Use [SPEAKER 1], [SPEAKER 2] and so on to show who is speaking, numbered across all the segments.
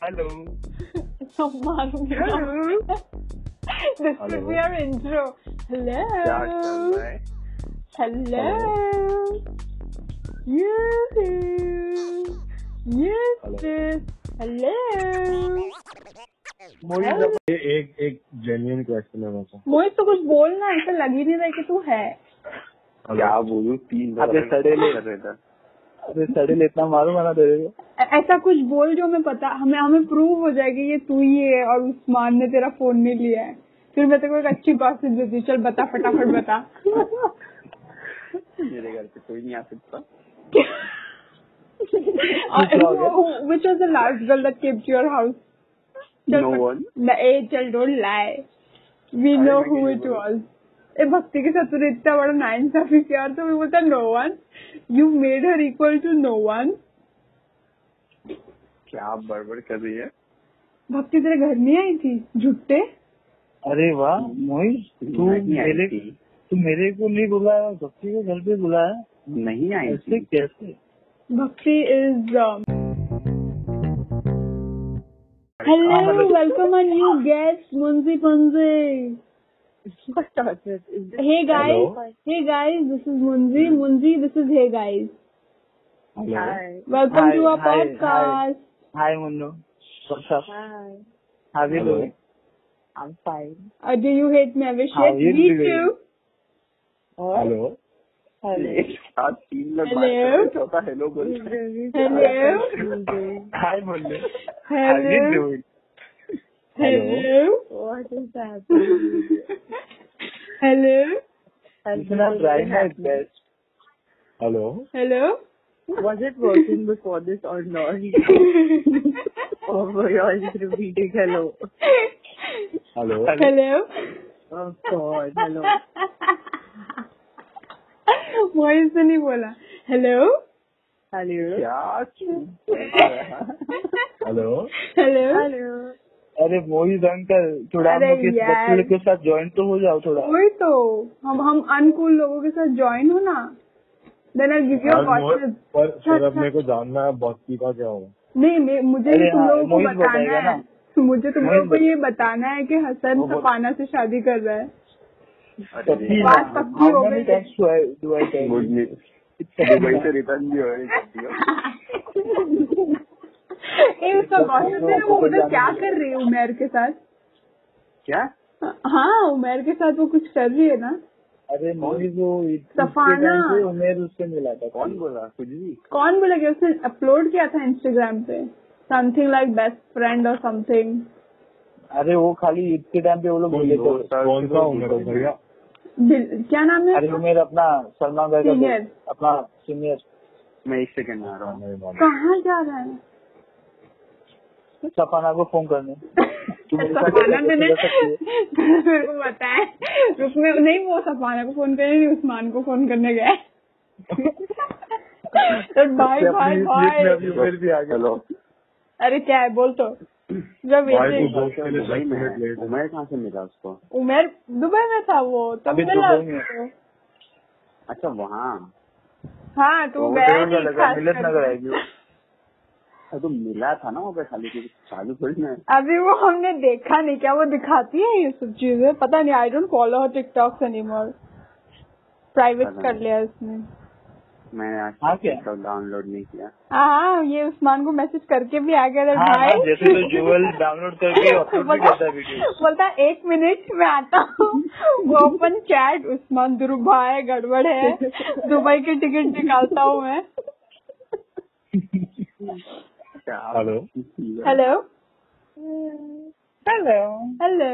[SPEAKER 1] Hello.
[SPEAKER 2] Someone. this
[SPEAKER 1] Hello.
[SPEAKER 2] is your intro. Hello.
[SPEAKER 1] क्या चल रहा है
[SPEAKER 2] Hello. Yoo-hoo. Yes,
[SPEAKER 1] Hello.
[SPEAKER 2] sis. Hello.
[SPEAKER 1] Mohit ये एक एक जेन्युइन क्वेश्चन है मेरे
[SPEAKER 2] मोहित तो कुछ बोलना ऐसा लग ही नहीं रहा है कि तू है
[SPEAKER 1] को
[SPEAKER 3] क्या बोलूं तीन
[SPEAKER 1] अबे सड़े ले। अरे सड़े ले इतना मारो मारा तेरे को
[SPEAKER 2] ऐ- ऐसा कुछ बोल जो हमें पता हमें हमें प्रूव हो जाएगा कि ये तू ही है और उस्मान ने तेरा फोन नहीं लिया है फिर मैं तेरे को एक अच्छी बात देती हूँ। चल बता फटाफट बता
[SPEAKER 3] मेरे घर पे कोई नहीं आ सकता
[SPEAKER 2] विच was the last girl that kept your house
[SPEAKER 3] No one.
[SPEAKER 2] ए चल डोंट लाई वी
[SPEAKER 3] अरे
[SPEAKER 2] नो
[SPEAKER 3] मैं
[SPEAKER 2] हु
[SPEAKER 3] किसी
[SPEAKER 2] इट
[SPEAKER 3] को
[SPEAKER 2] वाज ए भक्ति के साथ तूने इतना बड़ा नाइन साफी किया और तुम्हें बोलता no one you made her equal to no one
[SPEAKER 3] क्या आप बड़बड़ कर रही है
[SPEAKER 2] भक्ति तेरे घर में आई थी झुट्टे
[SPEAKER 4] अरे वाह मोहित तू
[SPEAKER 3] मैं नहीं आई
[SPEAKER 4] तो मेरे
[SPEAKER 3] थी।
[SPEAKER 4] तू मेरे को नहीं बुलाया सबके को घर पे बुलाया
[SPEAKER 3] नहीं आई
[SPEAKER 4] ऐसे
[SPEAKER 3] थी
[SPEAKER 4] कैसे
[SPEAKER 2] Bhakti is hello welcome on you guest Munshi पंजे Hey guys, hey guys, this is Munzi.
[SPEAKER 4] Hmm.
[SPEAKER 2] Munzi, this is Hey guys. Welcome
[SPEAKER 4] Hi,
[SPEAKER 2] to our
[SPEAKER 4] hi,
[SPEAKER 2] podcast.
[SPEAKER 4] Hi Munno what's up
[SPEAKER 5] Hi,
[SPEAKER 4] how you
[SPEAKER 1] Hello.
[SPEAKER 5] I'm fine.
[SPEAKER 2] Uh, do you hate me? I wish
[SPEAKER 4] How
[SPEAKER 2] yes,
[SPEAKER 4] you
[SPEAKER 2] me
[SPEAKER 4] doing?
[SPEAKER 2] too.
[SPEAKER 5] What?
[SPEAKER 1] Hello
[SPEAKER 5] Hello.
[SPEAKER 3] एक साथ तीन लोग
[SPEAKER 2] Hello?
[SPEAKER 3] बात कर रहे हैं, चौथा hello बोल रहा है।
[SPEAKER 2] Hello,
[SPEAKER 5] Hello.
[SPEAKER 4] Hi Munno how you
[SPEAKER 2] hello,
[SPEAKER 4] doing
[SPEAKER 2] hello,
[SPEAKER 5] What is happening?
[SPEAKER 2] hello,
[SPEAKER 4] इतना trying my best
[SPEAKER 1] hello
[SPEAKER 2] hello.
[SPEAKER 5] Was it working before this or not? oh my god, it's repeating hello.
[SPEAKER 1] Hello
[SPEAKER 2] hello.
[SPEAKER 5] Oh god, hello.
[SPEAKER 2] Mohit से तो नहीं बोला hello
[SPEAKER 5] Hello.
[SPEAKER 3] क्या
[SPEAKER 1] hello
[SPEAKER 2] hello
[SPEAKER 5] Hello.
[SPEAKER 4] अरे Mohit uncle चुड़ामो
[SPEAKER 2] अरे
[SPEAKER 4] के
[SPEAKER 2] यार।
[SPEAKER 4] बच्चे के साथ ज्वाइन तो हो जाओ थोड़ा
[SPEAKER 2] वही तो हम हम अनकूल लोगों के साथ ज्वाइन हो ना देन आई गिव यू
[SPEAKER 1] यार, मोहित, पर
[SPEAKER 2] अच्छा,
[SPEAKER 1] पर अब
[SPEAKER 2] अच्छा।
[SPEAKER 1] मेरे को जानना है बॉक्सी का क्या होगा
[SPEAKER 2] नहीं मैं मुझे
[SPEAKER 4] अरे
[SPEAKER 2] तुम
[SPEAKER 4] हाँ,
[SPEAKER 2] लोगों को
[SPEAKER 4] मोहित
[SPEAKER 2] बताना
[SPEAKER 4] बताएगा
[SPEAKER 2] है मुझे तुम
[SPEAKER 4] मोहित
[SPEAKER 2] लोगों को
[SPEAKER 4] बत-
[SPEAKER 2] ये बताना है कि हसन
[SPEAKER 4] वो बत-
[SPEAKER 2] सपाना से शादी कर रहा है
[SPEAKER 4] पत्ती
[SPEAKER 3] गुड
[SPEAKER 2] बात पक्की हो
[SPEAKER 4] हाउ मेनी
[SPEAKER 2] गई।
[SPEAKER 4] Times do I tell
[SPEAKER 3] news Dubai से रिटर्न भी हो रही है
[SPEAKER 2] ए उसका गॉसिप है ना, वो उधर क्या कर रही है उमेर के साथ
[SPEAKER 3] क्या
[SPEAKER 2] हाँ उमेर के साथ वो कुछ कर रही है ना
[SPEAKER 4] अरे मोहित वो
[SPEAKER 2] सफाना।
[SPEAKER 4] उमेर उससे मिला था
[SPEAKER 3] कौन बोला कुछ भी
[SPEAKER 2] कौन बोला कि उसने अपलोड किया था इंस्टाग्राम पे समथिंग लाइक बेस्ट फ्रेंड और समथिंग
[SPEAKER 4] अरे वो खाली ईद के टाइम पे वो लोग बोले
[SPEAKER 3] दो
[SPEAKER 4] थे
[SPEAKER 3] साल
[SPEAKER 1] कौन
[SPEAKER 3] से
[SPEAKER 1] सा
[SPEAKER 3] तो
[SPEAKER 1] उम्र
[SPEAKER 3] दुबई
[SPEAKER 1] है भैया
[SPEAKER 2] क्या नाम है
[SPEAKER 4] अरे वो मेरा अपना सलमान भाई का
[SPEAKER 2] Senior.
[SPEAKER 4] दोस्त, अपना सीनियर
[SPEAKER 3] में- मैं एक सेकंड आ रहा हूँ
[SPEAKER 1] नहीं मालूम।
[SPEAKER 2] कहाँ जा रहा है
[SPEAKER 4] सफाना को फोन करने मेरे साथ
[SPEAKER 2] सफाना
[SPEAKER 4] कैसे
[SPEAKER 2] मैंने
[SPEAKER 4] जा सकती
[SPEAKER 2] मेरे को बताया उसमें नहीं वो सफाना को फोन करने नहीं उस्मान को फोन करने गया तो भाई भाई भाई
[SPEAKER 4] उमेर भी आ गया।
[SPEAKER 3] हेलो
[SPEAKER 2] अरे क्या है बोल तो जब
[SPEAKER 1] भाई,
[SPEAKER 2] वेटिंग
[SPEAKER 1] वो दोस्त के लिए
[SPEAKER 3] दुबई
[SPEAKER 1] दस
[SPEAKER 3] में
[SPEAKER 1] मिनट
[SPEAKER 3] है।
[SPEAKER 1] लेट है।
[SPEAKER 3] उमर कहाँ से मिला उसको
[SPEAKER 2] उमेर दुबई में था वो तो
[SPEAKER 4] अभी
[SPEAKER 2] मिला
[SPEAKER 4] दुबई में।
[SPEAKER 2] उसको।
[SPEAKER 3] अच्छा वहाँ
[SPEAKER 2] हाँ
[SPEAKER 4] वो
[SPEAKER 2] तू गया
[SPEAKER 4] उधर का
[SPEAKER 2] नहीं
[SPEAKER 4] लगा,
[SPEAKER 2] खास
[SPEAKER 4] मिलत नगर
[SPEAKER 2] करके।
[SPEAKER 4] आएगी वो।
[SPEAKER 3] हाँ, तो मिला था ना वहाँ पे खाली की चालू थोड़ी ना है।
[SPEAKER 2] अभी वो हमने देखा नहीं क्या वो दिखाती है ये सब चीजें पता नहीं I don't follow her TikTok anymore private
[SPEAKER 3] पता
[SPEAKER 2] कर
[SPEAKER 3] नहीं।
[SPEAKER 2] लिया उसने
[SPEAKER 3] मैंने आज
[SPEAKER 4] हाँ
[SPEAKER 3] तक
[SPEAKER 4] क्या?
[SPEAKER 3] टिकटॉक डाउनलोड नहीं किया
[SPEAKER 2] हाँ ये उस्मान को मैसेज करके भी आ गया अरे
[SPEAKER 4] हाँ, हाँ,
[SPEAKER 2] भाई
[SPEAKER 4] जैसे तो जुगल डाउनलोड करके अपलोड भी करता है वीडियो
[SPEAKER 2] बोलता है, एक मिनट में आता हूँ वो ओपन चैट उस्मान दुर्भा है गड़बड़ है दुबई के टिकट निकालता हूँ मैं
[SPEAKER 3] क्या
[SPEAKER 1] hello
[SPEAKER 2] hello
[SPEAKER 4] hello
[SPEAKER 2] hello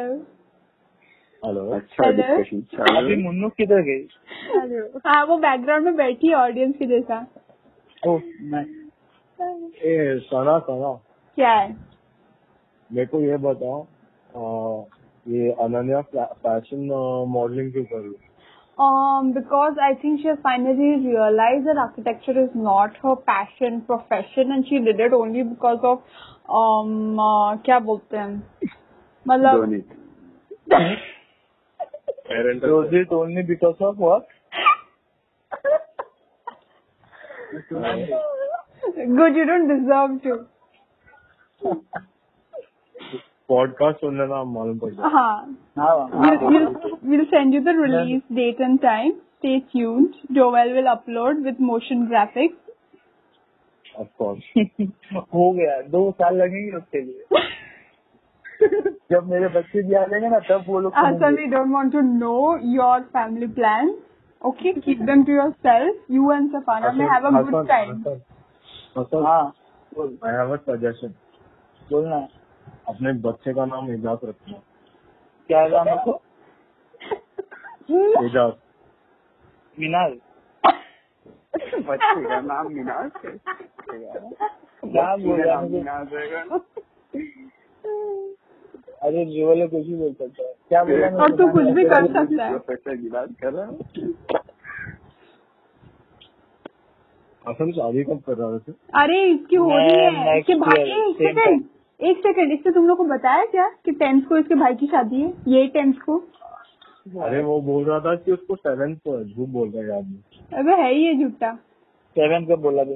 [SPEAKER 1] hello
[SPEAKER 3] अच्छा
[SPEAKER 2] Hello?
[SPEAKER 3] डिस्कशन चालू
[SPEAKER 4] अभी मुन्नू किधर गई
[SPEAKER 5] Hello.
[SPEAKER 2] हाँ वो बैकग्राउंड में बैठी है ऑडियंस के जैसा
[SPEAKER 4] ओ मैं
[SPEAKER 1] ए सना सना
[SPEAKER 2] क्या है
[SPEAKER 1] मेरे को ये बताओ अ, ये अनन्या फैशन मॉडलिंग क्यों कर रही है?
[SPEAKER 2] Um, because I think she has finally realized that architecture is not her passion profession, and she did it only because of um, uh, क्या बोलते हैं मतलब
[SPEAKER 3] डोनेट
[SPEAKER 1] Parent-
[SPEAKER 4] रोज it only because of work
[SPEAKER 2] good you don't deserve to
[SPEAKER 1] podcast सुनने का मालूम पड़ जाए
[SPEAKER 2] हाँ
[SPEAKER 3] हाँ
[SPEAKER 2] We'll, we'll, we'll send you the release date and time. Stay tuned. Joel will upload with motion graphics.
[SPEAKER 1] Of course
[SPEAKER 4] हो गया दो साल लगेंगे उसके लिए जब मेरे बच्चे भी आ जाएंगे ना तब वो लोग
[SPEAKER 2] Asal,
[SPEAKER 4] सुनेंगे।
[SPEAKER 2] we don't want to know your family plans. Okay, keep them to yourself. You and Safana may have a good time.
[SPEAKER 4] हाँ बोल
[SPEAKER 1] आई हैव अ सजेशन
[SPEAKER 4] बोलना
[SPEAKER 1] अपने बच्चे का नाम एजाज रखना
[SPEAKER 4] क्या नाम है आपको
[SPEAKER 1] एजाज
[SPEAKER 4] मीनाल
[SPEAKER 3] बच्चे का नाम मीनाज है
[SPEAKER 4] क्या
[SPEAKER 3] मेरा
[SPEAKER 4] बोला
[SPEAKER 3] नाम
[SPEAKER 4] मुझे
[SPEAKER 3] मीनाज रहेगा ना
[SPEAKER 4] अरे जीवल है, कुछ भी बोल सकता है क्या बोला
[SPEAKER 3] और
[SPEAKER 2] और
[SPEAKER 4] मुझे
[SPEAKER 2] तू
[SPEAKER 4] पता
[SPEAKER 2] कुछ भी कर सकता है
[SPEAKER 3] प्रोफेसर गिलास कर रहा है
[SPEAKER 1] असल शादी कब कर रहा है वैसे
[SPEAKER 2] अरे इसकी हो रही
[SPEAKER 4] मैं
[SPEAKER 2] है इसके
[SPEAKER 4] next
[SPEAKER 2] भाई
[SPEAKER 4] year,
[SPEAKER 2] एक
[SPEAKER 4] same
[SPEAKER 2] सेकंड एक सेकंड इससे तुम लोग को बताया क्या कि टेंथ को इसके भाई की शादी है ये टेंथ को
[SPEAKER 1] अरे वो बोल रहा था कि उसको सेवन पर झूठ बोल रहा है आदमी
[SPEAKER 2] अबे है ही ये झूठा
[SPEAKER 4] हम्म। सेवन कब बोला था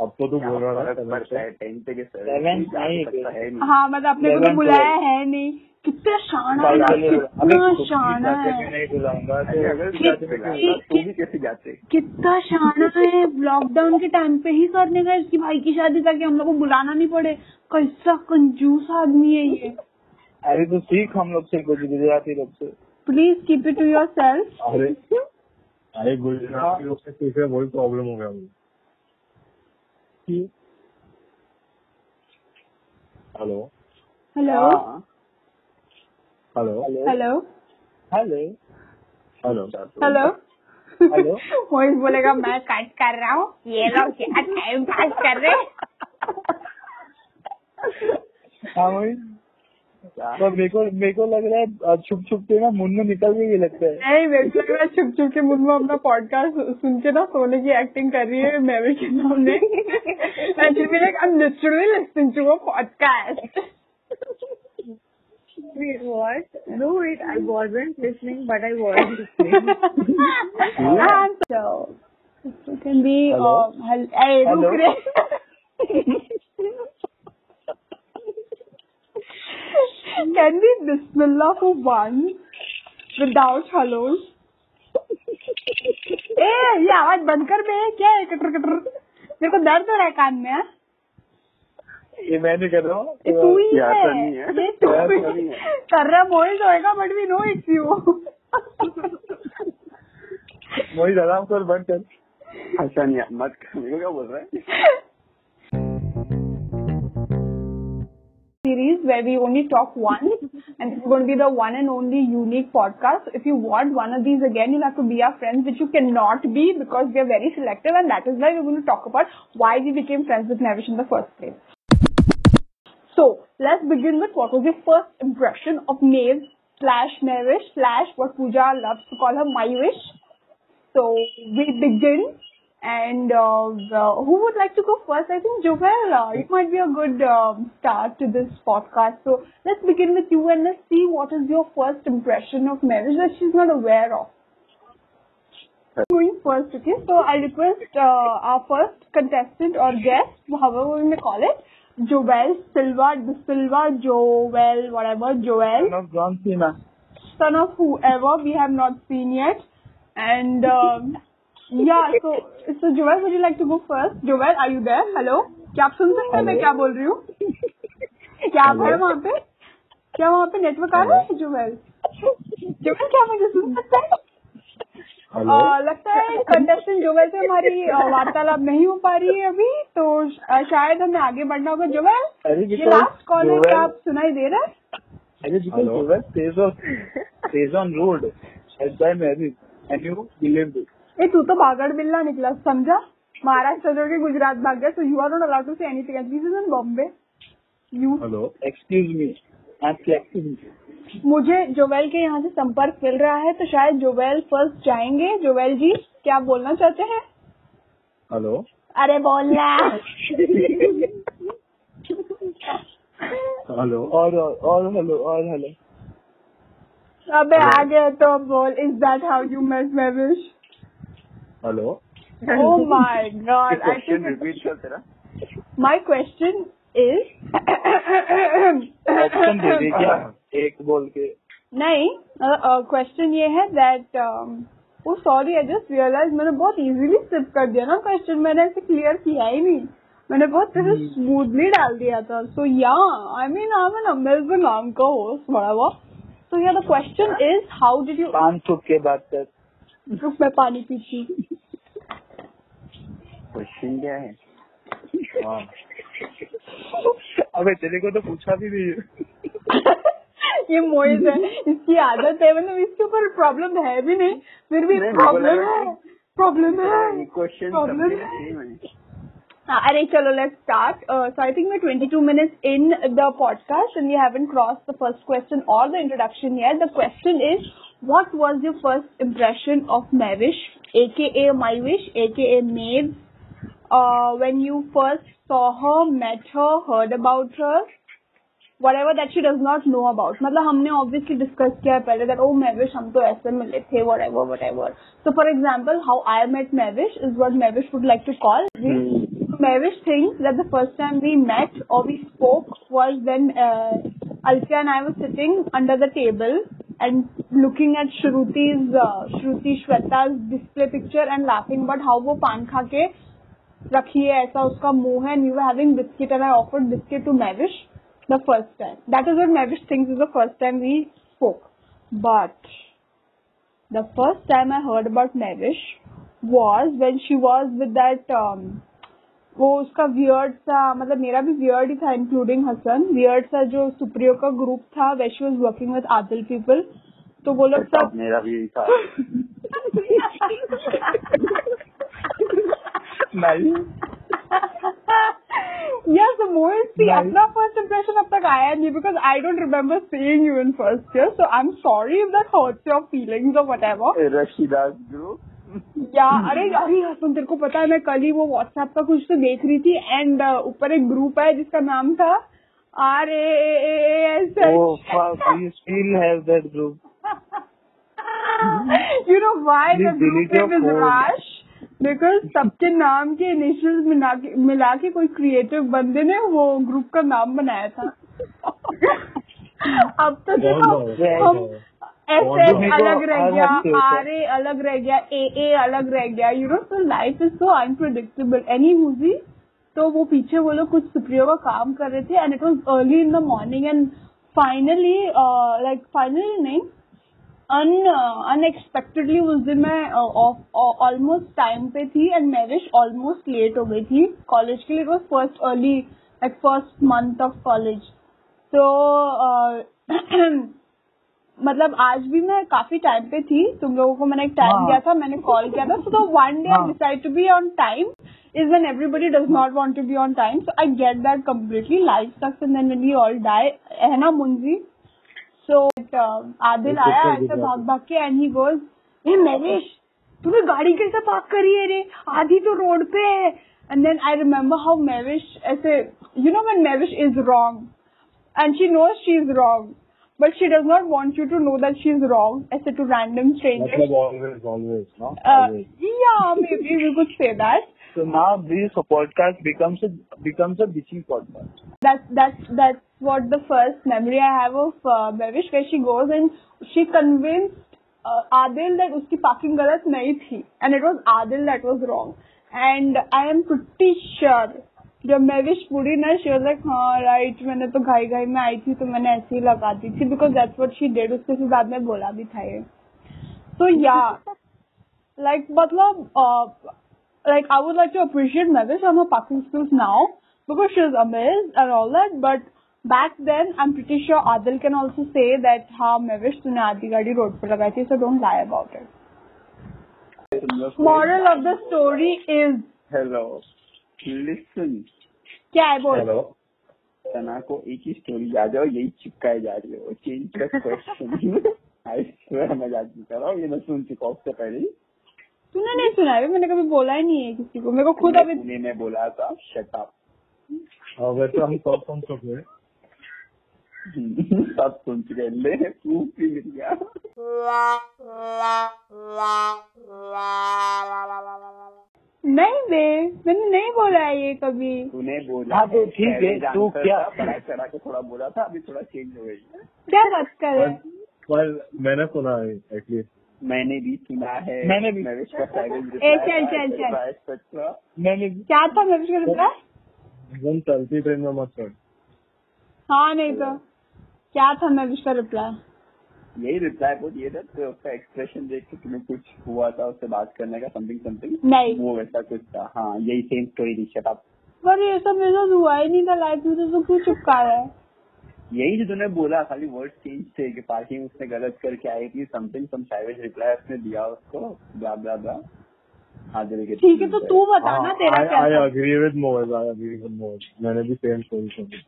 [SPEAKER 1] अब तो तू
[SPEAKER 3] क्या
[SPEAKER 1] बोल रहा था
[SPEAKER 3] फर्क
[SPEAKER 1] seventh
[SPEAKER 3] पड़ता
[SPEAKER 1] पे।
[SPEAKER 3] है टेंथ के
[SPEAKER 4] Seventh
[SPEAKER 3] सेवेंथ
[SPEAKER 4] नहीं,
[SPEAKER 3] है नहीं
[SPEAKER 2] हाँ मतलब आपने को तो
[SPEAKER 4] Eleven
[SPEAKER 2] बुलाया है नहीं कितना शाना है
[SPEAKER 4] भाई
[SPEAKER 2] ना,
[SPEAKER 4] के लिए बोला। अबे
[SPEAKER 2] कितना
[SPEAKER 4] खुद की
[SPEAKER 2] शाना हाँ,
[SPEAKER 4] बातें
[SPEAKER 2] है
[SPEAKER 4] मैं नहीं बुलाऊंगा
[SPEAKER 3] अरे अगर
[SPEAKER 2] ठीक-
[SPEAKER 3] अच्छा, जाते ना,
[SPEAKER 2] ठीक-
[SPEAKER 3] तू भी कैसे जाते
[SPEAKER 2] कितना शाना है लॉकडाउन के टाइम पे ही करने का इसकी भाई की शादी ताकि हम लोग को बुलाना नहीं पड़े कैसा कंजूस आदमी है ये
[SPEAKER 4] अरे तो सीख हम लोग से कुछ गुजराती लोग से
[SPEAKER 2] please keep it to yourself
[SPEAKER 1] अरे अरे गुजरात के लोग से सीखे वही प्रॉब्लम हो गया मुझे हेलो
[SPEAKER 2] हेलो
[SPEAKER 3] हाँ
[SPEAKER 1] hello
[SPEAKER 4] hello
[SPEAKER 2] hello
[SPEAKER 4] hello
[SPEAKER 1] hello
[SPEAKER 2] hello
[SPEAKER 4] hello.
[SPEAKER 2] Mohit बोलेगा मैं कट कर रहा हूँ ये लोग क्या टाइम पास कर रहे हैं?"
[SPEAKER 4] हाँ वही
[SPEAKER 3] क्या?
[SPEAKER 4] और मेरे को मेरे को लग रहा है छुप छुप के ना मुन्नू निकल गई लगता है
[SPEAKER 2] नहीं मेरे को लग रहा है छुप छुप के मुंह में अपना पॉडकास्ट सुन के ना सोने की एक्टिंग कर रही है मैवी के सामने listening to a podcast
[SPEAKER 5] Wait, what? No, wait, I wasn't listening, but I was listening.
[SPEAKER 2] And so, it can be, uh, hel- hey,
[SPEAKER 4] Hello?
[SPEAKER 2] रुक रे. Can we Bismillah for one without hellos? ए ये आवाज बंद कर बे क्या है कटर कटर मेरे को दर्द हो रहा है कान में हाँ?
[SPEAKER 4] ये मैं नहीं कर रहा हूँ
[SPEAKER 2] ये तू ही
[SPEAKER 3] ये ऐसा
[SPEAKER 2] है
[SPEAKER 3] नहीं है।
[SPEAKER 2] ये तू
[SPEAKER 3] ऐसा
[SPEAKER 2] ही
[SPEAKER 3] नहीं है।
[SPEAKER 2] कर रहा तो मोहित होएगा but we know it's you
[SPEAKER 4] तो मोहित आराम कर बंद कर
[SPEAKER 3] अच्छा नहीं मत कर मेरे को क्या बोल रहा है
[SPEAKER 2] series where we only talk once and it's going to be the one and only unique podcast if you want one of these again you'll have to be our friends which you cannot be because we are very selective and that is why we're going to talk about why we became friends with Navish in the first place so let's begin with what was your first impression of Nav slash Navish slash what Pooja loves to call her my wish so we begin and uh, uh, who would like to go first? I think Joel, uh, you might be a good um, start to this podcast. So let's begin with you and let's see what is your first impression of marriage that she's not aware of. Going first, okay? So I request uh, our first contestant or guest, however we may call it, Joel Silva, De Silva, Joel, whatever, Joel
[SPEAKER 4] Son of John Cena.
[SPEAKER 2] son of whoever we have not seen yet. And um, yeah, so so Joel, would you like to go first? Joel, are you there? Hello. क्या आप सुन सकते हैं मैं
[SPEAKER 1] Hello.
[SPEAKER 2] क्या बोल रही हूँ क्या आप है
[SPEAKER 1] Hello.
[SPEAKER 2] वहाँ पे क्या वहाँ पे नेटवर्क आ रहा है जोवेल जोवेल क्या मुझे सुन सकता है
[SPEAKER 1] हेलो
[SPEAKER 2] अ, लगता है कंटेस्टेंट जोवेल से हमारी अ, वार्तालाप नहीं हो पा रही है अभी तो अ, शायद हमें आगे बढ़ना होगा
[SPEAKER 4] अरे,
[SPEAKER 2] जोवेल ये
[SPEAKER 4] because
[SPEAKER 2] लास्ट कॉल है क्या
[SPEAKER 4] Joel-
[SPEAKER 2] आप सुनाई दे रहा है
[SPEAKER 4] अरे because
[SPEAKER 1] Hello.
[SPEAKER 4] you were stays on stays on road as by marriage and you believed it.
[SPEAKER 2] ए तू तो भागड़ बिल्ला निकला समझा महाराष्ट्र छोड़ के गुजरात भाग गया so you are not allowed to say anything at this is in Bombay you
[SPEAKER 1] hello
[SPEAKER 4] Excuse me. I'm flexing.
[SPEAKER 2] मुझे जोवेल के यहाँ से संपर्क मिल रहा है तो शायद जोवेल फर्स्ट जाएंगे जोवेल जी क्या आप बोलना चाहते हैं
[SPEAKER 1] हेलो
[SPEAKER 2] अरे बोलना
[SPEAKER 1] हेलो
[SPEAKER 4] और और- और हेलो और हेलो
[SPEAKER 2] अबे आ गए तो बोल is that how you met my wish
[SPEAKER 1] hello
[SPEAKER 2] oh my God I
[SPEAKER 3] question
[SPEAKER 2] think
[SPEAKER 3] repeat कर तेरा
[SPEAKER 2] My question is
[SPEAKER 4] ऑप्शन दे दे क्या एक बोल के
[SPEAKER 2] नहीं क्वेश्चन ये है um, oh, that oh sorry I just realise मैंने बहुत इजीली स्किप कर दिया ना क्वेश्चन मैंने ऐसे क्लियर किया ही नहीं मैंने बहुत ऐसे स्मूथली डाल दिया था so yeah I mean I an Amazon नाम का होस्ट बड़ा बहुत so yeah the question is how did you
[SPEAKER 4] पान छुप के बात कर
[SPEAKER 2] रुक मैं पानी पीती हूँ।
[SPEAKER 3] क्वेश्चन क्या है
[SPEAKER 1] हाँ
[SPEAKER 4] अबे तेरे को तो पूछा भी नहीं
[SPEAKER 2] ये मोइज है इसकी आदत है मतलब इसके ऊपर प्रॉब्लम है भी नहीं फिर भी
[SPEAKER 3] नहीं, हाँ,
[SPEAKER 2] प्रॉब्लम
[SPEAKER 3] बोला
[SPEAKER 2] है प्रॉब्लम है
[SPEAKER 3] क्वेश्चन
[SPEAKER 2] हाँ। Problem.
[SPEAKER 3] सेम है
[SPEAKER 2] हाँ, अरे चलो let's start so I think we 22 minutes in the podcast and we haven't crossed the first question or the introduction yet. The question is, what was your first impression of Mavish, aka My Wish, aka Maeve, uh, when you first saw her, met her, heard about her? whatever that she does not know about मतलब हमने obviously discuss किया है पहले that oh Mavish हम तो ऐसे मिले थे whatever whatever so for example how I met Mavish is what Mavish would like to call we, Mavish thinks that the first time we met or we spoke was when uh, Alfia and I were sitting under the table and looking at Shruti's uh, Shruti Shweta's display picture and laughing about how वो पान खा के रखी है ऐसा उसका मुंह है and we were having biscuit and I offered biscuit to Mavish the first time. That is what Mavish thinks is the first time we spoke. But the first time I heard about Mavish was when she was with that um, वो उसका weird सा मतलब मेरा भी weird ही था including Hasan weird सा जो सुप्रियो का ग्रुप था way she was working with Adil people तो वो लोग सब
[SPEAKER 3] अब मेरा भी था
[SPEAKER 4] नहीं
[SPEAKER 2] yes, the moment see
[SPEAKER 4] Nice.
[SPEAKER 2] अपना first impression अब तक आया नहीं because I don't remember seeing you in first year, so I'm sorry if that hurts your feelings or whatever.
[SPEAKER 3] Rashida's group
[SPEAKER 2] या
[SPEAKER 4] Hmm.
[SPEAKER 2] अरे अरे हसन तेरे को पता है मैं कल ही वो व्हाट्सएप का कुछ तो देख रही थी एंड ऊपर एक ग्रुप है जिसका नाम था R A A S
[SPEAKER 4] O Oh, fuck you still have that group
[SPEAKER 2] you know why the
[SPEAKER 4] Please
[SPEAKER 2] group
[SPEAKER 4] delete your
[SPEAKER 2] name is
[SPEAKER 4] phone.
[SPEAKER 2] राश बिकॉज सबके नाम के इनिशियल मिला के मिला के कोई क्रिएटिव बंदे ने वो ग्रुप का नाम बनाया था अब तो देखो
[SPEAKER 1] कौन है?
[SPEAKER 2] हम
[SPEAKER 1] कौन है?
[SPEAKER 2] एस
[SPEAKER 1] कौन है?
[SPEAKER 2] एस अलग रह
[SPEAKER 4] आज
[SPEAKER 2] गया
[SPEAKER 4] हंसते हो क्या?
[SPEAKER 2] आर ए अलग रह गया ए ए अलग रह गया you know so life is so unpredictable any movie तो वो पीछे वो लोग कुछ सुप्रियो का काम कर रहे थे and it was early in the morning and finally like finally uh, नहीं अन अनएक्सपेक्टेडली उस दिन मैं uh, ऑलमोस्ट टाइम पे थी एंड मैरिज ऑलमोस्ट लेट हो गई थी कॉलेज के लिए was first early at first month of college तो uh, मतलब आज भी मैं काफी टाइम पे थी तुम लोगों को मैंने एक टाइम
[SPEAKER 4] हाँ।
[SPEAKER 2] दिया था मैंने कॉल किया था so the one day I
[SPEAKER 4] हाँ।
[SPEAKER 2] Decide to be on time is when everybody does not want to be on time. So I get that completely. Life sucks, and then when we all die, है ना Munji? So but, uh, Adil
[SPEAKER 1] बिल्कुल,
[SPEAKER 2] आया
[SPEAKER 1] बिल्कुल,
[SPEAKER 2] ऐसे
[SPEAKER 1] बिल्कुल।
[SPEAKER 2] भाग भाग के एंड ही गोज ए नरेश तूने गाड़ी कैसे पार्क करी है रे आधी तो रोड पे है and then I remember how Mavish ऐसे you know when Mavish is wrong and she knows she is wrong but she does not want you to know that she is wrong as to random strangers
[SPEAKER 1] मतलब always always हाँ
[SPEAKER 2] uh,
[SPEAKER 1] always.
[SPEAKER 2] yeah maybe we could say that
[SPEAKER 4] so now this podcast becomes a becomes a bitchy podcast
[SPEAKER 2] that's that's that's what the first memory I have of uh, Bevish, where she goes and she convinced uh, Adil that उसकी parking गलत नहीं थी, and it was Adil that was wrong. And I am pretty sure जब मेविश पूरी ना she was like हाँ right मैंने तो घाई घाई में आई थी तो मैंने ऐसे ही लगा दी थी because that's what she did उसके फिर बाद में बोला भी था ये so yeah like मतलब uh, like I would like to appreciate Mavis on her parking skills now because she was amazed and all that. But back then, I'm pretty sure Adil can also say that how Mavis तूने आधी गाड़ी road पर लगाई थी, so don't lie about it. Moral of the story is
[SPEAKER 3] hello listen
[SPEAKER 2] क्या है बोल
[SPEAKER 1] hello
[SPEAKER 3] तना को एक ही स्टोरी याद है और यही चिपकाए जा रही है वो change the question I swear मैं याद नहीं कर रहा हूँ ये मैं सुन चुका हूँ उससे पहले ही
[SPEAKER 2] तूने नहीं सुना है मैंने कभी बोला ही नहीं है किसी को मेरे को खुद अभी
[SPEAKER 3] पुणे में बोला था शताब
[SPEAKER 1] हाँ, वैसे हम सब सुन चुके हैं
[SPEAKER 3] सब सुन चुके हैं। ले प्रूफ भी मिल गया
[SPEAKER 2] नहीं बे मैंने नहीं बोला है ये कभी
[SPEAKER 3] तूने बोला
[SPEAKER 4] हाँ, तो ठीक है,
[SPEAKER 3] average
[SPEAKER 4] तो
[SPEAKER 3] answer
[SPEAKER 4] क्या?
[SPEAKER 3] था, बढ़ा चढ़ा के थोड़ा बोला था अभी थोड़ा चेंज हो गई है।
[SPEAKER 2] क्या बात कर रहे हैं?
[SPEAKER 1] पर मैंने सुना है एटलीस्ट
[SPEAKER 3] मैंने भी सुना है
[SPEAKER 4] मैंने भी।
[SPEAKER 3] मैं विश करता हूँ
[SPEAKER 2] ए, चल, चल, चल।
[SPEAKER 4] मैंने
[SPEAKER 2] क्या था मैं विश्व रुद्रा
[SPEAKER 1] एकदम चलती ट्रेन में मत चढ़
[SPEAKER 2] हाँ नहीं तो क्या था मैं विश्व रुद्रा
[SPEAKER 3] यही रिप्लाई बोल ये था तो उसका एक्सप्रेशन देख के तुम्हें कुछ हुआ था उससे बात करने का समथिंग समथिंग
[SPEAKER 2] नहीं
[SPEAKER 3] वो वैसा कुछ था हाँ यही सेम स्टोरी ऋषभ आप
[SPEAKER 2] पर ये सब मेरे साथ हुआ ही नहीं था लाइफ में तो तू क्यों चुपका रहा है
[SPEAKER 3] यही जो तूने बोला खाली वर्ड चेंज थे कि पार्किंग उसने गलत करके आई थी समथिंग सम सैवेज रिप्लाई उसने दिया उसको ब्ला ब्ला ब्ला हाजिरी के
[SPEAKER 2] ठीक है तो तू बता
[SPEAKER 1] हाँ,
[SPEAKER 2] ना तेरा क्या
[SPEAKER 1] I agree with Mohit I agree with Mohit मैंने भी सेम स्टोरी सुनी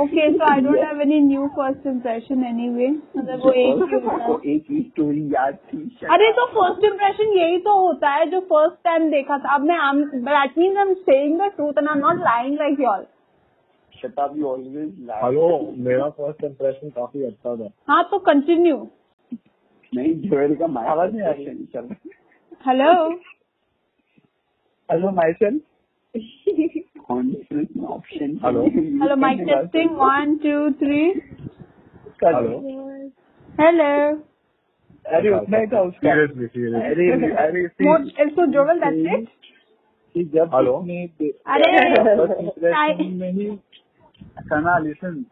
[SPEAKER 2] okay so I don't have any new first impression anyway मतलब वो एक ही होता है
[SPEAKER 3] को एक ही स्टोरी याद थी शायद।
[SPEAKER 2] अरे तो फर्स्ट इम्प्रेशन यही तो होता है जो फर्स्ट टाइम देखा था अब मैं that means I am saying the truth and I am not lying like y'all तो-
[SPEAKER 3] शताब्दी ऑलवेज
[SPEAKER 1] हेलो मेरा फर्स्ट इम्प्रेशन काफी अच्छा था
[SPEAKER 2] हाँ तो कंटिन्यू
[SPEAKER 3] नहीं जोएल का माया
[SPEAKER 4] आवाज नहीं आ रही।
[SPEAKER 3] चल
[SPEAKER 2] hello
[SPEAKER 4] hello my
[SPEAKER 3] conference option
[SPEAKER 1] Hello?
[SPEAKER 2] Hello mic testing one two three
[SPEAKER 1] hello
[SPEAKER 2] hello
[SPEAKER 4] अरे उतना ही था उसका
[SPEAKER 1] सीरियसली सीरियसली
[SPEAKER 4] अरे अरे सी-
[SPEAKER 2] सो जोवल दैट्स इट
[SPEAKER 4] कि जब
[SPEAKER 1] हेलो?
[SPEAKER 4] उसने दे-
[SPEAKER 2] अरे
[SPEAKER 4] first impression में ही सना लिसन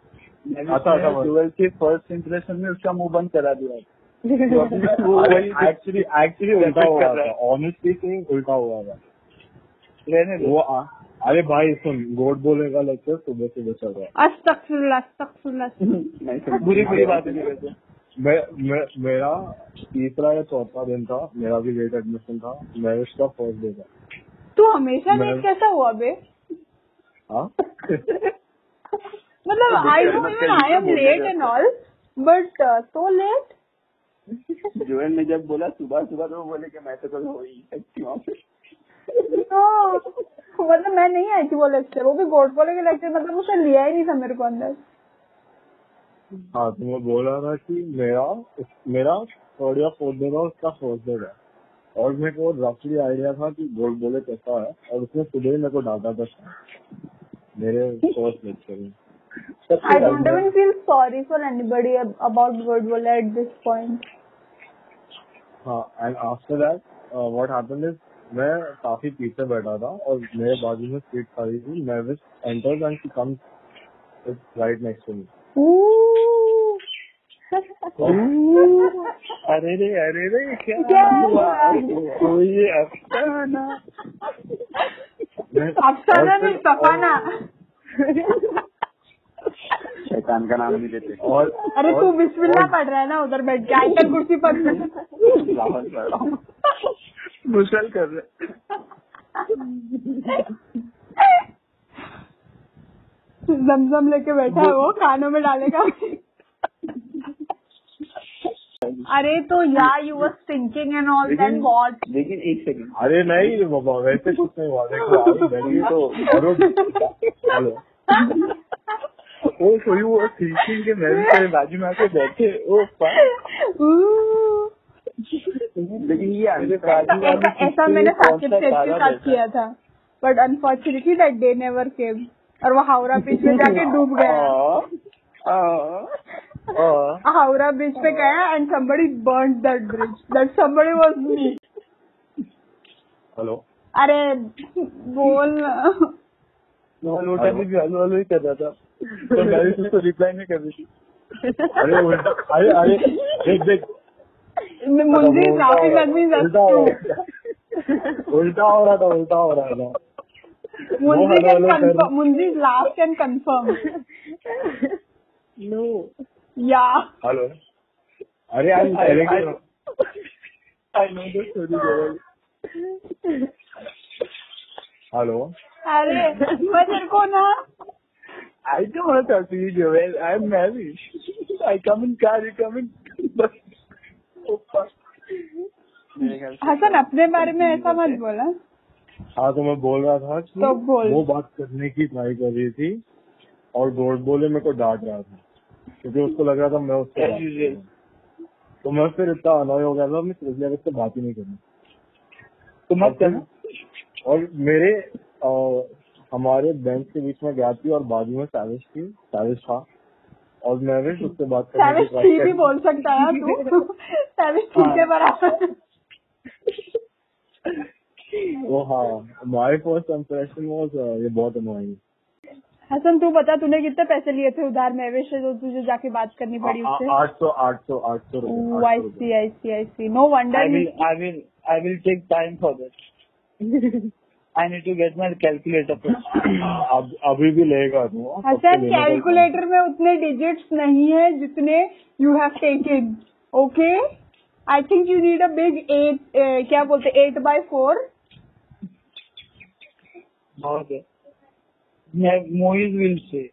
[SPEAKER 1] अच्छा, अच्छा, बोल।
[SPEAKER 4] ट्वेल्थ के फर्स्ट इंप्रेशन में उसका मुंह बंद करा दिया तो अभी वो वही
[SPEAKER 1] एक्चुअली एक्चुअली उल्टा
[SPEAKER 4] Repeat
[SPEAKER 1] हुआ
[SPEAKER 4] कर रहा
[SPEAKER 1] था ऑनेस्टली सिंह उल्टा हुआ था
[SPEAKER 4] रहने दो
[SPEAKER 1] वो आ, अरे भाई सुन गोड बोलने का लेक्चर सुबह सुबह चल रहा है
[SPEAKER 2] अस्तगफिरुल्लाह अस्तगफिरुल्लाह
[SPEAKER 3] तो
[SPEAKER 4] बुरी बुरी बात है वैसे
[SPEAKER 1] मैं, मैं मेरा तीसरा या चौथा दिन था मेरा भी लेट एडमिशन था मैं उसका फर्स्ट डे था
[SPEAKER 2] तू हमेशा
[SPEAKER 1] मैं-
[SPEAKER 2] लेट कैसा हुआ बे
[SPEAKER 1] हाँ
[SPEAKER 2] मतलब आई नो
[SPEAKER 3] मत
[SPEAKER 2] इवन
[SPEAKER 3] कर,
[SPEAKER 2] आई एम
[SPEAKER 3] बोलने
[SPEAKER 2] लेट
[SPEAKER 3] जाता।
[SPEAKER 2] And all but so late
[SPEAKER 3] Joel ने जब बोला सुबह सुबह तो वो बोले कि मैं तो कल हो ही सकती हूँ
[SPEAKER 2] मतलब मैं नहीं आई थी वो लेक्चर वो भी गोड वाले के लेक्चर मतलब उसने लिया ही नहीं था मेरे को अंदर
[SPEAKER 1] हाँ तो मैं बोल रहा था कि मेरा मेरा थर्ड या फोर्थ डे था उसका फर्स्ट डे था और मेरे को रफली आइडिया था कि गोल्ड बोले कैसा है और उसने सुबह ही मेरे को डांटा था शायद। मेरे फर्स्ट लेक्चर में
[SPEAKER 2] I don't even feel sorry for anybody ab- about Gurdwala at this point.
[SPEAKER 1] हाँ and after that what happened is मैं काफी पीछे बैठा था और मेरे बाजू में सीट खाली थी मैं which enters and she comes right next to me
[SPEAKER 2] Ooh.
[SPEAKER 4] अरे रे अरे रे क्या
[SPEAKER 2] क्या
[SPEAKER 4] हुआ
[SPEAKER 2] हुआ?
[SPEAKER 4] कोई अफसाना
[SPEAKER 2] अफसाना नहीं सफाना
[SPEAKER 3] शैतान का नाम नहीं लेते
[SPEAKER 1] और
[SPEAKER 2] अरे
[SPEAKER 1] और-
[SPEAKER 2] तू बिस्मिल्लाह पढ़ रहा है ना उधर बैठ के आइटन कुर्सी पर
[SPEAKER 3] लाहौल कर रहा हूँ।
[SPEAKER 4] मुश्किल कर रहे
[SPEAKER 2] जमजम लेके बैठा है वो कानों में डालेगा अरे तो यार you were sinking and all that
[SPEAKER 3] लेकिन-
[SPEAKER 2] वॉट
[SPEAKER 3] लेकिन एक सेकंड
[SPEAKER 1] अरे नहीं बाबा वैसे कुछ नहीं हुआ देखो आई बैठी तो और हेलो
[SPEAKER 4] वो कोई वो थिंकिंग के मैं भी तेरे बाजू में आके बैठे ओ पा-
[SPEAKER 2] Ooh.
[SPEAKER 3] लेकिन ये
[SPEAKER 4] मेरे
[SPEAKER 3] answer-
[SPEAKER 4] बाजू वाली
[SPEAKER 2] ऐसा ऐसा
[SPEAKER 4] किसी
[SPEAKER 2] मैंने
[SPEAKER 4] कौन
[SPEAKER 2] साकिब
[SPEAKER 4] सा
[SPEAKER 2] सेठ के
[SPEAKER 4] तारा
[SPEAKER 2] साथ
[SPEAKER 4] बैठा है?
[SPEAKER 2] किया था but unfortunately that day never came और वो हावड़ा बीच में जाके डूब
[SPEAKER 4] हाँ।
[SPEAKER 2] गया
[SPEAKER 3] आ, आ,
[SPEAKER 4] और
[SPEAKER 2] हावड़ा बीच पे गया and somebody burned that bridge that somebody was me
[SPEAKER 1] hello
[SPEAKER 2] अरे बोल ना।
[SPEAKER 4] नॉन वोटर में भी हलू हलू ही कर रहा था तो मैं भी उसको रिप्लाई नहीं कर रही थी
[SPEAKER 1] अरे उल्टा अरे अरे देख देख
[SPEAKER 2] मुंजी
[SPEAKER 1] उल्टा हो
[SPEAKER 2] laughing
[SPEAKER 1] रहा
[SPEAKER 2] at me
[SPEAKER 1] था, उल्टा हो रहा था। उल्टा हो रहा था उल्टा हो रहा था
[SPEAKER 2] Munji
[SPEAKER 1] hello,
[SPEAKER 2] can
[SPEAKER 1] hello,
[SPEAKER 2] confirm
[SPEAKER 1] hello.
[SPEAKER 2] Munji last can confirm
[SPEAKER 5] No.
[SPEAKER 2] Yeah
[SPEAKER 1] hello अरे I
[SPEAKER 4] I-
[SPEAKER 1] am
[SPEAKER 4] I- I know the story
[SPEAKER 1] hello
[SPEAKER 2] अरे मैं तेरे को ना
[SPEAKER 4] I don't want to see you well I am Mary I come in car you come in bus
[SPEAKER 3] मेरे ख्याल से-
[SPEAKER 2] हसन अपने बारे में ऐसा मत बोला
[SPEAKER 1] हाँ तो मैं बोल रहा था कि
[SPEAKER 2] तो बोल।
[SPEAKER 1] वो बात करने की ट्राई कर रही थी और गोड बोले मेरे को डांट रहा था क्योंकि उसको लग रहा था मैं उससे
[SPEAKER 4] As
[SPEAKER 1] बात कर
[SPEAKER 4] usual.
[SPEAKER 1] रहा हूँ। तो मैं फिर इतना अनॉय हो गया था मैं सोच लिया कि उससे बात ही नहीं करनी
[SPEAKER 4] तो मत करना
[SPEAKER 1] और मेरे अ, हमारे बेंच के बीच में गैप थी और बाजू में सैविश थी सैविश था और नरेश उससे बात करने
[SPEAKER 2] सैविश
[SPEAKER 1] की try
[SPEAKER 2] थ्री
[SPEAKER 1] कर
[SPEAKER 2] भी
[SPEAKER 1] रही
[SPEAKER 2] बोल सकता है तू सैविश थ्री के बराबर
[SPEAKER 1] थी। वो हाँ माई फर्स्ट इम्प्रेशन वॉज ये बहुत अनोइंग
[SPEAKER 2] हसन तू बता तूने कितने पैसे लिए थे उधार महवेश से जो तो तुझे जाके बात करनी पड़ी उससे
[SPEAKER 1] आठ सौ आठ सौ आठ सौ रुपए
[SPEAKER 2] I C I C I C no
[SPEAKER 4] I
[SPEAKER 2] wonder
[SPEAKER 4] will, I will, I will take time for this. I need to get my calculator first.
[SPEAKER 1] अब अभी भी लेगा तू हाँ, सबसे
[SPEAKER 2] हसन
[SPEAKER 1] लेने का
[SPEAKER 2] कैलकुलेटर में उतने डिजिट्स नहीं है जितने you have taken okay I think you need a big eight क्या बोलते eight by four
[SPEAKER 4] Okay. My- Moise will say,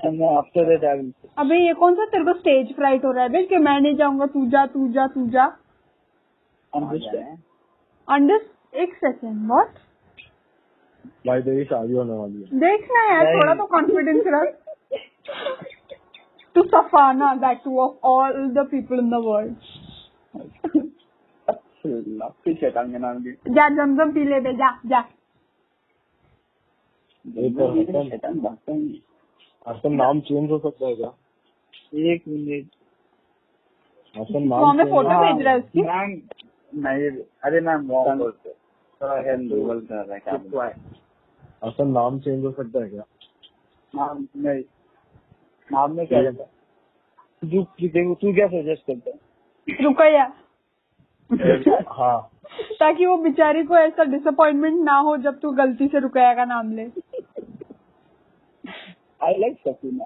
[SPEAKER 4] and then after that I will say.
[SPEAKER 2] अबे ये कौन सा तेरे को स्टेज फ्राइट हो रहा है बे कि मैं नहीं जाऊंगा तू जा तू जा तू जा
[SPEAKER 4] Understand?
[SPEAKER 2] अंडर एक सेकेंड वॉट
[SPEAKER 1] भाई तेरी शादी होने वाली है
[SPEAKER 2] देखना यार
[SPEAKER 4] नहीं।
[SPEAKER 2] थोड़ा तो कॉन्फिडेंस रख to Safana that to of all the people in the world
[SPEAKER 3] अल्लाह, फिर शैतान के नाम के
[SPEAKER 2] जा जमजम पी ले बे जा जा
[SPEAKER 1] ये तो हसन-
[SPEAKER 3] शैतान भागता ही नहीं।
[SPEAKER 1] हसन नाम चेंज हो सकता है क्या
[SPEAKER 4] एक मिनट
[SPEAKER 1] हसन
[SPEAKER 2] तो
[SPEAKER 1] नाम
[SPEAKER 2] हमें
[SPEAKER 1] change-
[SPEAKER 2] फोटो भेज रहा है उसकी
[SPEAKER 4] मैम
[SPEAKER 3] नहीं अरे मैम
[SPEAKER 4] Wrong
[SPEAKER 3] बोलते गूगल कर रहा है क्या बोलते हैं।
[SPEAKER 1] हसन नाम चेंज हो सकता है क्या
[SPEAKER 4] नाम नहीं नाम में क्या रहता है? तू देखो तू क्या सजेस्ट करता है
[SPEAKER 2] रुकैया
[SPEAKER 1] हाँ
[SPEAKER 2] ताकि वो बेचारी को ऐसा डिसअपॉइंटमेंट ना हो जब तू गलती से रुकैया का नाम ले
[SPEAKER 4] आई लाइक सकीना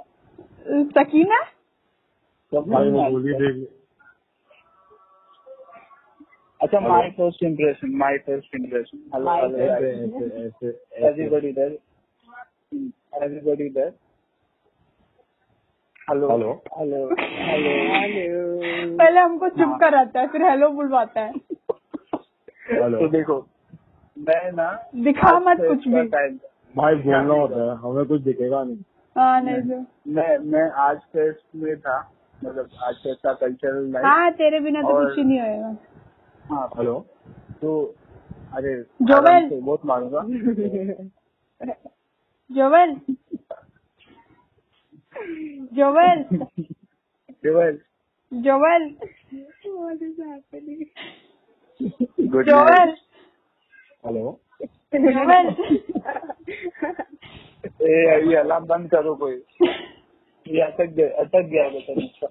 [SPEAKER 2] सकीना
[SPEAKER 1] भाई वो
[SPEAKER 4] सकीना
[SPEAKER 1] गोली देख
[SPEAKER 4] I like. अच्छा my first impression my first impression hello
[SPEAKER 1] ऐसे ऐसे ऐसे ऐसे
[SPEAKER 4] everybody there everybody there hello
[SPEAKER 1] Hello.
[SPEAKER 4] Hello hello
[SPEAKER 5] Hello.
[SPEAKER 2] पहले हमको
[SPEAKER 4] हाँ।
[SPEAKER 2] चुप कराता है फिर हेलो बुलवाता है
[SPEAKER 1] Hello.
[SPEAKER 4] तो देखो मैं ना
[SPEAKER 2] दिखा मत
[SPEAKER 4] अच्छा,
[SPEAKER 2] कुछ भी
[SPEAKER 4] टाइम
[SPEAKER 1] भाई बोलना होता है हमें कुछ दिखेगा नहीं
[SPEAKER 2] हाँ नहीं तो
[SPEAKER 4] मैं मैं आज फेस्ट में था मतलब आज फेस्ट का कल्चरल लाइफ
[SPEAKER 2] हाँ तेरे बिना तो
[SPEAKER 4] और-
[SPEAKER 2] कुछ ही नहीं होएगा
[SPEAKER 4] हाँ
[SPEAKER 1] हेलो
[SPEAKER 4] तो अरे
[SPEAKER 2] जोवेल।
[SPEAKER 4] आराम से, बहुत मारूंगा
[SPEAKER 2] Joel Joel
[SPEAKER 4] Joel
[SPEAKER 2] Joel
[SPEAKER 5] What is happening?
[SPEAKER 3] Good night.
[SPEAKER 2] Joel
[SPEAKER 1] hello
[SPEAKER 2] Joel
[SPEAKER 4] ए ये अलार्म बंद करो कोई ये अटक गया अटक गया बटन इसका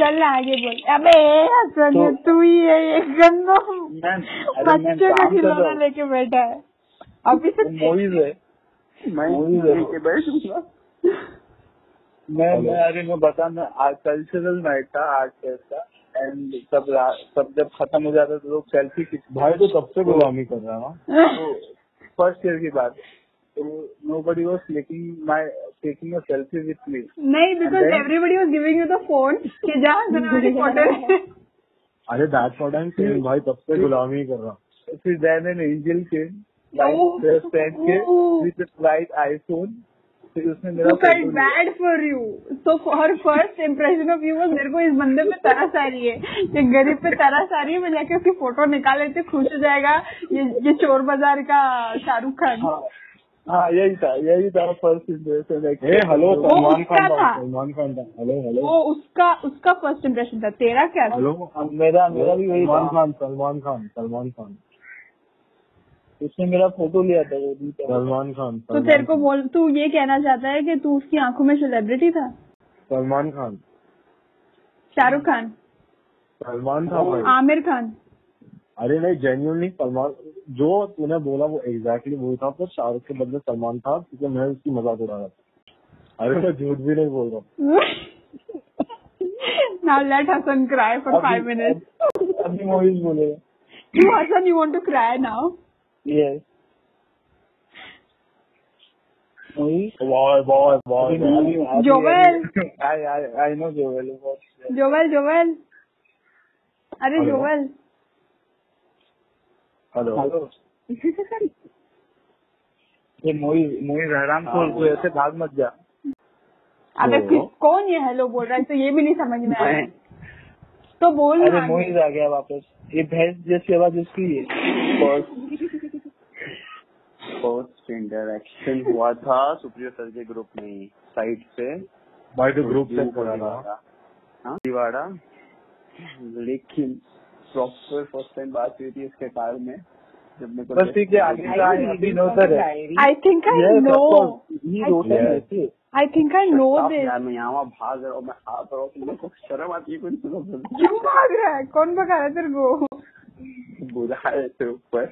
[SPEAKER 2] चल ना आगे बोल अबे हसन ये
[SPEAKER 4] तो-
[SPEAKER 2] तू ही है ये गंदा
[SPEAKER 4] मैम अरे मैम
[SPEAKER 2] बच्चे का
[SPEAKER 4] काम कर
[SPEAKER 2] खिलौना
[SPEAKER 4] रहा तो
[SPEAKER 2] लेके बैठा है अभी से
[SPEAKER 4] हूँ मूवीज है
[SPEAKER 3] मैं
[SPEAKER 4] मूवीज है
[SPEAKER 3] लेके बैठूंगा
[SPEAKER 4] मैं
[SPEAKER 1] Hello.
[SPEAKER 4] मैं अरे मैं बता मैं आज कल्चरल नाइट था आज फेस्ट का एंड सब रा- सब जब खत्म हो जाता तो लोग सेल्फी खींचते
[SPEAKER 1] भाई तो तब से गुलामी कर रहा है ना
[SPEAKER 4] फर्स्ट ईयर की बात nobody was taking my taking a selfie with me
[SPEAKER 2] नहीं because
[SPEAKER 4] And then-
[SPEAKER 2] everybody was giving you the phone कि जा हसन वाली फोटो
[SPEAKER 1] अरे that's what I am saying भाई तब से गुलामी कर रहा
[SPEAKER 4] फिर then an angel came
[SPEAKER 2] Oh.
[SPEAKER 4] Fresh friend के
[SPEAKER 2] Oh.
[SPEAKER 4] विद राइट आईफोन फिर उसने मेरा
[SPEAKER 2] You felt
[SPEAKER 4] photo लिया।
[SPEAKER 2] bad for you. So for her first impression of you was मेरे को इस बंदे पे तरस आ रही है ये गरीब पे तरस आ रही है मैं जाके उसकी फोटो निकाल लेते खुश हो जाएगा ये ये चोर बाजार का शाहरुख खान
[SPEAKER 4] हाँ हाँ यही था यही था फर्स्ट इम्प्रेशन
[SPEAKER 1] है ए हेलो
[SPEAKER 2] वो
[SPEAKER 1] सलमान
[SPEAKER 2] उसका
[SPEAKER 1] खान तो
[SPEAKER 2] था।
[SPEAKER 1] था सलमान खान था हेलो हेलो
[SPEAKER 2] वो उसका उसका फर्स्ट इम्प्रेशन था तेरा क्या था
[SPEAKER 1] हेलो
[SPEAKER 4] मेरा मेरा भी वही
[SPEAKER 1] सलमान
[SPEAKER 4] था
[SPEAKER 1] खान सलमान खान सलमान खान
[SPEAKER 4] उसने मेरा फोटो लिया था वो दिन का।
[SPEAKER 1] सलमान खान
[SPEAKER 2] तो तेरे को बोल तू ये कहना चाहता है कि तू उसकी आंखों में सेलिब्रिटी था
[SPEAKER 1] सलमान खान
[SPEAKER 2] शाहरुख खान
[SPEAKER 1] सलमान
[SPEAKER 4] हाँ
[SPEAKER 1] था भाई
[SPEAKER 2] आमिर खान
[SPEAKER 1] अरे नहीं जेन्यूनली सलमान जो तूने बोला वो एग्जैक्टली exactly वही था पर शाहरुख के बदले सलमान था क्योंकि मैं उसकी मजाक उड़ा रहा था अरे मैं झूठ भी नहीं बोल रहा
[SPEAKER 2] Now let Hassan cry for
[SPEAKER 4] अभी-
[SPEAKER 2] five minutes.
[SPEAKER 4] अभी मूवीज बोलेगा
[SPEAKER 2] You Hassan, you want to cry now?
[SPEAKER 4] Yes movies
[SPEAKER 1] boy boy boy
[SPEAKER 2] Joel.
[SPEAKER 4] I I I no Joel
[SPEAKER 2] Joel Joel अरे
[SPEAKER 1] Hello.
[SPEAKER 2] जोवेल
[SPEAKER 1] हेलो
[SPEAKER 4] हेलो ये movies movies हराम खोल तू ऐसे भाग मत जा
[SPEAKER 2] हाँ, अबे
[SPEAKER 1] Hello.
[SPEAKER 2] किस- कौन ये हेलो बोल रहा है तो ये भी नहीं समझ में आया तो बोल
[SPEAKER 4] अरे
[SPEAKER 2] ना
[SPEAKER 4] मोहित आ गया वापस ये भैंस जैसी आवाज उसकी है
[SPEAKER 3] फर्स्ट इंटरेक्शन हुआ था सुप्रियो सर के ग्रुप में ही, साइट से
[SPEAKER 1] भाई तो ग्रुप
[SPEAKER 3] तो
[SPEAKER 1] चेक
[SPEAKER 3] वो
[SPEAKER 1] करा था
[SPEAKER 3] दिवाड़ा। हाँ, दिवाड़ा लेकिन प्रॉपर फर्स्ट टाइम बात हुई थी इसके कार में जब मेरे को
[SPEAKER 4] बस ठीक है आगे का happy no sir
[SPEAKER 2] I think I know.
[SPEAKER 4] तो-
[SPEAKER 3] ही
[SPEAKER 2] I
[SPEAKER 4] अच्छा।
[SPEAKER 3] रोटी
[SPEAKER 1] think-
[SPEAKER 3] रहती है
[SPEAKER 2] I think I know
[SPEAKER 3] आप
[SPEAKER 2] this.
[SPEAKER 3] यार मैं यहाँ वहाँ भाग रहा हूँ मैं हाथ रहा हूँ तुम लोग को शर्म आती है कुछ लोग
[SPEAKER 2] क्यों भाग रहा है कौन भगा रहा है तेरे को
[SPEAKER 3] बुरा है इसके ऊपर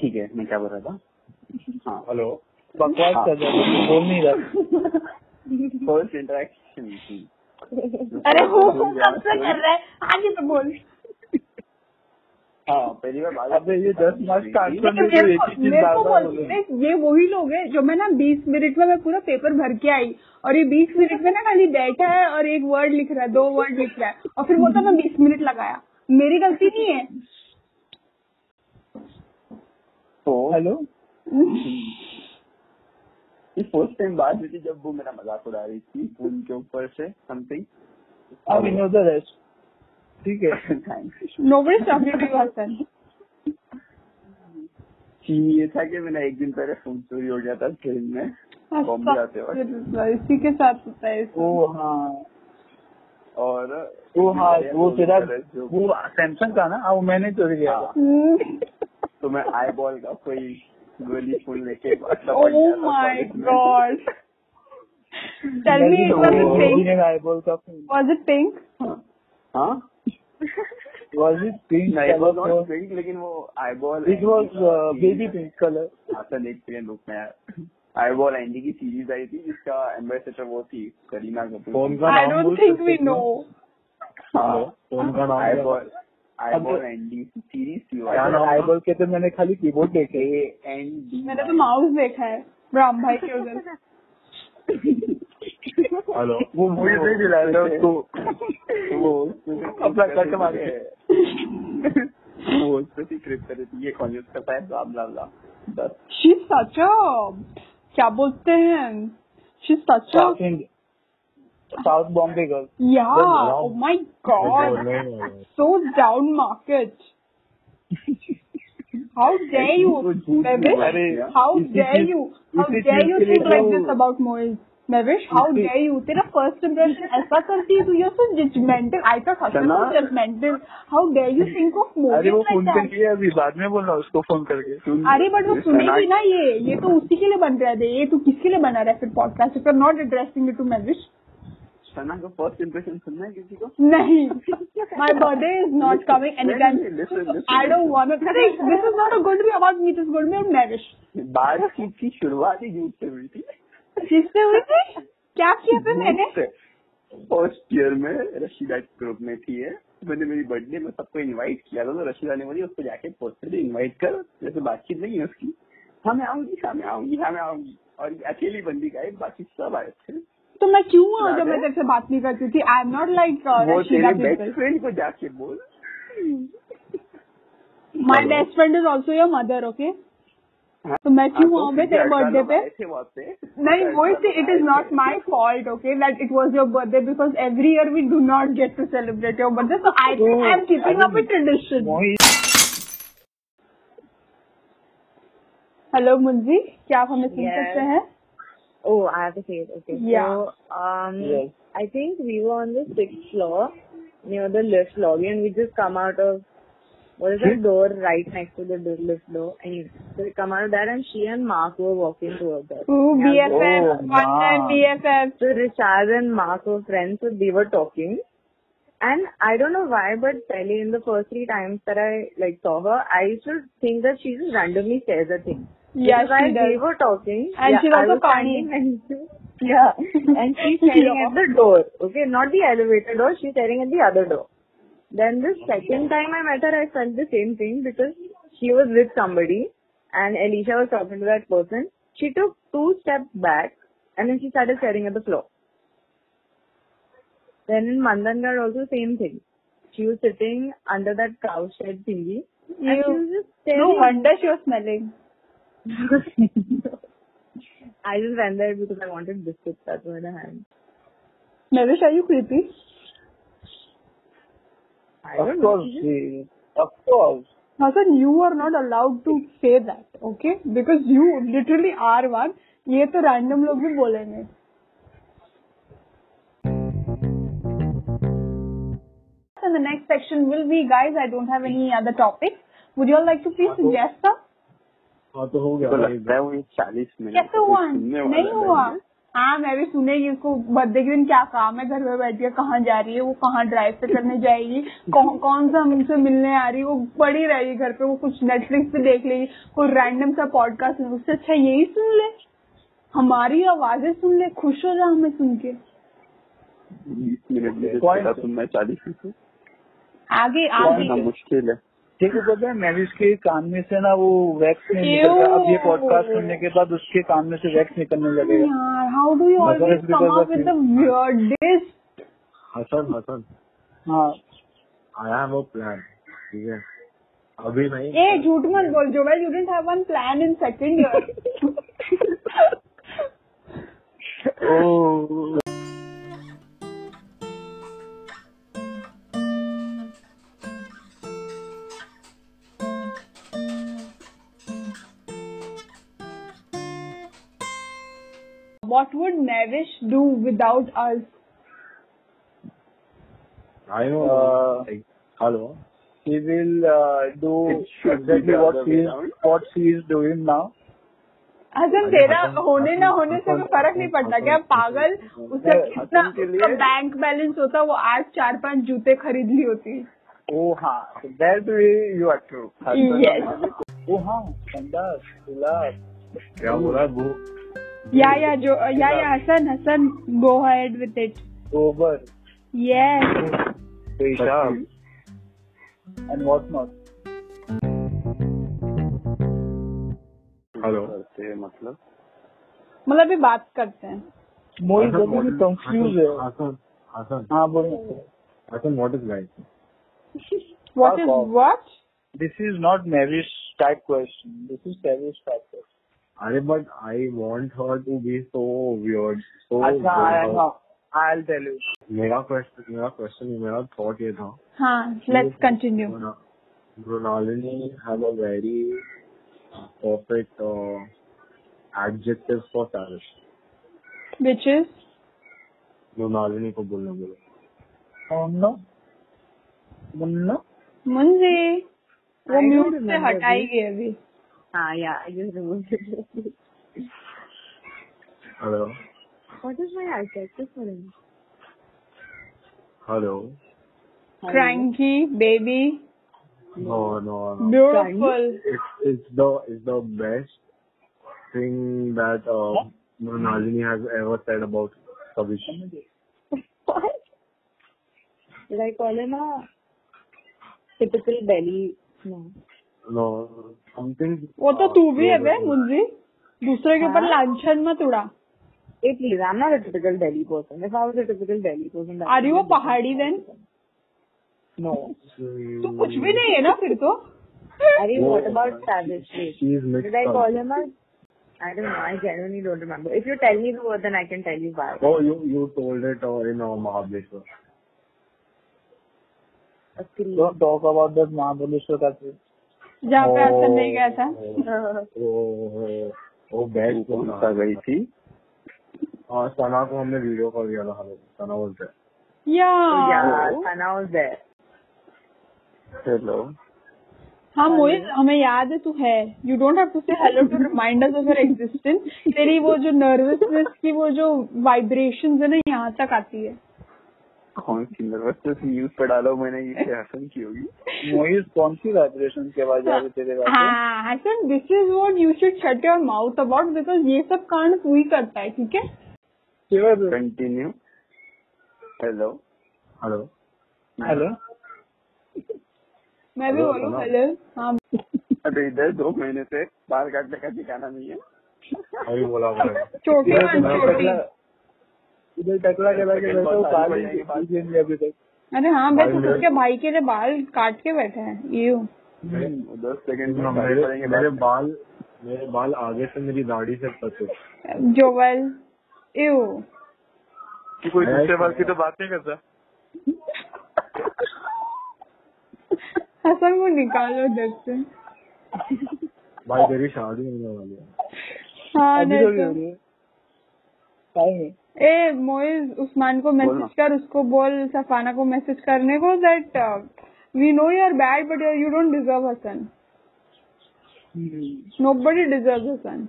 [SPEAKER 3] ठीक है मैं क्या बोल रहा था हाँ
[SPEAKER 1] हेलो
[SPEAKER 4] बकवास कर रहा है, हाँ। बोल नहीं रहा
[SPEAKER 3] फर्स्ट इंटरेक्शन थी
[SPEAKER 2] अरे वो कब से कर रहा है आगे तो बोल
[SPEAKER 3] हाँ पहली बार बात
[SPEAKER 4] अबे ये दस मार्क्स का आंसर
[SPEAKER 2] लेकिन
[SPEAKER 4] में तो
[SPEAKER 2] मेरे
[SPEAKER 4] एक
[SPEAKER 2] को
[SPEAKER 4] ही चीज
[SPEAKER 2] मेरे
[SPEAKER 4] बार
[SPEAKER 2] को
[SPEAKER 4] बार
[SPEAKER 2] बोल
[SPEAKER 4] बोल रही है।
[SPEAKER 2] देख, ये वही लोग हैं जो मैं ना बीस मिनट में मैं पूरा पेपर भर के आई और ये बीस मिनट में ना खाली बैठा है और एक वर्ड लिख रहा है दो वर्ड लिख रहा है और फिर बोलता है, मैं बीस मिनट लगाया मेरी गलती नहीं है
[SPEAKER 3] तो
[SPEAKER 4] हेलो
[SPEAKER 3] ये फर्स्ट टाइम बात हुई थी जब वो मेरा मजाक उड़ा रही थी फोन के ऊपर से समथिंग
[SPEAKER 4] अब वी नो द रेस्ट ठीक है
[SPEAKER 3] thanks
[SPEAKER 2] nobody to Hasan
[SPEAKER 3] scene ये था कि मेरा एक दिन पहले फोन चोरी हो गया था ट्रेन में बॉम्बे आते वक्त
[SPEAKER 2] इसी के साथ होता है
[SPEAKER 4] ओ हाँ
[SPEAKER 3] और
[SPEAKER 4] वो हाँ वो तेरा
[SPEAKER 3] जो-
[SPEAKER 4] वो सैमसंग का ना हाँ, वो मैंने चोरी किया था।
[SPEAKER 3] तो मैं आई बॉल का कोई गोली फोन लेके
[SPEAKER 1] Oh
[SPEAKER 2] oh my God tell me it was
[SPEAKER 4] मेरी
[SPEAKER 2] इट पिंक
[SPEAKER 4] दीदी तो ने आई बोल का फोन
[SPEAKER 2] वाज इट पिंक
[SPEAKER 3] हाँ
[SPEAKER 4] वाज इट पिंक
[SPEAKER 3] नहीं वो नॉट पिंक लेकिन वो iBall
[SPEAKER 4] it was
[SPEAKER 1] uh,
[SPEAKER 4] baby pink colour
[SPEAKER 3] असल एक सेकंड रुक मैं आई बॉल एंडी की सीरीज आई थी जिसका एम्बेसडर वो थी करीना कपूर हाँ।
[SPEAKER 1] फोन का
[SPEAKER 2] आई
[SPEAKER 1] नाम बोल
[SPEAKER 2] डोंट थिंक
[SPEAKER 1] सकते
[SPEAKER 2] वी
[SPEAKER 1] हो?
[SPEAKER 2] नो
[SPEAKER 1] हेलो, फोन का नाम
[SPEAKER 3] आई
[SPEAKER 1] क्या
[SPEAKER 3] बॉल आई
[SPEAKER 4] अब-
[SPEAKER 3] बॉल एंडी सीरीज थी वो
[SPEAKER 1] तो- क्या नाम
[SPEAKER 4] आई बोल के तो मैंने खाली कीबोर्ड देखे
[SPEAKER 3] ए एन डी
[SPEAKER 2] मैंने तो माउस देखा है राम भाई के उधर
[SPEAKER 1] था? हेलो
[SPEAKER 4] वो
[SPEAKER 2] तो
[SPEAKER 4] मुझे नहीं दिलाया था उसको
[SPEAKER 3] वो
[SPEAKER 4] अपना कट मार के।
[SPEAKER 3] वो उसको सीक्रेट कर रही थी ये कॉलेज का शायद ब्ला ब्ला ब्ला बस
[SPEAKER 2] शी सच क्या बोलते हैं she such
[SPEAKER 4] south south Bombay girl
[SPEAKER 2] या ओ माय
[SPEAKER 1] देखो,
[SPEAKER 2] गॉड
[SPEAKER 1] नहीं, नहीं,
[SPEAKER 2] oh so down market how dare you Mavish
[SPEAKER 4] अरे,
[SPEAKER 2] how
[SPEAKER 4] इसी
[SPEAKER 2] dare
[SPEAKER 4] चीज-
[SPEAKER 2] you how
[SPEAKER 4] इसी
[SPEAKER 2] dare
[SPEAKER 4] चीज
[SPEAKER 2] you
[SPEAKER 4] के लिए
[SPEAKER 2] think like
[SPEAKER 4] तो-
[SPEAKER 2] this about Moiz Mavish how
[SPEAKER 4] इसी-
[SPEAKER 2] dare you तेरा first impression ऐसा करती है तू you're so judgmental I thought Hassan
[SPEAKER 3] चना?
[SPEAKER 2] was judgmental how dare you think of
[SPEAKER 4] अरे
[SPEAKER 2] Moiz
[SPEAKER 4] वो
[SPEAKER 2] like
[SPEAKER 4] फोन
[SPEAKER 2] that
[SPEAKER 4] करके अभी बाद में बोल रहा हूँ उसको फोन करके
[SPEAKER 2] अरे बट वो सुनेगी ना ये ये तो उसी के लिए बन रहा है ये तू किसके लिए बना रहा है फिर podcast if not addressing it to Mavish
[SPEAKER 3] Sana का फर्स्ट इंप्रेशन सुनना है किसी को
[SPEAKER 2] नहीं my birthday is not coming anytime
[SPEAKER 3] Listen, listen, listen.
[SPEAKER 2] I don't want to correct this is not a good way about me this is good way of marriage
[SPEAKER 3] बातचीत की शुरुआत ही झूठ से हुई थी
[SPEAKER 2] किससे हुई थी क्या किया था तो मैंने
[SPEAKER 3] फर्स्ट ईयर में रशीदा के ग्रुप में थी ये मैंने मेरी बर्थडे में सबको इनवाइट किया था तो रशीदा ने बोली उसको जाके पर्सनली इनवाइट कर जैसे बातचीत नहीं है उसकी हाँ मैं आऊंगी हाँ मैं आऊंगी हाँ मैं आऊंगी और ये अकेली बंदी का एक बाकी सब आए थे
[SPEAKER 2] तो मैं क्यों आऊँ
[SPEAKER 3] याद
[SPEAKER 2] जब मैं
[SPEAKER 3] है?
[SPEAKER 2] तेरे से बात नहीं करती थी आई एम नॉट लाइक
[SPEAKER 3] वो
[SPEAKER 2] रशीदा
[SPEAKER 3] तेरे बेस्ट फ्रेंड को जाके बोल
[SPEAKER 2] my best friend is also your mother okay
[SPEAKER 3] हाँ,
[SPEAKER 2] तो मैं क्यों
[SPEAKER 3] हाँ, तो
[SPEAKER 2] आऊँ मैं
[SPEAKER 3] फिर
[SPEAKER 2] तेरे
[SPEAKER 3] भी
[SPEAKER 2] बर्थडे
[SPEAKER 3] अड़तालीस
[SPEAKER 2] पे
[SPEAKER 3] आए थे वहाँ पे
[SPEAKER 2] नहीं वो इट इज नॉट
[SPEAKER 3] अड़तालीस आए
[SPEAKER 2] my fault okay that it was your birthday because every year we do not get to celebrate your birthday so I think I am keeping up tradition
[SPEAKER 4] Mohit
[SPEAKER 2] hello Munji क्या आप हमें सुन
[SPEAKER 5] Yes.
[SPEAKER 2] सकते हैं
[SPEAKER 5] Oh, I have to say it. Okay.
[SPEAKER 2] Yeah.
[SPEAKER 5] So, um,
[SPEAKER 4] Yes.
[SPEAKER 5] I think we were on the sixth floor near the lift lobby, and we just come out of what is that door right next to the do- lift door? Anyway, so we come out of that, and she and Mark were walking towards us.
[SPEAKER 2] Ooh,
[SPEAKER 5] Yeah.
[SPEAKER 2] BFF,
[SPEAKER 4] Oh,
[SPEAKER 2] one time
[SPEAKER 4] man.
[SPEAKER 2] BFF.
[SPEAKER 5] So Rishad and Mark were friends, so they were talking. And I don't know why, but Pele, in the first three times that I like saw her, I used to think that she just randomly says a thing.
[SPEAKER 2] Yeah,
[SPEAKER 5] Because while
[SPEAKER 2] she does.
[SPEAKER 5] they were talking,
[SPEAKER 2] And
[SPEAKER 5] yeah,
[SPEAKER 2] she's
[SPEAKER 5] I
[SPEAKER 2] also
[SPEAKER 5] was standing next to- yeah, and she's staring
[SPEAKER 2] Yeah.
[SPEAKER 5] at the door. Okay, not the elevator door. She's staring at the other door. Then the second time I met her, I felt the same thing because she was with somebody, and Alicia was talking to that person. She took two steps back, and then she started staring at the floor. Then in Mandangarh also same thing. She was sitting under that cow shed thingy. And she was
[SPEAKER 2] You,
[SPEAKER 5] just
[SPEAKER 2] no
[SPEAKER 5] staring.
[SPEAKER 2] wonder she was smelling.
[SPEAKER 5] I just went there because I wanted biscuits that were in her hand.
[SPEAKER 2] Navish, are you creepy?
[SPEAKER 5] I
[SPEAKER 4] of
[SPEAKER 5] don't know.
[SPEAKER 4] course
[SPEAKER 5] she just-
[SPEAKER 4] she- of course
[SPEAKER 2] Hasan, you are not allowed to say that, okay? Because you literally are one. ये तो random लोग भी बोलेंगे And the next section will be, guys, I don't have any other topics. Would you all like to please
[SPEAKER 1] हाँ, तो-
[SPEAKER 2] suggest some?
[SPEAKER 1] हाँ तो हो
[SPEAKER 3] तो
[SPEAKER 1] गया
[SPEAKER 3] लगता है वो ये चालीस मिनट
[SPEAKER 2] कैसे
[SPEAKER 3] तक
[SPEAKER 2] हुआ
[SPEAKER 3] तो सुनने वाला
[SPEAKER 2] तो नहीं
[SPEAKER 3] है।
[SPEAKER 2] हुआ हाँ मैं भी सुनेगी उसको बर्थडे के दिन क्या काम है घर में बैठ के कहाँ जा रही है वो कहाँ ड्राइव पे करने जाएगी कौन कौन सा हमसे मिलने आ रही है वो पड़ी रहेगी घर पे वो कुछ नेटफ्लिक्स पे देख लेगी कोई रैंडम सा पॉडकास्ट उससे अच्छा यही सुन ले हमारी आवाजें सुन ले खुश हो जा हमें सुन के
[SPEAKER 3] बीस मिनट में से
[SPEAKER 4] Point-
[SPEAKER 3] थोड़ा सुनना है चालीस मिनट
[SPEAKER 2] आगे आगे
[SPEAKER 3] सुनना मुश्किल है
[SPEAKER 4] ठीक है पता है मैं भी उसके कान में से ना वो वैक्स नहीं
[SPEAKER 2] Ew.
[SPEAKER 4] निकल रहा अब ये पॉडकास्ट सुनने के बाद उसके कान में से वैक्स निकलने लगेगा
[SPEAKER 2] यार how do you
[SPEAKER 4] Because
[SPEAKER 2] always
[SPEAKER 4] it's
[SPEAKER 2] come
[SPEAKER 4] because
[SPEAKER 2] up
[SPEAKER 4] of
[SPEAKER 2] with the weirdest
[SPEAKER 1] Hasan Hasan
[SPEAKER 4] हाँ
[SPEAKER 1] आई हैव अ प्लान ठीक है अभी नहीं
[SPEAKER 2] ए झूठ मत बोल जो भाई you didn't have one plan in second year
[SPEAKER 4] oh
[SPEAKER 2] What would Navish do without us?
[SPEAKER 1] I know
[SPEAKER 4] Uh,
[SPEAKER 1] hello
[SPEAKER 4] she will uh, do
[SPEAKER 3] It should be
[SPEAKER 4] exactly
[SPEAKER 3] the
[SPEAKER 4] what
[SPEAKER 3] other
[SPEAKER 4] she
[SPEAKER 3] way
[SPEAKER 4] is
[SPEAKER 3] around.
[SPEAKER 4] what she is doing now.
[SPEAKER 2] Hasan
[SPEAKER 1] अरे
[SPEAKER 2] तेरा
[SPEAKER 1] हसन,
[SPEAKER 2] होने ना
[SPEAKER 1] हसन,
[SPEAKER 2] होने से
[SPEAKER 1] हसन,
[SPEAKER 2] कोई फर्क नहीं
[SPEAKER 1] हसन,
[SPEAKER 2] पड़ता
[SPEAKER 1] हसन,
[SPEAKER 2] क्या
[SPEAKER 1] हसन,
[SPEAKER 2] पागल
[SPEAKER 1] हसन,
[SPEAKER 2] उसका
[SPEAKER 4] हसन
[SPEAKER 2] कितना
[SPEAKER 3] के
[SPEAKER 2] उसका
[SPEAKER 3] लिए-
[SPEAKER 2] बैंक बैलेंस होता वो आज चार पांच जूते खरीद ली होती
[SPEAKER 4] Oh ha, so that way you are true.
[SPEAKER 3] हाँ। तो
[SPEAKER 4] Husband
[SPEAKER 2] Yes.
[SPEAKER 3] मतलब
[SPEAKER 4] of- Oh ha, Chandas, Gulab.
[SPEAKER 1] क्या बोला वो
[SPEAKER 2] या या जो या या Hasan Hasan go head with it
[SPEAKER 4] Gober,
[SPEAKER 2] yes
[SPEAKER 4] Peshab, and whatnot.
[SPEAKER 1] Hello
[SPEAKER 3] करते हैं मतलब
[SPEAKER 2] मतलब ये बात करते हैं
[SPEAKER 4] मोहित
[SPEAKER 1] हसन,
[SPEAKER 4] जल्दी
[SPEAKER 1] what is-
[SPEAKER 4] कंफ्यूज है
[SPEAKER 1] हसन हसन
[SPEAKER 4] हाँ बोलो
[SPEAKER 1] Hasan what is life
[SPEAKER 2] what is
[SPEAKER 4] Fuck off.
[SPEAKER 2] What
[SPEAKER 4] this is not marriage type question this is marriage type question
[SPEAKER 1] अरे but I want her to be so weird so
[SPEAKER 4] अच्छा
[SPEAKER 1] oh,
[SPEAKER 4] I know I tell you
[SPEAKER 1] मेरा question मेरा question मेरा thought ये था
[SPEAKER 2] हाँ let's continue
[SPEAKER 1] Bruna- Brunalini have a very perfect uh, adjective for Paris.
[SPEAKER 2] Which is
[SPEAKER 1] Brunalini को बोलने बोलो
[SPEAKER 4] मुन्नो मुन्नो
[SPEAKER 2] मुंजी वो
[SPEAKER 5] I don't
[SPEAKER 2] म्यूट से
[SPEAKER 5] remember
[SPEAKER 2] हटाई
[SPEAKER 5] this.
[SPEAKER 2] गई अभी
[SPEAKER 5] Ah, yeah, I just removed it.
[SPEAKER 1] Hello
[SPEAKER 5] what is my adjective for him?
[SPEAKER 1] Hello
[SPEAKER 2] cranky baby
[SPEAKER 1] no no no
[SPEAKER 2] beautiful
[SPEAKER 1] it's it's the it's the best thing that Brunalini uh, has ever said about Kavish.
[SPEAKER 5] What? Did I call him a typical belly? No.
[SPEAKER 1] No, something.
[SPEAKER 2] वो तो
[SPEAKER 1] uh,
[SPEAKER 2] तू भी है
[SPEAKER 1] close
[SPEAKER 2] बे
[SPEAKER 1] to-
[SPEAKER 2] Munji दूसरे के ऊपर
[SPEAKER 5] हाँ?
[SPEAKER 2] लांछन मत उड़ा
[SPEAKER 5] Hey, please, I'm not a typical Delhi person. If I was a typical Delhi person, that
[SPEAKER 2] Are you a
[SPEAKER 5] would be different.
[SPEAKER 2] पहाड़ी then?
[SPEAKER 5] No.
[SPEAKER 2] तू कुछ भी नहीं है ना फिर तो
[SPEAKER 5] Are you,
[SPEAKER 1] No.
[SPEAKER 5] what about savage? Wait.
[SPEAKER 1] She is mixed
[SPEAKER 5] Did I call
[SPEAKER 1] culture.
[SPEAKER 5] him a? I don't know. I genuinely don't remember. If you tell me the word, then I can tell you why.
[SPEAKER 1] Oh, you you told it uh, in uh, Mahabaleshwar.
[SPEAKER 5] A scream.
[SPEAKER 1] Oh.
[SPEAKER 4] Don't talk about that Mahabaleshwar का trip.
[SPEAKER 2] जहाँ
[SPEAKER 1] हाँ।
[SPEAKER 2] पे हसन नहीं गया था
[SPEAKER 1] था तो, वो
[SPEAKER 3] तू
[SPEAKER 1] बैग
[SPEAKER 3] कौन सा गई थी
[SPEAKER 1] हाँ सना को हमने वीडियो कॉल किया था हेलो सना बोलते हैं
[SPEAKER 2] या
[SPEAKER 5] Yeah, Sana was there.
[SPEAKER 3] Hello
[SPEAKER 2] हाँ मोहित हमें याद है तू है you don't have to say hello to remind us of your existence तेरी वो जो नर्वसनेस की वो जो वाइब्रेशन है ना यहाँ तक आती है
[SPEAKER 3] कौन सी नर्वसनेस न्यूज पे डालो मैंने ये कि हसन की होगी
[SPEAKER 4] मोहित कौन सी वाइब्रेशन के आवाज आ रही तेरे पास
[SPEAKER 2] हाँ Hasan this is what you should shut your mouth about because ये सब कांड तू ही करता है ठीक है
[SPEAKER 4] शिवर
[SPEAKER 3] कंटिन्यू हेलो
[SPEAKER 1] हेलो
[SPEAKER 4] हेलो
[SPEAKER 2] मैं भी
[SPEAKER 1] Hello,
[SPEAKER 2] बोलूँ
[SPEAKER 1] hello.
[SPEAKER 2] हेलो हाँ
[SPEAKER 3] अरे इधर दो महीने से बाल काटने का ठिकाना नहीं है
[SPEAKER 1] अभी बोला हुआ है
[SPEAKER 2] चोटी
[SPEAKER 4] इधर
[SPEAKER 2] मान
[SPEAKER 4] टकला
[SPEAKER 2] चोटी
[SPEAKER 4] टकला- इधर टकला के बैठे
[SPEAKER 3] Second
[SPEAKER 4] बैठे हो
[SPEAKER 3] boss
[SPEAKER 4] बाल
[SPEAKER 3] आगे बढ़ेंगे,
[SPEAKER 4] ही खींचे नहीं अभी तक
[SPEAKER 2] अरे हाँ भाई
[SPEAKER 1] भाई
[SPEAKER 2] तू
[SPEAKER 1] मेरे-
[SPEAKER 2] उसके भाई के लिए बाल काट के बैठा है यू
[SPEAKER 3] दस सेकंड में बाल
[SPEAKER 1] मेरे
[SPEAKER 3] पड़ेंगे
[SPEAKER 1] मेरे
[SPEAKER 3] बाल।
[SPEAKER 1] बाल मेरे बाल आगे से मेरी दाढ़ी से तक
[SPEAKER 2] जोवल यू
[SPEAKER 4] कि
[SPEAKER 1] कोई दूसरे बाल की तो
[SPEAKER 4] बात नहीं करता
[SPEAKER 2] हसन को निकालो इधर से
[SPEAKER 1] भाई तेरी शादी होने वाली है
[SPEAKER 2] हाँ
[SPEAKER 4] अभी थोड़ी हो
[SPEAKER 2] नहीं
[SPEAKER 4] रही है टाइम है
[SPEAKER 2] तो- ए मोइज उस्मान को मैसेज कर उसको बोल सफाना को मैसेज करने को uh, that we know you are bad but you don't deserve Hasan nobody deserve Hasan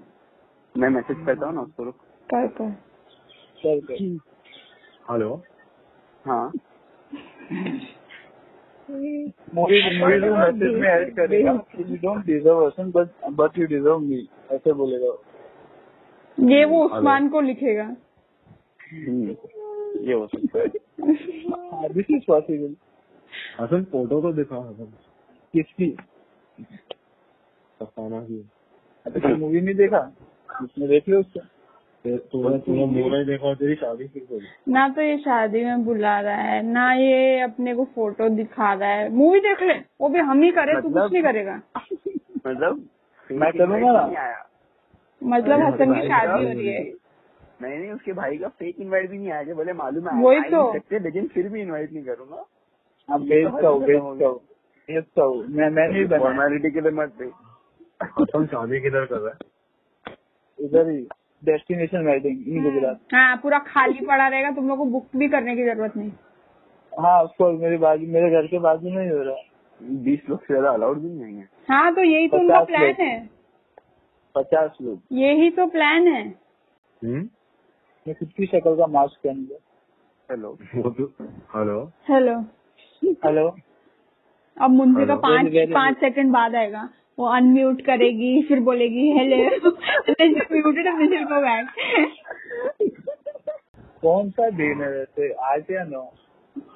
[SPEAKER 3] मैं मैसेज करता हूँ ना उसको रुक
[SPEAKER 2] कर कर
[SPEAKER 4] चल कर
[SPEAKER 1] हेलो
[SPEAKER 3] हाँ
[SPEAKER 4] मूवी मूवी को मैसेज में ऐड करेगा you don't deserve Hasan but but you deserve me ऐसे बोलेगा
[SPEAKER 2] ये वो उस्मान को लिखेगा
[SPEAKER 3] हम्म, ये हो सकता है
[SPEAKER 4] this is possible
[SPEAKER 1] Hasan photo तो दिखा हसन
[SPEAKER 4] किसकी
[SPEAKER 1] सफाना की
[SPEAKER 4] अच्छा मूवी नहीं देखा उसमें देख लो उसको
[SPEAKER 1] ते- तूने तूने मुंह नहीं देखा और तेरी शादी फिर हुई
[SPEAKER 2] ना तो ये शादी में बुला रहा है ना ये अपने को फोटो दिखा रहा है मूवी देख ले वो भी हम ही करे तू कुछ
[SPEAKER 3] मतलब-
[SPEAKER 2] नहीं करेगा
[SPEAKER 3] मतलब
[SPEAKER 4] मैं करूंगा ना।
[SPEAKER 3] नहीं आया
[SPEAKER 2] मतलब
[SPEAKER 1] अरे
[SPEAKER 2] हसन की
[SPEAKER 1] भाई,
[SPEAKER 2] शादी हो
[SPEAKER 1] भाई।
[SPEAKER 2] रही है
[SPEAKER 3] नहीं नहीं उसके भाई का फेक इनवाइट भी नहीं आया भले मालूम है
[SPEAKER 2] वही
[SPEAKER 3] आ ही
[SPEAKER 2] तो।
[SPEAKER 3] नहीं सकते लेकिन फिर भी इनवाइट नहीं करूंगा
[SPEAKER 4] आप भेजता हूँ भेजता हूँ भेजता हूँ मैं मैं नहीं बना
[SPEAKER 3] फॉर्मेलिटी के लिए मत दे
[SPEAKER 1] हसन शादी किधर कर रहा है
[SPEAKER 4] इधर ही डेस्टिनेशन वेडिंग इन गुजरात
[SPEAKER 2] हाँ पूरा खाली पड़ा रहेगा तुम लोग को बुक भी करने की जरूरत नहीं
[SPEAKER 4] हाँ उसको मेरे बाजू मेरे घर के बाजू में ही हो रहा है
[SPEAKER 3] बीस लोग से ज्यादा अलाउड भी नहीं है
[SPEAKER 2] हाँ तो यही तो उनका
[SPEAKER 4] पचास
[SPEAKER 2] प्लान
[SPEAKER 4] लोग।
[SPEAKER 2] है
[SPEAKER 4] पचास लोग
[SPEAKER 2] यही तो प्लान है
[SPEAKER 1] हम्म?
[SPEAKER 4] मैं खुद की शक्ल का मास्क पहन लिया
[SPEAKER 3] हेलो
[SPEAKER 1] वो तो हेलो
[SPEAKER 2] हेलो
[SPEAKER 4] हेलो
[SPEAKER 2] अब मुंशी का
[SPEAKER 1] Hello.
[SPEAKER 2] पाँच
[SPEAKER 4] Very, very
[SPEAKER 2] पाँच सेकंड बाद आएगा वो अनम्यूट करेगी फिर बोलेगी हेलो म्यूटेड मिशन को बैक
[SPEAKER 4] कौन सा दिन है वैसे आज या नो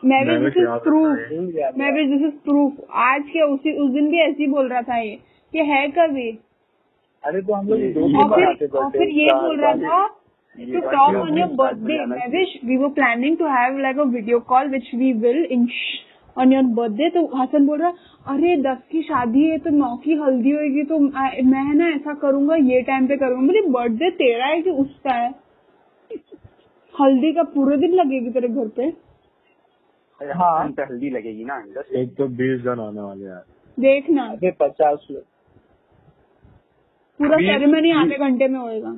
[SPEAKER 2] मैरिज
[SPEAKER 1] मैंने
[SPEAKER 2] दिस इज
[SPEAKER 1] क्या बताया?
[SPEAKER 2] प्रूफ
[SPEAKER 4] भूल गया मैं।
[SPEAKER 2] मैरिज दिस इज प्रूफ आज के उसी उस दिन भी ऐसे ही बोल रहा था ये कि है कभी
[SPEAKER 4] अरे तो हम लोग
[SPEAKER 3] ये-
[SPEAKER 4] दो
[SPEAKER 3] ये
[SPEAKER 4] दिन
[SPEAKER 2] और
[SPEAKER 4] बनाते
[SPEAKER 2] फिर और फिर
[SPEAKER 4] थे
[SPEAKER 2] ये बोल रहा था
[SPEAKER 3] ये
[SPEAKER 2] to
[SPEAKER 3] बात
[SPEAKER 2] talk
[SPEAKER 3] भी
[SPEAKER 2] on
[SPEAKER 3] आपने
[SPEAKER 2] your
[SPEAKER 3] साथ
[SPEAKER 2] तो birthday.
[SPEAKER 3] बनाना
[SPEAKER 2] I
[SPEAKER 3] चाहिए।
[SPEAKER 2] wish we were planning to have like a video call which we will in on your birthday. तो हसन बोल रहा अरे दस की शादी है तो नौ की हल्दी होगी तो आ- मैं ना ऐसा करूंगा ये टाइम पे करूंगा मेरी बर्थडे तेरा है कि उसका है हल्दी का पूरे दिन लगेगी तेरे घर पे
[SPEAKER 3] अरे
[SPEAKER 4] हाँ।
[SPEAKER 3] हम पे हल्दी लगेगी ना अंदर से।
[SPEAKER 1] एक तो बीस जन आने वाले हैं
[SPEAKER 2] देखना
[SPEAKER 4] अरे पचास लोग
[SPEAKER 2] पूरा सेरेमनी आधे घंटे में होएगा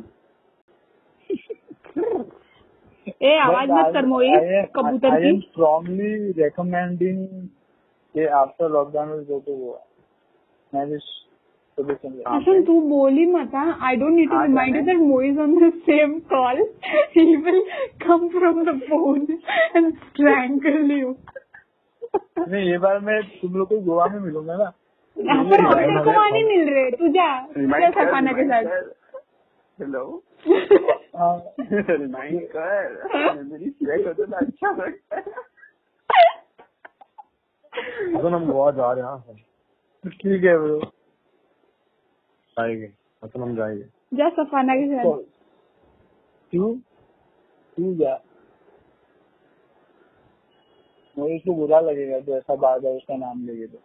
[SPEAKER 2] ए आवाज मत कर मोहित कबूतर
[SPEAKER 4] आई
[SPEAKER 2] की
[SPEAKER 4] एम स्ट्रांगली रिकमेंडिंग ये आफ्टर लॉकडाउन में जो तो हुआ मैरिज सोल्यूशन
[SPEAKER 2] Hassan, तू बोल ही मत आई डोंट नीड टू
[SPEAKER 3] हाँ,
[SPEAKER 2] रिमाइंड यू
[SPEAKER 3] जाने।
[SPEAKER 2] That Moiz on the same call he will come from the phone and strangle you
[SPEAKER 4] नहीं ये बार मैं तुम लोग को गोवा में मिलूंगा ना
[SPEAKER 2] पर हम
[SPEAKER 3] Remind
[SPEAKER 2] तेरे को
[SPEAKER 3] हमें-
[SPEAKER 2] वहाँ नहीं मिल रहे तू जा
[SPEAKER 3] Remind
[SPEAKER 2] चल
[SPEAKER 3] कर,
[SPEAKER 2] सफाना अच्छा, के
[SPEAKER 3] remind
[SPEAKER 2] साथ
[SPEAKER 3] कर। हेलो
[SPEAKER 4] हाँ,
[SPEAKER 3] रिमाइंड कर मेरी सिलेक्ट होते तो अच्छा लगता है।
[SPEAKER 1] हसन हम गोवा जा रहे हैं हाँ, हसन
[SPEAKER 4] ठीक है ब्रो
[SPEAKER 1] जाएंगे हसन हम जाएंगे
[SPEAKER 2] जा सफाना के साथ
[SPEAKER 4] क्यों क्यों जा मुझे इसको बुरा लगेगा जो ऐसा बार बार उसका नाम लेंगे तो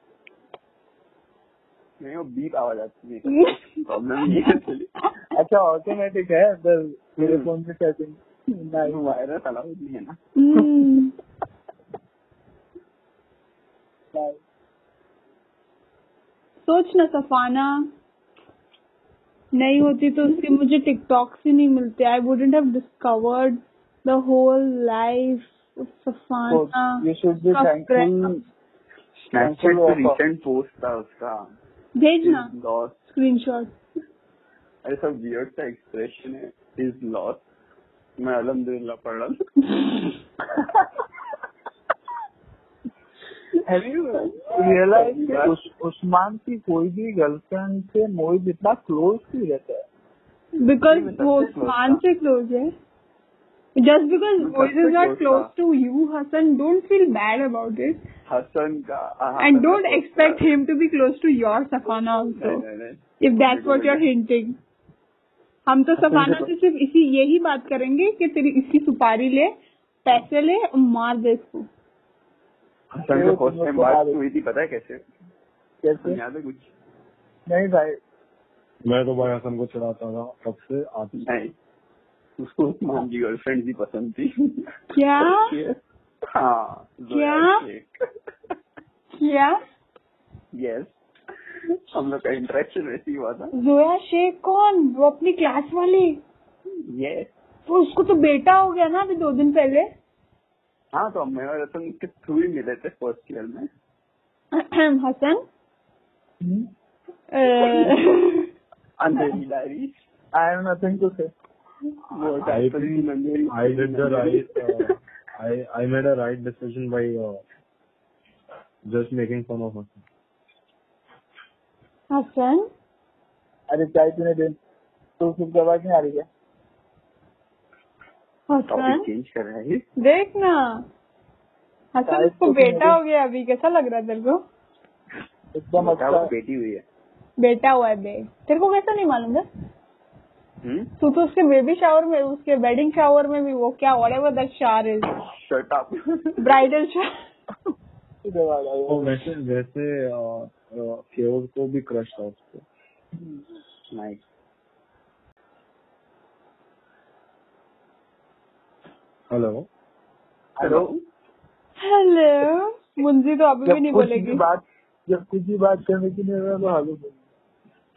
[SPEAKER 3] नहीं वो बीप आवाज आती है प्रॉब्लम ये है चलिए।
[SPEAKER 4] अच्छा ऑटोमेटिक है बस मेरे फोन में सेटिंग
[SPEAKER 3] वो वायरस अलाउड नहीं है ना
[SPEAKER 2] हम्म, सोच ना सफाना नहीं होती तो उसके मुझे टिकटॉक से नहीं मिलते I wouldn't have discovered the whole life Safana
[SPEAKER 4] you should be
[SPEAKER 2] का friend.
[SPEAKER 4] थैंकफुल
[SPEAKER 3] स्नैपचैट पे
[SPEAKER 4] Cancel offer.
[SPEAKER 3] रिसेंट पोस्ट था उसका
[SPEAKER 2] भेजना
[SPEAKER 3] लॉस
[SPEAKER 2] स्क्रीनशॉट
[SPEAKER 3] अरे सब वियर्ड सा एक्सप्रेशन है इज लॉस मैं अलहमदुल्ला पढ़ रहा था
[SPEAKER 4] रियलाइज उस, उस्मान की कोई भी गर्लफ्रेंड से मोहित इतना क्लोज क्यों रहता है
[SPEAKER 2] बिकॉज
[SPEAKER 3] नहीं, मैं
[SPEAKER 2] वो
[SPEAKER 3] सबसे close
[SPEAKER 2] मान
[SPEAKER 3] था।
[SPEAKER 2] से क्लोज है जस्ट बिकॉज
[SPEAKER 3] मैं
[SPEAKER 2] वॉइस
[SPEAKER 3] सबसे
[SPEAKER 2] इज नॉट
[SPEAKER 3] close
[SPEAKER 2] क्लोज
[SPEAKER 3] था।
[SPEAKER 2] To you Hasan don't feel bad about it
[SPEAKER 3] Hasan का हाँ, हसन
[SPEAKER 2] एंड
[SPEAKER 3] का
[SPEAKER 2] डोंट
[SPEAKER 3] post था।
[SPEAKER 2] Expect him to be close to your Safana also
[SPEAKER 3] नहीं, नहीं, नहीं।
[SPEAKER 2] इफ दैट्स
[SPEAKER 3] बिल्कुल
[SPEAKER 2] वॉट यूर हिंटिंग हम तो सफाना से सिर्फ इसी यही बात करेंगे कि तेरी इसकी सुपारी ले पैसे ले और मार दे इसको
[SPEAKER 3] हसन से फर्स्ट टाइम बात हुई थी पता है कैसे
[SPEAKER 4] कैसे
[SPEAKER 3] याद है कुछ
[SPEAKER 4] नहीं भाई
[SPEAKER 1] मैं तो भाई हसन को चढ़ाता था तब से आती
[SPEAKER 3] नहीं उसको उस्मान की गर्लफ्रेंड भी पसंद थी
[SPEAKER 2] क्या
[SPEAKER 3] हाँ
[SPEAKER 2] क्या?
[SPEAKER 3] जोया शेख।
[SPEAKER 2] क्या
[SPEAKER 3] यस हम लोग का इंटरेक्शन वैसे ही हुआ था
[SPEAKER 2] जोया शेख कौन वो अपनी क्लास वाली
[SPEAKER 3] यस
[SPEAKER 2] तो उसको तो बेटा हो गया ना अभी दो दिन पहले
[SPEAKER 3] हाँ तो मैं और रतन के थ्रू ही मिले थे फर्स्ट ईयर में
[SPEAKER 2] Hasan
[SPEAKER 4] Hmm?
[SPEAKER 2] Uh,
[SPEAKER 3] Andheri diary
[SPEAKER 4] I have nothing to say.
[SPEAKER 3] वो
[SPEAKER 1] I
[SPEAKER 3] टाइप की
[SPEAKER 1] think
[SPEAKER 3] Andheri
[SPEAKER 1] I did the right. Uh, I I made a right decision by uh, just making fun of her.
[SPEAKER 2] Hasan
[SPEAKER 4] अरे चाय पीने दे तो उसकी आवाज नहीं आ रही है
[SPEAKER 2] हसन हाँ।
[SPEAKER 3] टॉपिक चेंज कर रहा है
[SPEAKER 2] देख ना हसन
[SPEAKER 4] शायद
[SPEAKER 2] उसको
[SPEAKER 4] कुछ
[SPEAKER 2] बेटा
[SPEAKER 4] नहीं।
[SPEAKER 2] हो गया अभी कैसा लग रहा है तेरे को
[SPEAKER 3] क्या
[SPEAKER 4] एकदम अच्छा
[SPEAKER 3] वो बेटी हुई है
[SPEAKER 2] बेटा हुआ है बे तेरे को कैसा नहीं मालूम है
[SPEAKER 3] हम्म
[SPEAKER 2] तू तो उसके बेबी शावर में उसके वेडिंग शावर में भी वो क्या whatever that shower is
[SPEAKER 3] shirt up
[SPEAKER 2] bridal shower
[SPEAKER 4] जवाब आया।
[SPEAKER 1] और वैसे वैसे uh, फ्योर को भी क्रश था उसको
[SPEAKER 3] nice
[SPEAKER 1] hello
[SPEAKER 3] hello
[SPEAKER 2] hello Munji तो अभी भी
[SPEAKER 4] जब
[SPEAKER 2] नहीं
[SPEAKER 4] कुछ भी
[SPEAKER 2] बोलेगी
[SPEAKER 4] बात जब कुछ भी बात करने की नहीं होगा तो हेलो बोलो।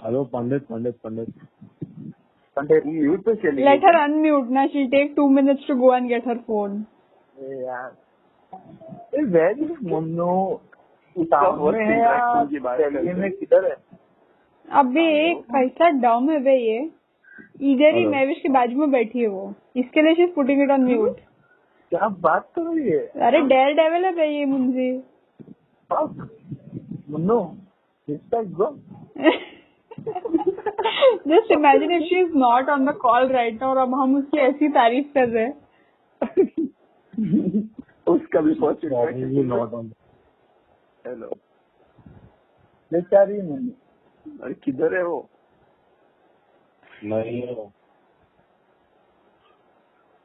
[SPEAKER 1] हेलो पंडित पंडित पंडित
[SPEAKER 4] पंडित
[SPEAKER 3] म्यूट पे तो चली
[SPEAKER 2] लेट हर अनम्यूट ना she take two minutes to go and get her phone
[SPEAKER 4] ए यार वेरी मम्नो
[SPEAKER 3] उसका
[SPEAKER 4] सामने
[SPEAKER 3] first
[SPEAKER 4] है
[SPEAKER 3] interaction की
[SPEAKER 4] यार
[SPEAKER 3] बात करते
[SPEAKER 4] दिल्ली में
[SPEAKER 3] हैं।
[SPEAKER 4] किधर है
[SPEAKER 2] अबे एक कैसा डम है बे ये इधर ही
[SPEAKER 1] Hello.
[SPEAKER 2] मैविश के बाजू में बैठी है वो इसके लिए she putting it on
[SPEAKER 4] Hmm?
[SPEAKER 2] Mute
[SPEAKER 4] क्या बात कर रही है
[SPEAKER 2] अरे डेयर डेवल है बे ये Munji
[SPEAKER 4] Fuck. Munno respect go
[SPEAKER 2] just imagine if she is not on the call right now और अब हम उसकी ऐसी तारीफ कर रहे हैं
[SPEAKER 3] उसका भी first
[SPEAKER 1] probably not on.
[SPEAKER 3] Hello
[SPEAKER 4] बेचारी मुन्नो
[SPEAKER 3] अरे किधर है वो
[SPEAKER 1] नहीं है वो।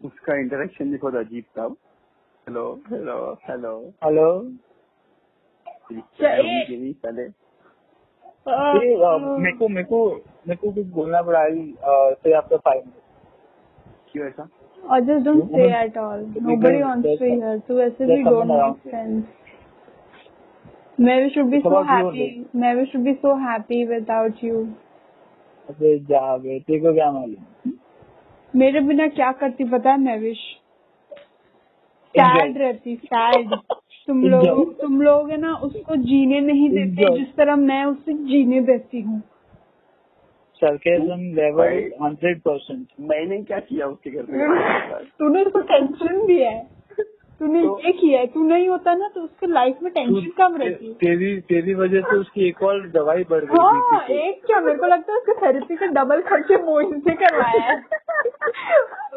[SPEAKER 3] उसका इंटरेक्शन भी बहुत अजीब था हेलो हेलो हेलो
[SPEAKER 4] हेलो
[SPEAKER 3] तेरी साले
[SPEAKER 4] ए, अ, मेरे को मेरे को मेरे को कुछ बोलना पड़ा से आपका फाइव
[SPEAKER 3] क्यों ऐसा
[SPEAKER 2] और just don't say at all nobody wants to hear तू ऐसे भी don't make sense Mavi should be so happy Mavi should be so happy without you
[SPEAKER 4] अबे जा बेटे को क्या मालूम
[SPEAKER 2] मेरे बिना क्या करती पता है मैविश
[SPEAKER 4] Enjoy.
[SPEAKER 2] सैड रहती सैड तुम लोग
[SPEAKER 4] Enjoy.
[SPEAKER 2] तुम लोग है ना उसको जीने नहीं देते
[SPEAKER 4] Enjoy.
[SPEAKER 2] जिस तरह मैं उसे जीने देती हूँ
[SPEAKER 4] sarcasm level
[SPEAKER 3] Right.
[SPEAKER 4] Hundred percent
[SPEAKER 3] मैंने क्या किया उसके घर में
[SPEAKER 2] तूने उसको टेंशन दिया है तूने
[SPEAKER 4] तो-
[SPEAKER 2] ये किया है तू नहीं होता ना तो उसके लाइफ में टेंशन कम रहती है
[SPEAKER 4] तेरी तेरी वजह से उसकी एक और दवाई बढ़ गई
[SPEAKER 2] हाँ
[SPEAKER 4] थी
[SPEAKER 2] एक क्या मेरे को लगता है उसके थेरेपी का डबल खर्चे मोहित से करवाया है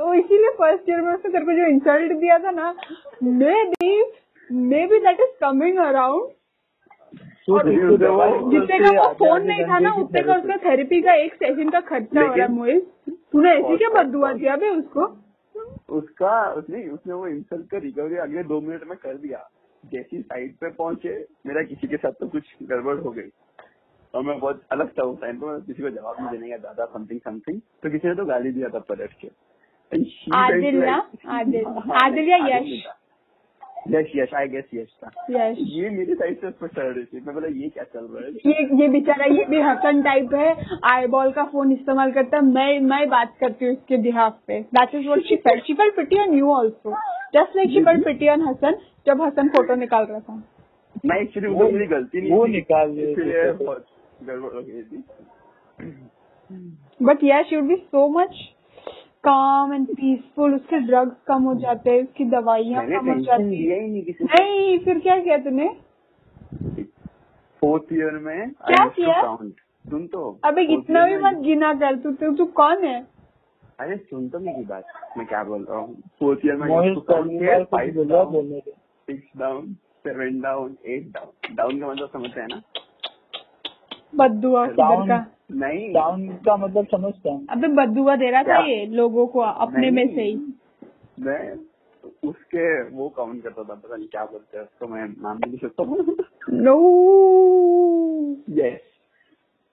[SPEAKER 2] वो इसीलिए फर्स्ट ईयर में उसने तेरे को जो इंसल्ट दिया था ना maybe maybe that is coming around
[SPEAKER 4] तो
[SPEAKER 3] और
[SPEAKER 4] इसको दवाई
[SPEAKER 3] वो-
[SPEAKER 2] जितने
[SPEAKER 4] उससे
[SPEAKER 2] का वो
[SPEAKER 4] आधे
[SPEAKER 2] फोन
[SPEAKER 4] आधे
[SPEAKER 2] नहीं
[SPEAKER 4] घंटे
[SPEAKER 2] था ना
[SPEAKER 4] की
[SPEAKER 2] उतने का
[SPEAKER 4] therapy।
[SPEAKER 2] उसका थेरेपी का एक सेशन का खर्चा हो रहा है
[SPEAKER 3] लेकिन-
[SPEAKER 2] मोहित तूने ऐसी क्या
[SPEAKER 3] और-
[SPEAKER 2] बदुआ दिया बे उसको
[SPEAKER 3] उसका उसने उसने वो इंसल्ट का रिकवरी अगले दो मिनट में कर दिया जैसी साइड पे पहुंचे मेरा किसी के साथ तो कुछ गड़बड़ हो गई और मैं बहुत अलग था उस टाइम पे मैं किसी को जवाब नहीं देने का दादा समथिंग समथिंग तो किसी ने तो गाली दिया था पलट के And she went
[SPEAKER 2] आदिल ना?
[SPEAKER 3] like-
[SPEAKER 2] आदिल।
[SPEAKER 3] हाँ,
[SPEAKER 2] आदिल या
[SPEAKER 3] आदिल
[SPEAKER 2] यश?
[SPEAKER 3] नहीं था। यश यश आई गेस यश था
[SPEAKER 2] यस
[SPEAKER 3] ये मेरी साइड से उस पर चढ़ रही थी मैं बोला ये क्या चल रहा है
[SPEAKER 2] ये ये बेचारा ये बेहसन टाइप है आई बॉल का फोन इस्तेमाल करता है मैं मैं बात करती हूँ इसके बिहाफ पे that is what she felt she felt pity on you also just like she felt pity on Hasan जब हसन फोटो निकाल रहा था
[SPEAKER 3] मैं एक्चुअली
[SPEAKER 4] वो-
[SPEAKER 3] उधर मेरी गलती नहीं
[SPEAKER 4] वो
[SPEAKER 3] थी,
[SPEAKER 4] निकाल रहे थे
[SPEAKER 3] इसलिए
[SPEAKER 4] फोटो।
[SPEAKER 3] बहुत गड़बड़ हो गई थी
[SPEAKER 2] but yes you'd be so much calm and peaceful उसके ड्रग्स कम हो जाते हैं उसकी दवाइयाँ
[SPEAKER 3] मैंने
[SPEAKER 2] कम हो
[SPEAKER 3] टेंशन
[SPEAKER 2] जाती
[SPEAKER 3] लिया ही नहीं किसी से
[SPEAKER 2] नहीं फिर क्या किया तूने
[SPEAKER 3] फोर्थ ईयर में
[SPEAKER 2] क्या किया?
[SPEAKER 3] काउंट सुन तो
[SPEAKER 2] अबे
[SPEAKER 3] fourth
[SPEAKER 2] इतना भी
[SPEAKER 3] year में-
[SPEAKER 2] मत गिना कर तू तू तू कौन है
[SPEAKER 3] अरे सुन तो मेरी बात मैं क्या बोल रहा हूँ फोर्थ ईयर में
[SPEAKER 4] मोहित कर्णिवाल को
[SPEAKER 3] फाइव
[SPEAKER 4] बोला
[SPEAKER 3] डाउन
[SPEAKER 4] बोलने दे
[SPEAKER 3] six down seven down eight down down का मतलब समझते हैं ना
[SPEAKER 2] बदुआ उधर
[SPEAKER 4] Down.
[SPEAKER 2] का
[SPEAKER 3] नहीं
[SPEAKER 4] डाउन का मतलब समझता हूँ
[SPEAKER 2] अबे बदुआ दे रहा था
[SPEAKER 3] क्या?
[SPEAKER 2] ये लोगों को अपने में
[SPEAKER 3] नहीं।
[SPEAKER 2] से ही
[SPEAKER 3] मैं उसके वो काउंट करता था पता नहीं क्या बोलते हैं उसको मैं नाम भी नहीं सकता
[SPEAKER 2] नो
[SPEAKER 3] यस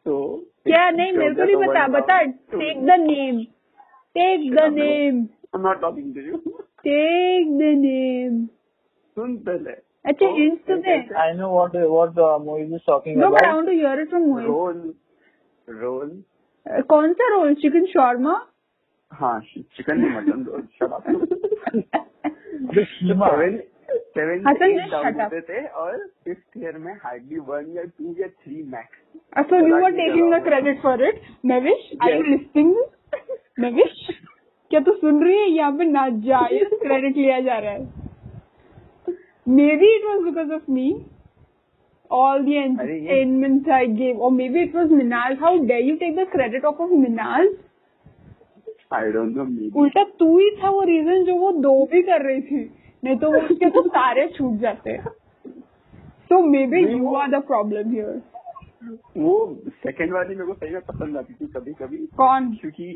[SPEAKER 3] तो
[SPEAKER 2] क्या नहीं मेरे को नहीं पता बता take the name take the name
[SPEAKER 3] I am not talking to you
[SPEAKER 2] take the name
[SPEAKER 3] सुन पहले
[SPEAKER 2] अच्छा hints to
[SPEAKER 3] okay,
[SPEAKER 2] there.
[SPEAKER 4] I know what what the movie is talking
[SPEAKER 2] No, but I
[SPEAKER 4] about.
[SPEAKER 2] want to hear it from Mohit.
[SPEAKER 3] Roll roll
[SPEAKER 2] Uh, कौन सा roll chicken shawarma
[SPEAKER 3] हाँ chicken mutton roll
[SPEAKER 4] The Shima.
[SPEAKER 3] Seven seven
[SPEAKER 2] Hasan, just shut
[SPEAKER 3] down
[SPEAKER 2] up.
[SPEAKER 3] होते थे और fifth year में hardly one या two या three max
[SPEAKER 2] so you are
[SPEAKER 3] Rajni
[SPEAKER 2] taking the
[SPEAKER 3] Jawahar.
[SPEAKER 2] Credit for it Mehwish I
[SPEAKER 3] Yes.
[SPEAKER 2] Am listing Mehwish क्या तू सुन रही है यहाँ पे नाजायज क्रेडिट लिया जा रहा है maybe it was because of me all the
[SPEAKER 3] अरे ये-
[SPEAKER 2] एंटरटेनमेंट आई गेव और maybe it was Minaj how dare you take the credit of of Minaj
[SPEAKER 3] I don't know me
[SPEAKER 2] उल्टा तू ही था वो रीजन जो वो दो भी कर रही थी नहीं तो वो उसके तो सारे छूट जाते सो मे बी
[SPEAKER 3] नहीं,
[SPEAKER 2] यू
[SPEAKER 3] वो-
[SPEAKER 2] आर द प्रॉब्लम हियर
[SPEAKER 3] वो सेकंड वाली मेरे को सही में पसंद आती थी कभी कभी
[SPEAKER 2] कौन
[SPEAKER 3] क्योंकि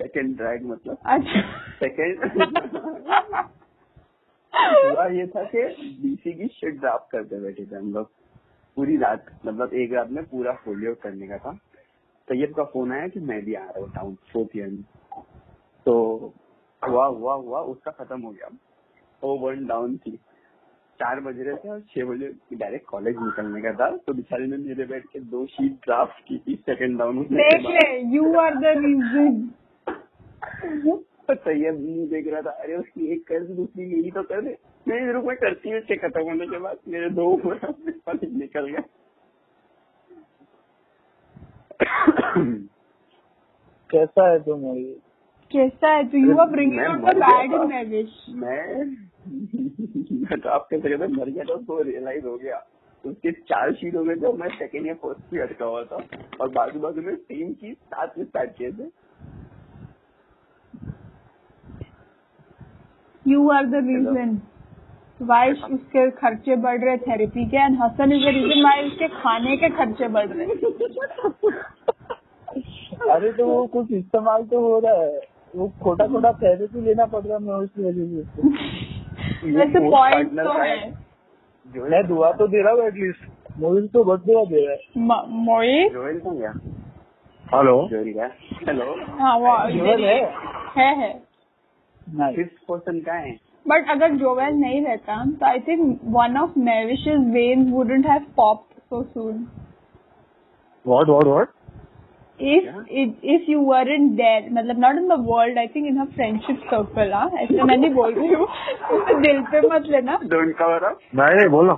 [SPEAKER 3] सेकंड ड्रैग मतलब
[SPEAKER 2] अच्छा
[SPEAKER 3] सेकंड हुआ ये था कि डीसी की शिट ड्राफ्ट करते बैठे थे हम लोग पूरी रात मतलब एक रात में पूरा फोलियो करने का था तो तैयब का फोन आया कि मैं भी आ रहा हूँ टाउन फोर्थ ईयर में तो हुआ हुआ हुआ उसका खत्म हो गया ओ वन डाउन थी चार बज रहे थे और छह बजे डायरेक्ट कॉलेज निकलने का था तो बेचारे ने मेरे बैठ के दो शीट ड्राफ्ट की थी सेकंड डाउन होने के
[SPEAKER 2] देख
[SPEAKER 3] बाद
[SPEAKER 2] ले यू आर द रीजन
[SPEAKER 3] और तैयब मुंह देख रहा था अरे उसकी एक कर दे दूसरी यही तो कर दे मेरे रुक मैं करती हूँ इसके खत्म होने के बाद मेरे दो कॉलेज निकल गए
[SPEAKER 4] कैसा है तुम मूवी
[SPEAKER 2] कैसा है तू यू आर ब्रिंगिंग
[SPEAKER 3] मैं मर गया
[SPEAKER 2] आउट द बैड
[SPEAKER 3] था।
[SPEAKER 2] इन मैरिज
[SPEAKER 3] मैं तो ड्राफ्ट कर सके मर गया था उसको रियलाइज हो गया उसके चार शीट हो गए थे और मैं सेकंड या फर्स्ट भी अटका हुआ था और बाजू बाजू में टीम की सात में स्टार्ट किए थे
[SPEAKER 2] you are the reason why तो उसके खर्चे बढ़ रहे थेरेपी के and Hasan is the reason why उसके खाने के खर्चे बढ़ रहे
[SPEAKER 4] अरे तो वो कुछ इस्तेमाल तो हो रहा है वो खोटा खोटा थेरेपी लेना पड़ रहा है मैं उसकी वजह से उसको।
[SPEAKER 2] वैसे
[SPEAKER 3] वो
[SPEAKER 2] पॉइंट
[SPEAKER 3] partner
[SPEAKER 2] तो
[SPEAKER 3] था।
[SPEAKER 2] है
[SPEAKER 3] जोएल
[SPEAKER 4] मैं दुआ तो दे रहा हूँ एटलीस्ट मूवी तो बहुत दुआ दे रहा है
[SPEAKER 2] म- मोहित
[SPEAKER 3] जोएल था क्या
[SPEAKER 1] हेलो
[SPEAKER 3] जोएल क्या हेलो
[SPEAKER 2] हाँ वो
[SPEAKER 4] केवल है
[SPEAKER 2] है है
[SPEAKER 4] नहीं
[SPEAKER 3] फिफ्थ पर्सन का है
[SPEAKER 2] बट अगर जोवेल नहीं रहता तो I think one of मेविशेज when wouldn't have pop so soon
[SPEAKER 1] what what what
[SPEAKER 2] if
[SPEAKER 3] Yeah.
[SPEAKER 2] it, if you weren't there मतलब not in the world I think in her friendship circle हाँ ऐसे मैं नहीं बोल रही हूँ उसे दिल पे मत लेना
[SPEAKER 3] डोंट कवर अप
[SPEAKER 1] नहीं नहीं बोलो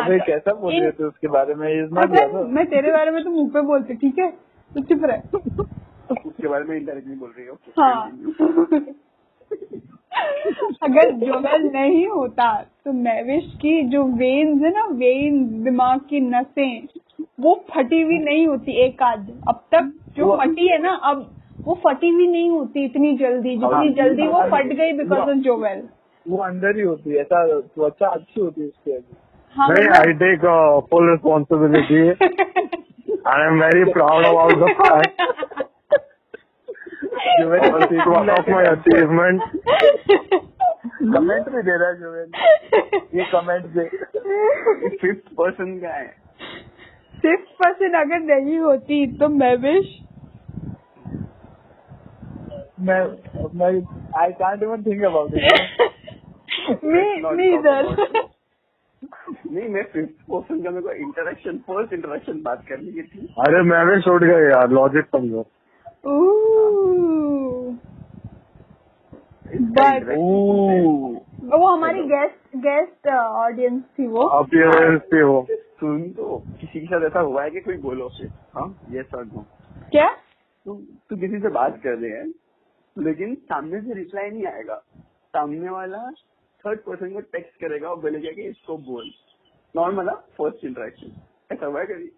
[SPEAKER 4] अबे कैसा बोल रहे
[SPEAKER 2] इन-
[SPEAKER 4] थे उसके बारे में इज नॉट
[SPEAKER 2] हसन, मैं तेरे बारे में तो मुंह पे बोलती ठीक है तो चुप रह
[SPEAKER 3] उसके बारे में इंटरेक्टली बोल रही हो
[SPEAKER 2] हाँ अगर जुगल नहीं होता तो मैविश की जो वेन्स है ना वेन्स दिमाग की नसें वो फटी हुई नहीं होती एक आध अब तक जो
[SPEAKER 4] वो-
[SPEAKER 2] फटी है ना अब वो फटी हुई नहीं होती इतनी जल्दी जितनी जल्दी वो फट गई बिकॉज ऑफ जोवेल
[SPEAKER 4] तो- वो अंदर ही होती है ऐसा त्वचा अच्छी होती है उसकी अभी
[SPEAKER 2] हाँ
[SPEAKER 1] नहीं
[SPEAKER 2] मतलब-
[SPEAKER 1] I take full responsibility I am very proud about the fact
[SPEAKER 4] Juvel
[SPEAKER 1] it was of my achievement
[SPEAKER 4] comment भी दे रहा है जुवेल ये कमेंट दे
[SPEAKER 3] फिफ्थ पर्सन का है
[SPEAKER 2] सिक्स परसेंट अगर नहीं होती तो मैविश
[SPEAKER 4] मैं मैं I can't even think about it
[SPEAKER 2] Me neither.
[SPEAKER 3] नहीं मैं फिफ्थ पर्सन का मेरे को इंटरेक्शन फर्स्ट इंटरेक्शन बात करनी की थी
[SPEAKER 1] अरे मैं भी छूट गया यार लॉजिक समझो
[SPEAKER 2] Ooh.
[SPEAKER 3] इसका
[SPEAKER 2] But-
[SPEAKER 1] Oh,
[SPEAKER 3] interaction
[SPEAKER 2] वो हमारी गेस्ट गेस्ट ऑडियंस थी वो
[SPEAKER 1] अपीयरेंस पे हो
[SPEAKER 3] सुन तो किसी के साथ ऐसा हुआ है कि कोई बोलो उसे हाँ ये सर नो
[SPEAKER 2] क्या
[SPEAKER 3] तो तो किसी से बात कर रहे हैं लेकिन सामने से रिप्लाई नहीं आएगा सामने वाला थर्ड पर्सन को टेक्स्ट करेगा और बोलेगा कि इसको बोल नॉर्मल फर्स्ट इंटरेक्शन ऐसा हुआ है कभी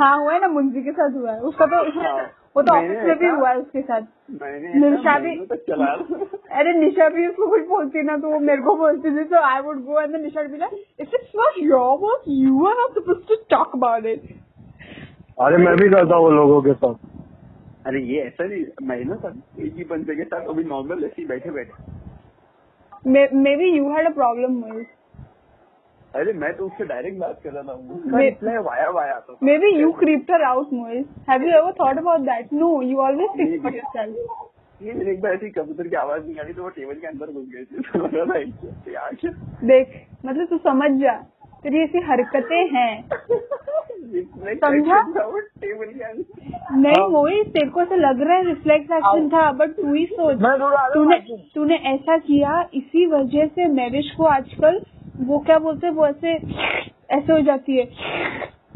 [SPEAKER 2] हाँ हुआ है ना मुंजी के साथ हुआ है उसका तो उसने
[SPEAKER 3] हाँ।
[SPEAKER 2] वो तो
[SPEAKER 3] मैंने
[SPEAKER 2] ऑफिस में भी
[SPEAKER 3] ऐसा-
[SPEAKER 2] हुआ है उसके साथ
[SPEAKER 3] मैंने ऐसा
[SPEAKER 2] निशा भी
[SPEAKER 3] महीनों तक तो चला
[SPEAKER 2] अरे निशा भी उसको कुछ बोलती ना तो वो मेरे को बोलती थी तो I would go and Nisha भी if it's not your work you are not suppose to talk about it
[SPEAKER 1] अरे मैं भी करता हूँ लोगों के साथ
[SPEAKER 3] अरे ये ऐसा नहीं महीनों तक एक ही बंदे के साथ अभी नॉर्मल ऐसे ही बैठे बैठे
[SPEAKER 2] maybe you had a problem
[SPEAKER 3] अरे मैं तो उससे डायरेक्ट बात कर रहा था उसका
[SPEAKER 2] मैं-
[SPEAKER 3] रिप्लाई वाया वाया आता था
[SPEAKER 2] Maybe you creeped her out, Moise. Have you ever thought about that? No, you always think for
[SPEAKER 3] Maybe.
[SPEAKER 2] yourself.
[SPEAKER 3] ये मेरे एक बार ऐसी कबूतर की आवाज निकाली तो वो टेबल के अंदर घुस गए थे तो लगा था इनसे, यार क्या-
[SPEAKER 2] देख मतलब तू समझ जा तेरी ऐसी हरकतें हैं
[SPEAKER 3] Reflex
[SPEAKER 2] समझा?
[SPEAKER 3] action था वो टेबल के अंदर
[SPEAKER 2] नहीं मोहित तेरे को ऐसा लग रहा है रिफ्लेक्स एक्शन था बट तू ही सोच
[SPEAKER 4] मैं तो थोड़ा आगे
[SPEAKER 2] तूने
[SPEAKER 4] बढ़ूं।
[SPEAKER 2] तूने ऐसा किया इसी वजह से मैरिज को आजकल वो क्या बोलते हैं वो ऐसे ऐसे हो जाती है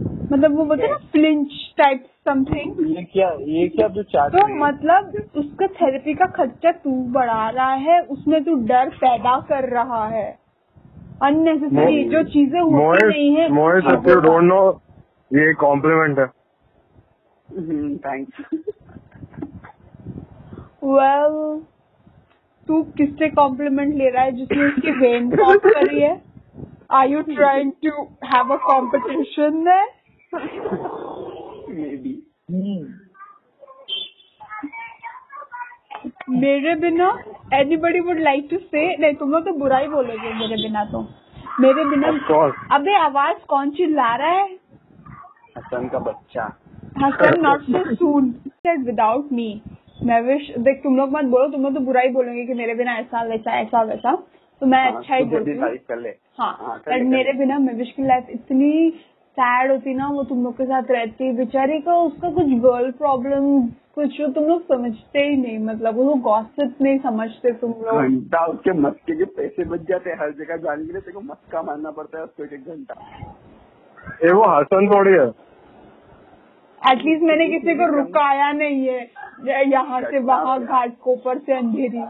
[SPEAKER 2] मतलब वो बोलते हैं ना फ्लिंच टाइप समथिंग
[SPEAKER 4] ये क्या ये क्या तू चाहती
[SPEAKER 2] तो
[SPEAKER 4] है?
[SPEAKER 2] मतलब उसका थेरेपी का खर्चा तू बढ़ा रहा है उसमें तू डर पैदा कर रहा है अननेसेसरी
[SPEAKER 1] मो-
[SPEAKER 2] जो चीजें होती नहीं है
[SPEAKER 1] Mohit if you don't know ये कॉम्प्लीमेंट है
[SPEAKER 3] थैंक्स
[SPEAKER 2] वेल तू किससे कॉम्प्लीमेंट ले रहा है जिसने उसकी वेन पॉप करी है are you trying to have a competition
[SPEAKER 3] maybe
[SPEAKER 4] हम्म,
[SPEAKER 2] मेरे बिना anybody would like to say नहीं तुम लोग तो बुरा ही बोलोगे मेरे बिना तो मेरे बिना
[SPEAKER 1] Of course.
[SPEAKER 2] अबे आवाज कौन चिल्ला रहा है
[SPEAKER 3] हसन का बच्चा
[SPEAKER 2] Hasan not so soon without me मैं विश देख तुम लोग मत बोलो तुम लोग तो बुरा ही बोलोगे कि मेरे बिना ऐसा वैसा ऐसा वैसा तो मैं
[SPEAKER 3] हाँ,
[SPEAKER 2] अच्छा ही
[SPEAKER 3] तू
[SPEAKER 2] बोलती
[SPEAKER 3] जल्दी
[SPEAKER 2] हूँ
[SPEAKER 3] तारीफ कर ले
[SPEAKER 2] हाँ
[SPEAKER 3] कर ले,
[SPEAKER 2] but
[SPEAKER 3] कर
[SPEAKER 2] मेरे
[SPEAKER 3] ले।
[SPEAKER 2] बिना मविश की लाइफ इतनी सैड होती ना वो तुम लोग के साथ रहती बेचारे का उसका कुछ गर्ल प्रॉब्लम कुछ वो तुम लोग समझते ही नहीं मतलब वो गॉसिप नहीं समझते तुम लोग
[SPEAKER 3] घंटा उसके मस्के के पैसे बच जाते हैं हर जगह जाने के लिए तेरे को मस्का मारना पड़ता है उसको एक एक घंटा
[SPEAKER 1] ये वो हसन थोड़ी है
[SPEAKER 2] एटलीस्ट मैंने किसी को रुकाया नहीं है य- यहाँ से वहाँ घाट कोपर से अंधेरी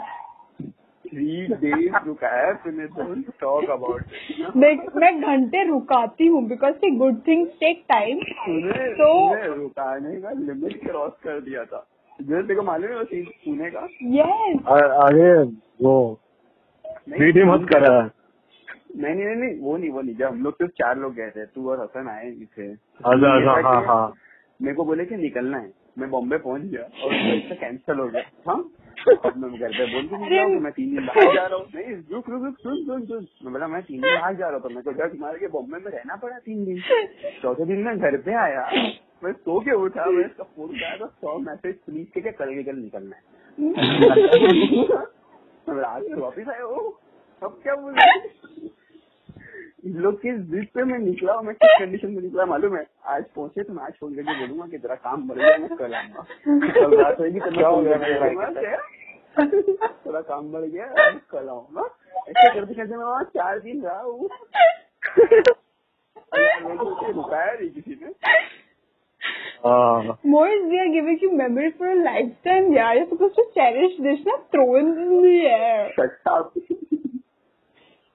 [SPEAKER 3] थ्री डेज रुकाया तूने तो डोंट टॉक अबाउट
[SPEAKER 2] देख मैं घंटे रुकाती हूँ because see good things take time
[SPEAKER 3] तूने
[SPEAKER 2] तो-
[SPEAKER 3] तूने रुकाने का लिमिट क्रॉस कर दिया था जो तेरे को मालूम है वो सीन पुणे का
[SPEAKER 2] यस
[SPEAKER 1] अ- अरे वो
[SPEAKER 3] नहीं,
[SPEAKER 1] बीटी मत करा है
[SPEAKER 3] नहीं नहीं नहीं नहीं, वो नहीं वो नहीं जब हम लोग सिर्फ चार लोग गए थे तू और हसन आए इसे
[SPEAKER 1] अच्छा अच्छा हाँ हाँ
[SPEAKER 3] मेरे को बोले कि निकलना है मैं बॉम्बे पहुंच गया और उसका इसका कैंसिल हो गया हाँ अब मैं घर पे बोल के निकला हूँ कि मैं तीन दिन बाहर जा रहा हूँ नहीं रुक रुक रुक सुन सुन सुन मैं बोला मैं तीन दिन बाहर जा रहा हूँ तो मेरे को डर मार के बॉम्बे में रहना पड़ा तीन दिन चौथे दिन मैं घर पे आया मैं सो के उठा मैं इसका फोन आया तो सौ मैसेज पुलिस के क्या कल के कल निकलना है मैं बोला, आज तो वापिस आए हो अब क्या बोल रहे हो? इन लोग किस जिद पे मैं निकला हूँ मैं किस कंडीशन में निकला मालूम है आज पहुंचे तो मैं आज फोन करके बोलूंगा कि तेरा काम बढ़ गया मैं कल आऊंगा कल रात होगी तो मैं
[SPEAKER 4] क्या हो
[SPEAKER 3] फोन
[SPEAKER 4] गया
[SPEAKER 3] करके
[SPEAKER 4] मेरे
[SPEAKER 3] बोलूंगा,
[SPEAKER 4] भाई
[SPEAKER 3] "क्या? तेरा काम बढ़ गया मैं कल आऊंगा ऐसे करते करते मैं वहाँ चार दिन रहा हूँ और यार, मेरे को कोई रुकाया नहीं किसी ने
[SPEAKER 1] हाँ।
[SPEAKER 2] Moritz, we are giving you memory for a lifetime. Yeah, you're supposed to cherish this, not throw it in the air.
[SPEAKER 3] Shut up.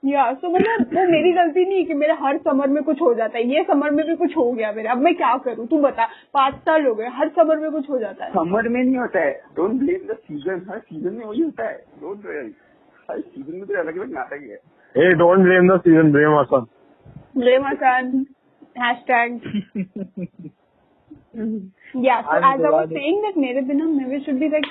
[SPEAKER 2] Yeah, so मतलब वो मेरी गलती नहीं है कि मेरा हर समर में कुछ हो जाता है ये समर में भी कुछ हो गया मेरा अब मैं क्या करूँ तू बता पाँच साल हो गए हर समर में कुछ हो जाता है
[SPEAKER 3] समर में नहीं होता है डोंट ब्लेम द सीजन हर सीजन हाँ, में वही होता है डोंट हर सीजन में तो अलग अलग नाटक है
[SPEAKER 1] ए don't blame the season blame Hasan
[SPEAKER 2] blame आसान hashtag yeah so
[SPEAKER 4] I'm
[SPEAKER 2] as I was
[SPEAKER 4] Diwali.
[SPEAKER 2] saying that मेरे बिना मेरे should be like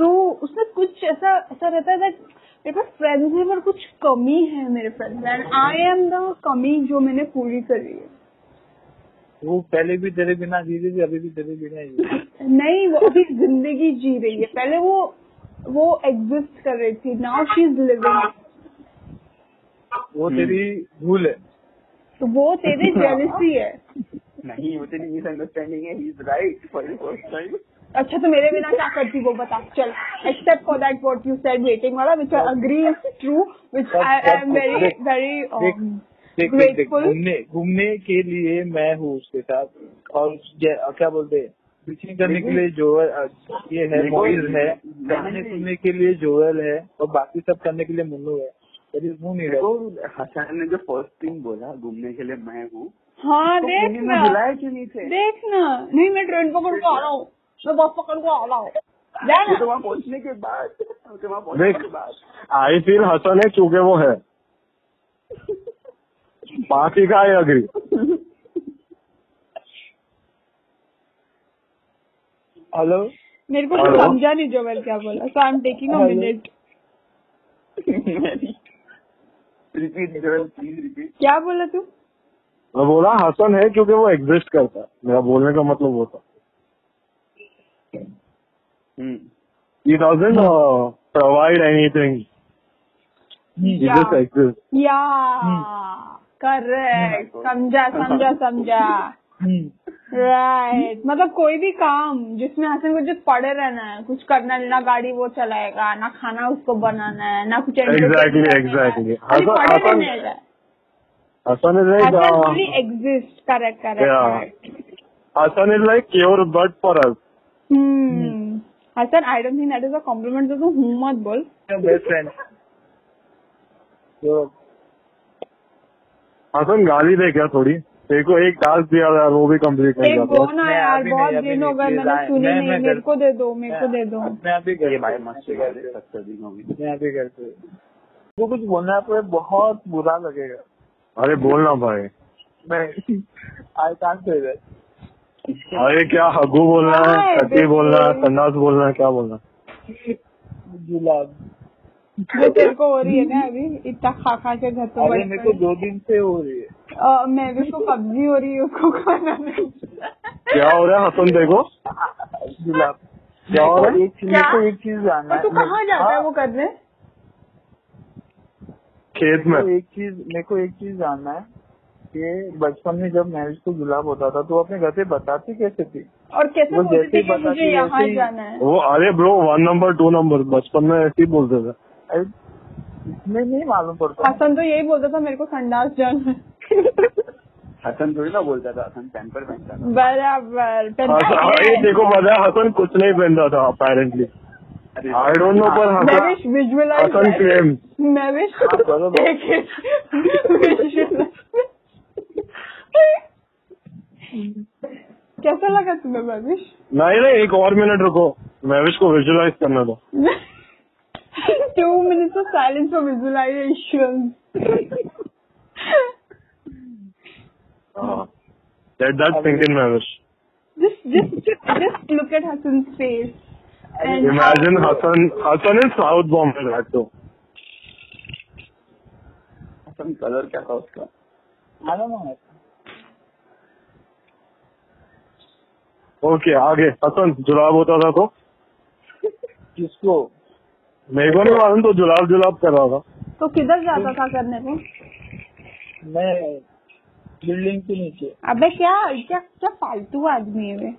[SPEAKER 2] so उसमें कुछ ऐसा ऐसा रहता है that मेरे पास friends है पर कुछ कमी है मेरे friends and I am the कमी जो मैंने पूरी करी है
[SPEAKER 4] वो पहले भी तेरे बिना जीती थी अभी भी तेरे बिना ही जीती है।
[SPEAKER 2] नहीं वो अभी जिंदगी जी रही है पहले वो वो एग्जिस्ट कर रही थी नाउ शी इज लिविंग
[SPEAKER 4] वो
[SPEAKER 3] हम्म।
[SPEAKER 4] तेरी भूल है
[SPEAKER 2] तो वो तेरे
[SPEAKER 3] हाँ।
[SPEAKER 2] जेलसी है
[SPEAKER 3] नहीं वो तेरी मिसअंडरस्टैंडिंग है he is right for the first time
[SPEAKER 2] अच्छा तो मेरे बिना क्या करती वो बता चल except for that what you said waiting वाला विच
[SPEAKER 3] हाँ।
[SPEAKER 2] I agree is true which I am very
[SPEAKER 4] देख
[SPEAKER 2] वेरी
[SPEAKER 4] देख देख देख,
[SPEAKER 2] grateful.
[SPEAKER 4] घूमने घूमने के लिए मैं हूँ उसके साथ और जे- अ, क्या बोलते हैं पिचिंग करने के लिए जोअल अ, ये है
[SPEAKER 3] देखो,
[SPEAKER 4] मोहित है
[SPEAKER 3] देखो,
[SPEAKER 4] गाने सुनने के लिए जोअल है और बाकी सब करने के लिए मुन्नू है तेरी मुंह नहीं
[SPEAKER 3] देखो
[SPEAKER 4] रहा
[SPEAKER 3] तो हसन ने जो फर्स्ट थिंग बोला घूमने के लिए मैं हूँ
[SPEAKER 2] हाँ
[SPEAKER 3] तो
[SPEAKER 2] देख
[SPEAKER 3] मुझे
[SPEAKER 2] ना
[SPEAKER 3] बुलाया क्यों नहीं थे
[SPEAKER 2] देख ना नहीं मैं ट्रेन पकड़ को आ रहा हूँ मैं बस पकड़ को आ रहा हूँ
[SPEAKER 3] वो तो
[SPEAKER 2] जाना
[SPEAKER 3] वहाँ पहुँचने के बाद वो तो वहाँ पहुँचने
[SPEAKER 1] देख।
[SPEAKER 3] के बाद
[SPEAKER 1] आई फील हसन है चूंकि वो है बाकी का आई अग्री
[SPEAKER 4] हेलो
[SPEAKER 2] मेरे को कुछ
[SPEAKER 1] Hello?
[SPEAKER 2] समझा नहीं जोवेल क्या बोला so I am taking a
[SPEAKER 4] Hello?
[SPEAKER 2] Minute
[SPEAKER 3] repeat जरूर प्लीज रिपीट
[SPEAKER 2] क्या बोला तू
[SPEAKER 1] मैं बोला हसन है क्योंकि वो एग्जिस्ट
[SPEAKER 3] हम्म,
[SPEAKER 1] करता है मेरा बोलने का मतलब वो था He doesn't
[SPEAKER 2] हाँ।
[SPEAKER 1] uh, provide anything. He
[SPEAKER 2] Hmm. Yeah.
[SPEAKER 1] Hmm, just Hmm. exists.
[SPEAKER 2] Yeah. Correct.
[SPEAKER 1] Hmm.
[SPEAKER 2] समझा समझा समझा
[SPEAKER 4] हम्म,
[SPEAKER 2] राइट
[SPEAKER 1] Hmm.
[SPEAKER 2] मतलब कोई भी काम जिसमें ऐसे कुछ जो पड़े रहना है कुछ करना नहीं ना गाड़ी वो चलाएगा ना खाना उसको बनाना है ना कुछ entertain
[SPEAKER 1] Exactly,
[SPEAKER 2] करना है।
[SPEAKER 1] exactly.
[SPEAKER 2] खाली
[SPEAKER 1] Hasan-
[SPEAKER 2] पड़े
[SPEAKER 1] Hasan-
[SPEAKER 2] रहने का
[SPEAKER 1] Hassan is like
[SPEAKER 2] Hasan
[SPEAKER 1] uh,
[SPEAKER 2] only exists. Correct, correct,
[SPEAKER 1] Yeah.
[SPEAKER 2] correct.
[SPEAKER 1] Hassan is like your bud for us.
[SPEAKER 2] Hmm. Hasan, I don't think that is a compliment. तो तू हूँ मत बोल.
[SPEAKER 4] your best friend. So
[SPEAKER 1] Hasan गाली दे क्या थोड़ी तेरे को एक टास्क दिया था वो भी कंप्लीट नहीं
[SPEAKER 2] एक
[SPEAKER 1] किया
[SPEAKER 2] दो
[SPEAKER 1] था
[SPEAKER 2] ना
[SPEAKER 4] मैं
[SPEAKER 2] यार
[SPEAKER 4] अभी नहीं,
[SPEAKER 2] बहुत
[SPEAKER 4] अभी
[SPEAKER 2] दिन हो गए
[SPEAKER 4] नहीं, please,
[SPEAKER 2] मैंने
[SPEAKER 4] I-
[SPEAKER 2] सुनी
[SPEAKER 4] मैं- हाँ।
[SPEAKER 2] नहीं
[SPEAKER 4] मैं
[SPEAKER 2] मेरे
[SPEAKER 4] कर-
[SPEAKER 2] को दे दो मेरे को दे दो
[SPEAKER 4] अपने आप ही
[SPEAKER 3] ये
[SPEAKER 4] करते
[SPEAKER 3] भाई
[SPEAKER 4] हैं,
[SPEAKER 3] मस्त गा रहे सत्तर दिन हो गए
[SPEAKER 4] अपने आप ही करते हैं। जो कुछ बोलना है आपको बहुत बुरा लगेगा
[SPEAKER 1] अरे बोलना भाई
[SPEAKER 4] मैं आई कांट से दैट
[SPEAKER 1] अरे क्या हगू बोलना
[SPEAKER 2] Why?
[SPEAKER 1] है टट्टी बोलना है
[SPEAKER 2] This-
[SPEAKER 1] सन्नास बोलना है क्या बोलना है?
[SPEAKER 4] गुलाब
[SPEAKER 2] जो तेरे को हो रही है ना अभी इतना खा खा के घर पे
[SPEAKER 4] अरे
[SPEAKER 2] बड़ी
[SPEAKER 4] मेरे को
[SPEAKER 2] पड़ी।
[SPEAKER 4] दो दिन से हो रही है
[SPEAKER 2] अ, मैं भी उसको कब्जी हो रही है उसको खाना नहीं
[SPEAKER 1] क्या हो रहा है हसन देखो
[SPEAKER 4] गुलाब
[SPEAKER 1] क्या हो रहा है
[SPEAKER 4] एक चीज मेरे को एक चीज जानना हाँ,
[SPEAKER 2] और तो तू कहाँ जाता है वो करने
[SPEAKER 1] खेत में
[SPEAKER 4] मेरे को एक चीज मेरे को एक चीज जानना है कि बचपन में जब मैरिज को गुलाब होता था तो अपने घर पे बताती कैसे थी
[SPEAKER 2] और कैसे
[SPEAKER 4] वो
[SPEAKER 2] बोलती
[SPEAKER 4] जैसे
[SPEAKER 2] थी
[SPEAKER 4] ही
[SPEAKER 2] कि
[SPEAKER 4] बताती
[SPEAKER 2] मुझे
[SPEAKER 4] है,
[SPEAKER 2] यहाँ
[SPEAKER 4] वैसे ही-
[SPEAKER 2] जाना है
[SPEAKER 1] वो अरे bro one number two number बचपन में ऐसे ही बोलते थे
[SPEAKER 4] अरे, इसमें नहीं मालूम पड़ता
[SPEAKER 2] हसन तो यही बोलता था मेरे को संडास जाना है
[SPEAKER 3] हसन थोड़ी ना बोलता था हसन पैम्पर पहनता था
[SPEAKER 2] बराबर
[SPEAKER 1] हसन- अरे देखो पता है हसन कुछ नहीं पहनता था अपेरेंटली
[SPEAKER 3] अरे
[SPEAKER 1] आई डोंट नो पर
[SPEAKER 2] मैं
[SPEAKER 1] Hasan
[SPEAKER 2] wish visualize
[SPEAKER 1] Hasan claim
[SPEAKER 2] मैं विश
[SPEAKER 4] हाँ, बराबर।
[SPEAKER 2] कैसा लगा तुम्हें भविष
[SPEAKER 1] नहीं नहीं एक और मिनट रुको महविश को विजुअलाइज करने दो
[SPEAKER 2] two minutes of silence for visualization
[SPEAKER 1] let that sink in Mahvish
[SPEAKER 2] just just just look at Hassan's face and
[SPEAKER 1] imagine Hassan Hassan is south Bombay that too
[SPEAKER 3] Hassan colour क्या था उसका
[SPEAKER 4] मालूम है
[SPEAKER 1] ओके आगे हसन जुलाब होता था तो
[SPEAKER 4] किसको
[SPEAKER 1] मेरे को नहीं मालूम तो जुलाब जुलाब कर रहा था
[SPEAKER 2] तो किधर जाता था करने को
[SPEAKER 4] मैं बिल्डिंग के नीचे
[SPEAKER 2] अबे क्या क्या क्या फालतू आदमी है वे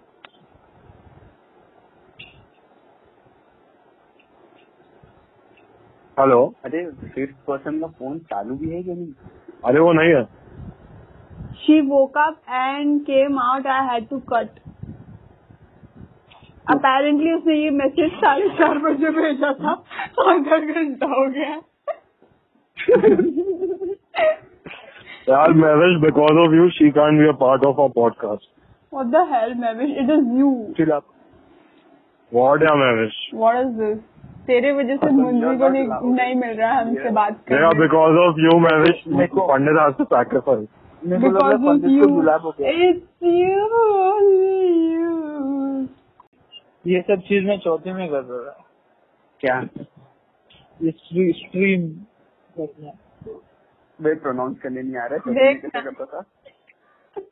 [SPEAKER 1] हेलो
[SPEAKER 3] अरे फिफ्थ पर्सन का फोन चालू भी है कि नहीं
[SPEAKER 1] अरे वो नहीं है
[SPEAKER 2] she woke up and came out i had to cut apparently उसने ये मैसेज साढ़े चार बजे भेजा था आधा घंटा हो गया
[SPEAKER 1] यार Mahvish because of you she can be a part of a podcast
[SPEAKER 2] what the hell Mahvish it is you
[SPEAKER 4] गुलाब
[SPEAKER 1] वॉट या महविश
[SPEAKER 2] व्हाट इज दिस तेरे वजह
[SPEAKER 4] अच्छा,
[SPEAKER 2] से मुंजी को नहीं नहीं मिल रहा है हमसे बात
[SPEAKER 1] या
[SPEAKER 2] करने
[SPEAKER 1] because of you Mahvish Pandit has to sacrifice
[SPEAKER 4] मेरे को
[SPEAKER 2] बिकॉज
[SPEAKER 4] लगा
[SPEAKER 2] ऑफ
[SPEAKER 4] तो पंडित को
[SPEAKER 2] यू
[SPEAKER 4] गुलाब हो गया
[SPEAKER 2] इट्स यू
[SPEAKER 4] ये सब चीज मैं चौथे में कर रहा था
[SPEAKER 3] क्या
[SPEAKER 4] ये स्ट्री, स्ट्रीम करना।
[SPEAKER 3] वे प्रोनाउंस करने नहीं आ रहा है तो
[SPEAKER 2] देख
[SPEAKER 3] मैं कैसे करता था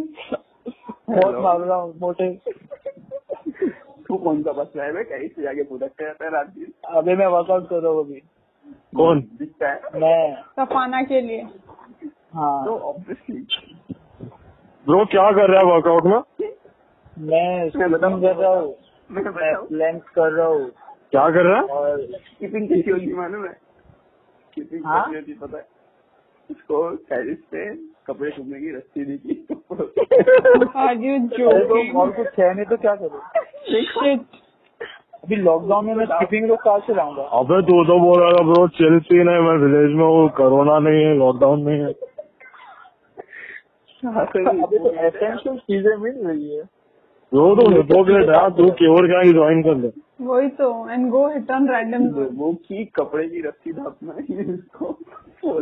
[SPEAKER 4] बहुत
[SPEAKER 3] Hello.
[SPEAKER 4] मामला मोटे
[SPEAKER 3] तू कौन सा बस रहा है भाई से जाके पूछते रहता है रात दिन
[SPEAKER 4] अभी मैं वर्कआउट कर रहा हूँ अभी
[SPEAKER 1] कौन
[SPEAKER 3] दिखता है
[SPEAKER 4] मैं
[SPEAKER 2] सफाना के लिए
[SPEAKER 3] तो
[SPEAKER 4] हाँ
[SPEAKER 3] ऑब्वियसली
[SPEAKER 1] ब्रो क्या कर रहा है वर्कआउट में
[SPEAKER 4] मैं
[SPEAKER 3] मैं बताऊं,
[SPEAKER 4] स्ट्रीम कर रहा हूँ
[SPEAKER 3] मैं तो
[SPEAKER 4] मैं
[SPEAKER 3] बताऊं
[SPEAKER 4] प्लैंक कर रहा हूँ
[SPEAKER 1] क्या कर रहा है
[SPEAKER 4] और
[SPEAKER 3] कीपिंग कैसी होती है मालूम है कीपिंग
[SPEAKER 4] हाँ?
[SPEAKER 3] कैसी होती है पता है उसको टेरिस पे कपड़े सूखने की रस्सी दी थी
[SPEAKER 2] आर यू
[SPEAKER 4] अरे तो और
[SPEAKER 2] जोकिंग
[SPEAKER 4] कुछ है नहीं तो क्या करूँ
[SPEAKER 2] शिट
[SPEAKER 4] अभी लॉकडाउन में मैं स्किपिंग को कहा से लाऊंगा
[SPEAKER 1] अबे तू तो बोल रहा था ब्रो चिल सीन है मैं विलेज में हूँ कोरोना नहीं है लॉकडाउन नहीं है
[SPEAKER 3] हाँ,
[SPEAKER 4] अभी तो एसेंशियल चीजें मिल रही है
[SPEAKER 1] ब्रो तो हिपोक्रेट है यार, तू क्योर क्या ज्वाइन कर ले
[SPEAKER 2] वही तो and go hit on random
[SPEAKER 3] वो की कपड़े की रस्सी था अपना इसको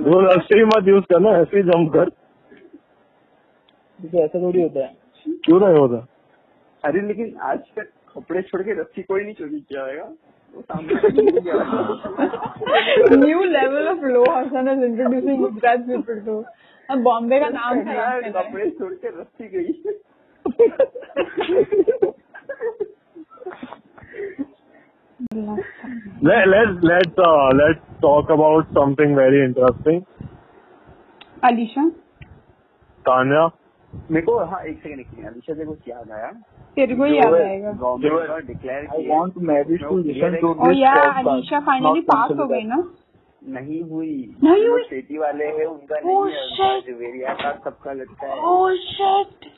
[SPEAKER 1] ब्रो ऐसे ही मत यूज करना ऐसे ही जम कर
[SPEAKER 4] जैसे ऐसा थोड़ी होता है
[SPEAKER 1] क्यों नहीं होता
[SPEAKER 3] अरे लेकिन आज तक कपड़े छोड़ के रस्सी कोई नहीं चोरी किया होगा वो सामने
[SPEAKER 2] new level of low Hasan is introducing Gujarat people to अब बॉम्बे का नाम खराब कर रहा है
[SPEAKER 3] कपड़े छोड़ के रस्सी गई
[SPEAKER 1] Let, let's let's uh, let's talk about something very interesting.
[SPEAKER 2] Alisha,
[SPEAKER 1] Tanya,
[SPEAKER 3] मेरे को हाँ एक सेकंड एक सेकंड अलीशा देखो क्या आया
[SPEAKER 2] तेरे को ही
[SPEAKER 4] जो
[SPEAKER 2] याद
[SPEAKER 4] है,
[SPEAKER 2] आएगा
[SPEAKER 3] गवर्नमेंट ने डिक्लेयर
[SPEAKER 4] I
[SPEAKER 3] किया
[SPEAKER 4] want Marriage to listen to
[SPEAKER 2] ओ
[SPEAKER 4] this
[SPEAKER 2] या
[SPEAKER 4] podcast,
[SPEAKER 2] Alisha finally
[SPEAKER 4] not
[SPEAKER 2] pass हो
[SPEAKER 4] consider
[SPEAKER 2] गई ना
[SPEAKER 3] नहीं हुई
[SPEAKER 2] नहीं
[SPEAKER 3] जो
[SPEAKER 2] हुई?
[SPEAKER 3] खेती वाले हैं उनका
[SPEAKER 2] Oh,
[SPEAKER 3] नहीं है उनका
[SPEAKER 2] shit. Oh,
[SPEAKER 3] जुवेरिया का सबका लड़का है
[SPEAKER 2] ओह शिट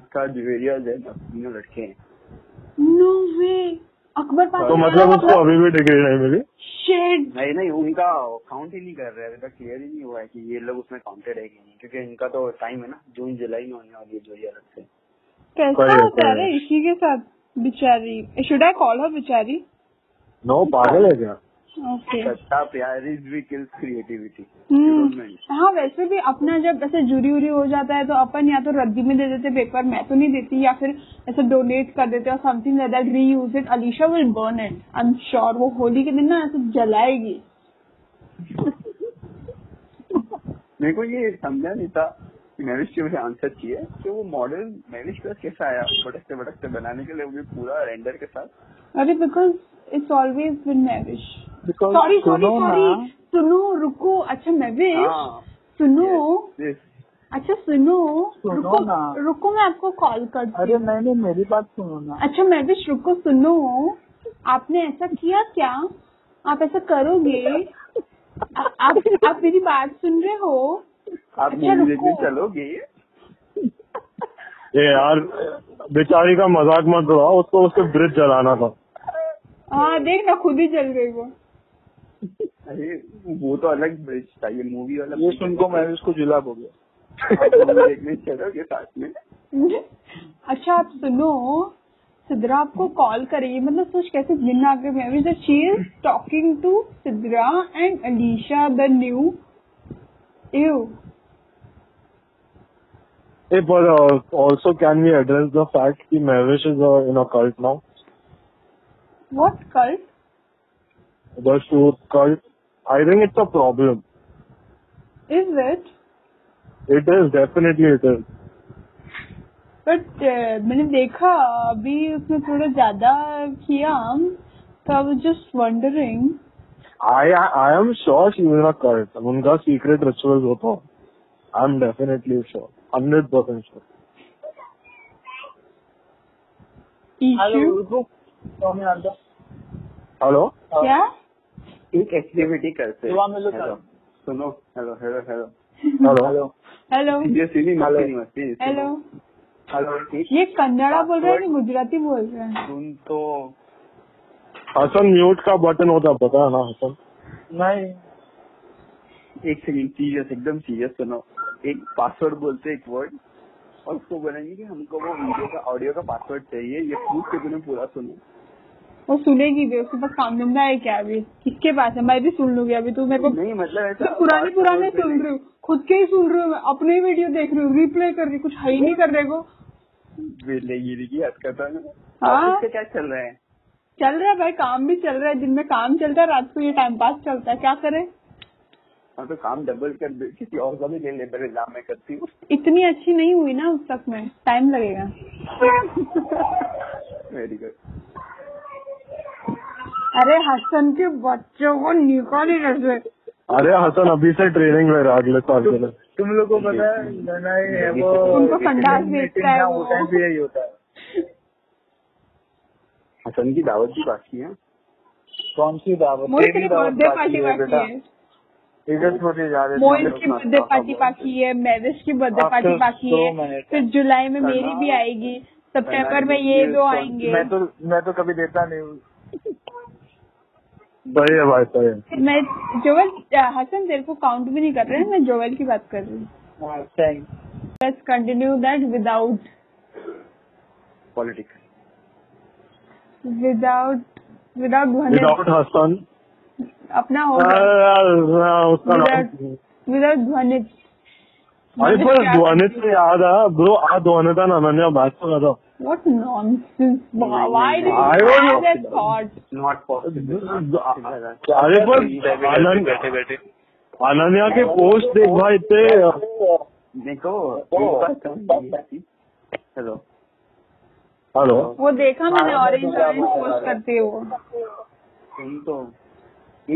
[SPEAKER 3] उसका जुवेरिया जैन तीनों लड़के हैं
[SPEAKER 2] नो वे अकबर पास
[SPEAKER 1] तो मतलब उसको अभी भी डिग्री नहीं मिली
[SPEAKER 2] शिट
[SPEAKER 3] नहीं नहीं उनका काउंट ही नहीं कर रहे अभी तक क्लियर ही नहीं हुआ है कि ये लोग उसमें काउंटेड है कि नहीं क्योंकि इनका तो टाइम है ना जून जुलाई में होने वाली है जो ये अलग से
[SPEAKER 2] कैसा
[SPEAKER 1] करिए,
[SPEAKER 2] होता है रे
[SPEAKER 1] करिए।
[SPEAKER 2] इसी के साथ बेचारी शुड आई कॉल हर बेचारी
[SPEAKER 1] नो पागल है क्या
[SPEAKER 2] ओके
[SPEAKER 4] अच्छा,
[SPEAKER 3] सत्ता प्यार इज भी किल्स क्रिएटिविटी
[SPEAKER 2] हाँ वैसे भी अपना जब ऐसे जुरी उरी हो जाता है तो अपन या तो रद्दी में दे देते पेपर मैं तो नहीं देती या फिर ऐसे डोनेट कर देते और something like that reuse it Alisha will burn it I am sure वो होली के दिन ना ऐसे जलाएगी
[SPEAKER 3] मेरे को ये समझा नहीं था मैरिज के मुझे आंसर चाहिए कि वो मॉडल मैरिज का कैसा आया भटकते भटकते बनाने के लिए वो भी पूरा रेंडर के साथ
[SPEAKER 2] अरे because it's always been Mahvish
[SPEAKER 4] Because
[SPEAKER 2] sorry sorry
[SPEAKER 4] सुनो
[SPEAKER 2] सॉरी
[SPEAKER 4] ना-
[SPEAKER 2] सुनो रुको अच्छा मैविश
[SPEAKER 3] हाँ
[SPEAKER 2] सुनो
[SPEAKER 3] yes,
[SPEAKER 2] अच्छा सुनो
[SPEAKER 4] सुनो
[SPEAKER 2] रुको
[SPEAKER 4] ना।
[SPEAKER 2] रुको मैं आपको कॉल करती हूँ
[SPEAKER 4] अरे नहीं नहीं मेरी बात सुनो ना
[SPEAKER 2] अच्छा मैं भी श्रुक को सुनो आपने ऐसा किया क्या आप ऐसा करोगे आ, आप आप मेरी बात सुन रहे हो
[SPEAKER 3] आप
[SPEAKER 2] अच्छा,
[SPEAKER 3] मूवी देखने
[SPEAKER 2] रुको।
[SPEAKER 3] चलोगे
[SPEAKER 1] ये यार बेचारी का मजाक मत उड़ाओ उसको उसके ब्रिज जलाना था
[SPEAKER 2] हाँ देख ना खुद ही जल गई वो
[SPEAKER 3] अरे वो तो अलग ब्रिज था ये मूवी वाला
[SPEAKER 4] ये सुनको मैं इसको जुलाब हो गया
[SPEAKER 3] आप मूवी देखने चलोगे साथ में
[SPEAKER 2] अच्छा आप सुनो सिद्रा आपको कॉल करेगी मतलब सोच कैसे दिन आ गए मैं भी she is talking to Sidra and Alisha the new you
[SPEAKER 1] Hey, but uh, also can we address the fact that Mavish is uh, in a cult now?
[SPEAKER 2] What cult
[SPEAKER 1] The shoot cult. I think it's a problem.
[SPEAKER 2] Is it
[SPEAKER 1] It is definitely it is.
[SPEAKER 2] But uh, मैंने देखा अभी उसने थोड़ा ज्यादा किया तो I was just wondering
[SPEAKER 1] I I am sure she was in a cult. उनका secret rituals होता. I'm definitely sure. Hundred percent sure.
[SPEAKER 2] Ishu
[SPEAKER 4] रुको स्वामी आंदा
[SPEAKER 1] Hello.
[SPEAKER 2] क्या
[SPEAKER 3] एक एक्टिविटी करते
[SPEAKER 2] तो
[SPEAKER 4] दुआ में लो
[SPEAKER 3] Hello, सुनो hello hello hello
[SPEAKER 1] Hello.
[SPEAKER 4] Hello
[SPEAKER 2] hello
[SPEAKER 3] ये सीनी
[SPEAKER 4] Hello.
[SPEAKER 3] मस्ती नहीं मस्ती
[SPEAKER 2] हेलो
[SPEAKER 3] हेलो एक
[SPEAKER 2] ये कन्नड़ा बोल रहे हैं या गुजराती बोल रहे हैं
[SPEAKER 3] सुन तो
[SPEAKER 1] हसन mute का button होता है, पता है ना हसन?
[SPEAKER 4] नहीं
[SPEAKER 3] एक सेकंड सीरियस एकदम सीरियस सुनो एक पासवर्ड बोलते एक वर्ड और उसको बोलेंगे कि हमको वो वीडियो का ऑडियो का पासवर्ड चाहिए ये पूछ के तुमने पूरा सुनो
[SPEAKER 2] वो सुनेगी भी उसके पास काम धंधा है क्या अभी किसके पास है मैं भी सुन लूंगी अभी तू मेरे को
[SPEAKER 3] नहीं मतलब
[SPEAKER 2] मैं
[SPEAKER 3] ऐसा
[SPEAKER 2] पुराने पुराने
[SPEAKER 3] password
[SPEAKER 2] तो सुन
[SPEAKER 3] बोलेंगे।
[SPEAKER 2] रही हूँ खुद के ही सुन रही हूँ मैं, अपने वीडियो देख रही हूँ रिप्ले कर रही हूँ, कुछ है ही नहीं कर रहे को
[SPEAKER 3] वेलेगिरी की हद करता है ना
[SPEAKER 2] हाँ।
[SPEAKER 3] इसका क्या चल रहा है
[SPEAKER 2] चल रहा है भाई काम भी चल रहा है दिन में काम चलता है रात को ये टाइम पास चलता है क्या करें
[SPEAKER 3] और तो काम डबल कर दे किसी और का भी ले लेबर इल्जाम मैं करती हूँ
[SPEAKER 2] इतनी अच्छी नहीं हुई ना उस तक में टाइम लगेगा
[SPEAKER 3] वेरी गुड
[SPEAKER 2] अरे हसन के बच्चों को निकाली कैसे
[SPEAKER 1] अरे हसन अभी से ट्रेनिंग ले रहा है अगले साल के लिए
[SPEAKER 4] तुम लोग को पता है गाना ये वो
[SPEAKER 3] तो
[SPEAKER 2] उनको संडास बेचता है वो।
[SPEAKER 4] वो टाइम पे यही होता है
[SPEAKER 3] हसन की दावत की बाकी है
[SPEAKER 4] कौन सी दावत
[SPEAKER 2] मोहित तेरी
[SPEAKER 4] तेरी दावत
[SPEAKER 2] बर्थडे
[SPEAKER 4] बाकी
[SPEAKER 2] पार्टी
[SPEAKER 4] है
[SPEAKER 2] बाकी
[SPEAKER 4] बेटा
[SPEAKER 2] है
[SPEAKER 4] इधर छोटे जा रहे
[SPEAKER 2] मोहित
[SPEAKER 4] थे
[SPEAKER 2] की बर्थडे पार्टी बाकी है मैरिज की बर्थडे पार्टी
[SPEAKER 4] After
[SPEAKER 2] बाकी
[SPEAKER 4] so
[SPEAKER 2] है
[SPEAKER 4] many
[SPEAKER 2] फिर जुलाई में मेरी भी आएगी सितंबर में ये दो आएंगे
[SPEAKER 4] मैं तो मैं तो कभी देता नहीं हूँ
[SPEAKER 1] सही है भाई सही है
[SPEAKER 2] मैं जोवेल हसन तेरे को काउंट भी नहीं कर रहे हैं, मैं जोवेल की बात कर रही हूँ
[SPEAKER 4] हाँ, thanks.
[SPEAKER 2] Let's continue that without
[SPEAKER 3] politics
[SPEAKER 2] without without
[SPEAKER 1] Without
[SPEAKER 2] Dhwani
[SPEAKER 1] Hassan
[SPEAKER 2] अपना होगा
[SPEAKER 1] अरे, उसका
[SPEAKER 2] विदाउट
[SPEAKER 1] नाम
[SPEAKER 2] विदाउट ध्वनि
[SPEAKER 1] अरे पर ध्वनित से याद आया ब्रो आज ध्वनित एंड अनन्या मैच तो कर रहा
[SPEAKER 2] What nonsense, Baba. Why did you
[SPEAKER 1] I don't
[SPEAKER 2] have
[SPEAKER 1] know.
[SPEAKER 2] that thought?
[SPEAKER 3] Not possible
[SPEAKER 1] अरे पर
[SPEAKER 6] बैठे
[SPEAKER 1] अनन-
[SPEAKER 6] बैठे
[SPEAKER 1] अनन्या के पोस्ट देख भाई थे
[SPEAKER 3] देखो एक बात समझ नहीं आती हेलो
[SPEAKER 1] हेलो
[SPEAKER 2] वो देखा मैंने
[SPEAKER 4] हाँ,
[SPEAKER 2] ऑरेंज
[SPEAKER 4] मैं
[SPEAKER 2] ऑरेंज
[SPEAKER 4] तो जानना
[SPEAKER 2] पोस्ट
[SPEAKER 4] चाह रहा
[SPEAKER 2] करती है वो
[SPEAKER 3] तुम तो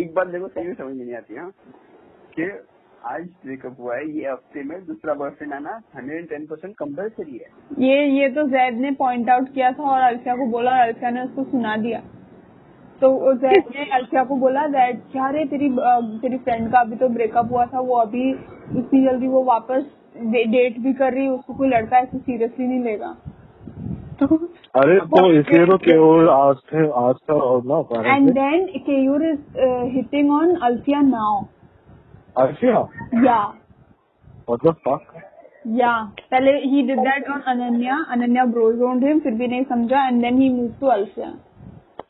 [SPEAKER 3] एक बात देखो सही में समझ में नहीं आती है कि आज ब्रेकअप हुआ है ये हफ्ते में दूसरा बॉयफ्रेंड आना hundred and ten percent compulsory है
[SPEAKER 2] ये ये तो जैद ने पॉइंट आउट किया था और अल्फिया को बोला और अल्फिया ने उसको सुना दिया तो वो जैद ने अल्फिया को बोला दैट क्या रे तेरी अ, तेरी फ्रेंड का अभी तो ब्रेकअप हुआ था वो अभी इतनी जल्दी वो वापस डेट भी कर रही है, उसको कोई लड़का ऐसे सीरियसली नहीं लेगा
[SPEAKER 1] अरे तो इसलिए तो केवल आज थे आज था और ना
[SPEAKER 2] and
[SPEAKER 1] apparently।
[SPEAKER 2] Then Keyur is hitting on Alfiya now
[SPEAKER 1] अच्छा
[SPEAKER 2] या
[SPEAKER 1] मतलब fuck?
[SPEAKER 2] या पहले ही did that on Ananya Ananya bros owned him फिर भी नहीं समझा and then he move to Alfiya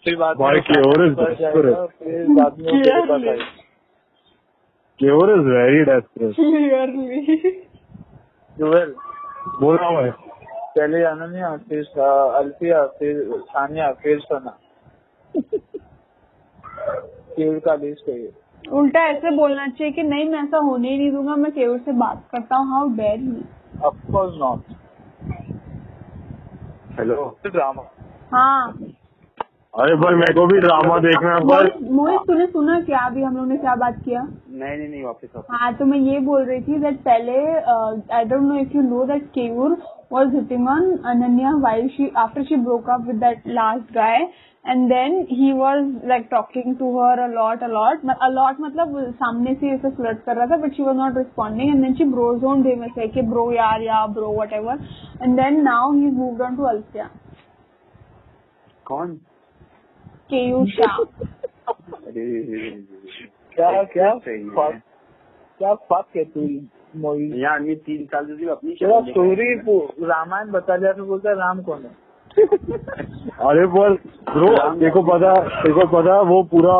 [SPEAKER 4] फिर बाद में
[SPEAKER 1] भाई,
[SPEAKER 4] वो
[SPEAKER 1] की और
[SPEAKER 4] मेरे
[SPEAKER 1] इस
[SPEAKER 4] पास
[SPEAKER 1] बात पर।
[SPEAKER 4] जाएगा फिर बाद में वो मेरे पास
[SPEAKER 2] Clearly.
[SPEAKER 4] आएगा
[SPEAKER 1] Keval is very desperate
[SPEAKER 2] clearly
[SPEAKER 4] जुवेल
[SPEAKER 1] बोल रहा हूँ मैं
[SPEAKER 4] पहले अनन्या फिर सा- अल्फिया फिर सानिया फिर सना केवल का लिस्ट है ये।
[SPEAKER 2] उल्टा ऐसे बोलना चाहिए कि नहीं मैं ऐसा होने ही नहीं दूंगा मैं केवल से बात करता हूँ how dare he
[SPEAKER 4] of course not तो
[SPEAKER 3] हेलो
[SPEAKER 4] ड्रामा
[SPEAKER 2] हाँ
[SPEAKER 1] अरे भाई मेरे को भी ड्रामा देखना है पर
[SPEAKER 2] मोहित मोहित तूने सुना क्या अभी हम लोग ने क्या बात किया
[SPEAKER 3] नहीं नहीं नहीं वापस वापस
[SPEAKER 2] हाँ तो मैं ये बोल रही थी दैट पहले uh, I don't know if you know that Keyur was hitting on Ananya while she after she broke up with that last guy and then he was like talking to her a lot a lot म- a lot मतलब वो सामने से ऐसे flirt कर रहा था but she was not responding and then she bro zoned him ऐसे कि bro यार या bro whatever and then now he's moved on to Alfia
[SPEAKER 3] कौन
[SPEAKER 2] केयूर शाह
[SPEAKER 3] अरे रे रे रे रे।
[SPEAKER 4] क्या क्या
[SPEAKER 3] सही है।
[SPEAKER 4] fuck- क्या फक है तू मोहित
[SPEAKER 3] यहाँ आदमी तीन साल से सिर्फ अपनी
[SPEAKER 4] तेरा
[SPEAKER 3] शादी देख रहा है।
[SPEAKER 4] स्टोरी रामायण बता दिया तो बोलता है राम कौन है
[SPEAKER 1] अरे पर ब्रो देखो पता देखो पता है, वो पूरा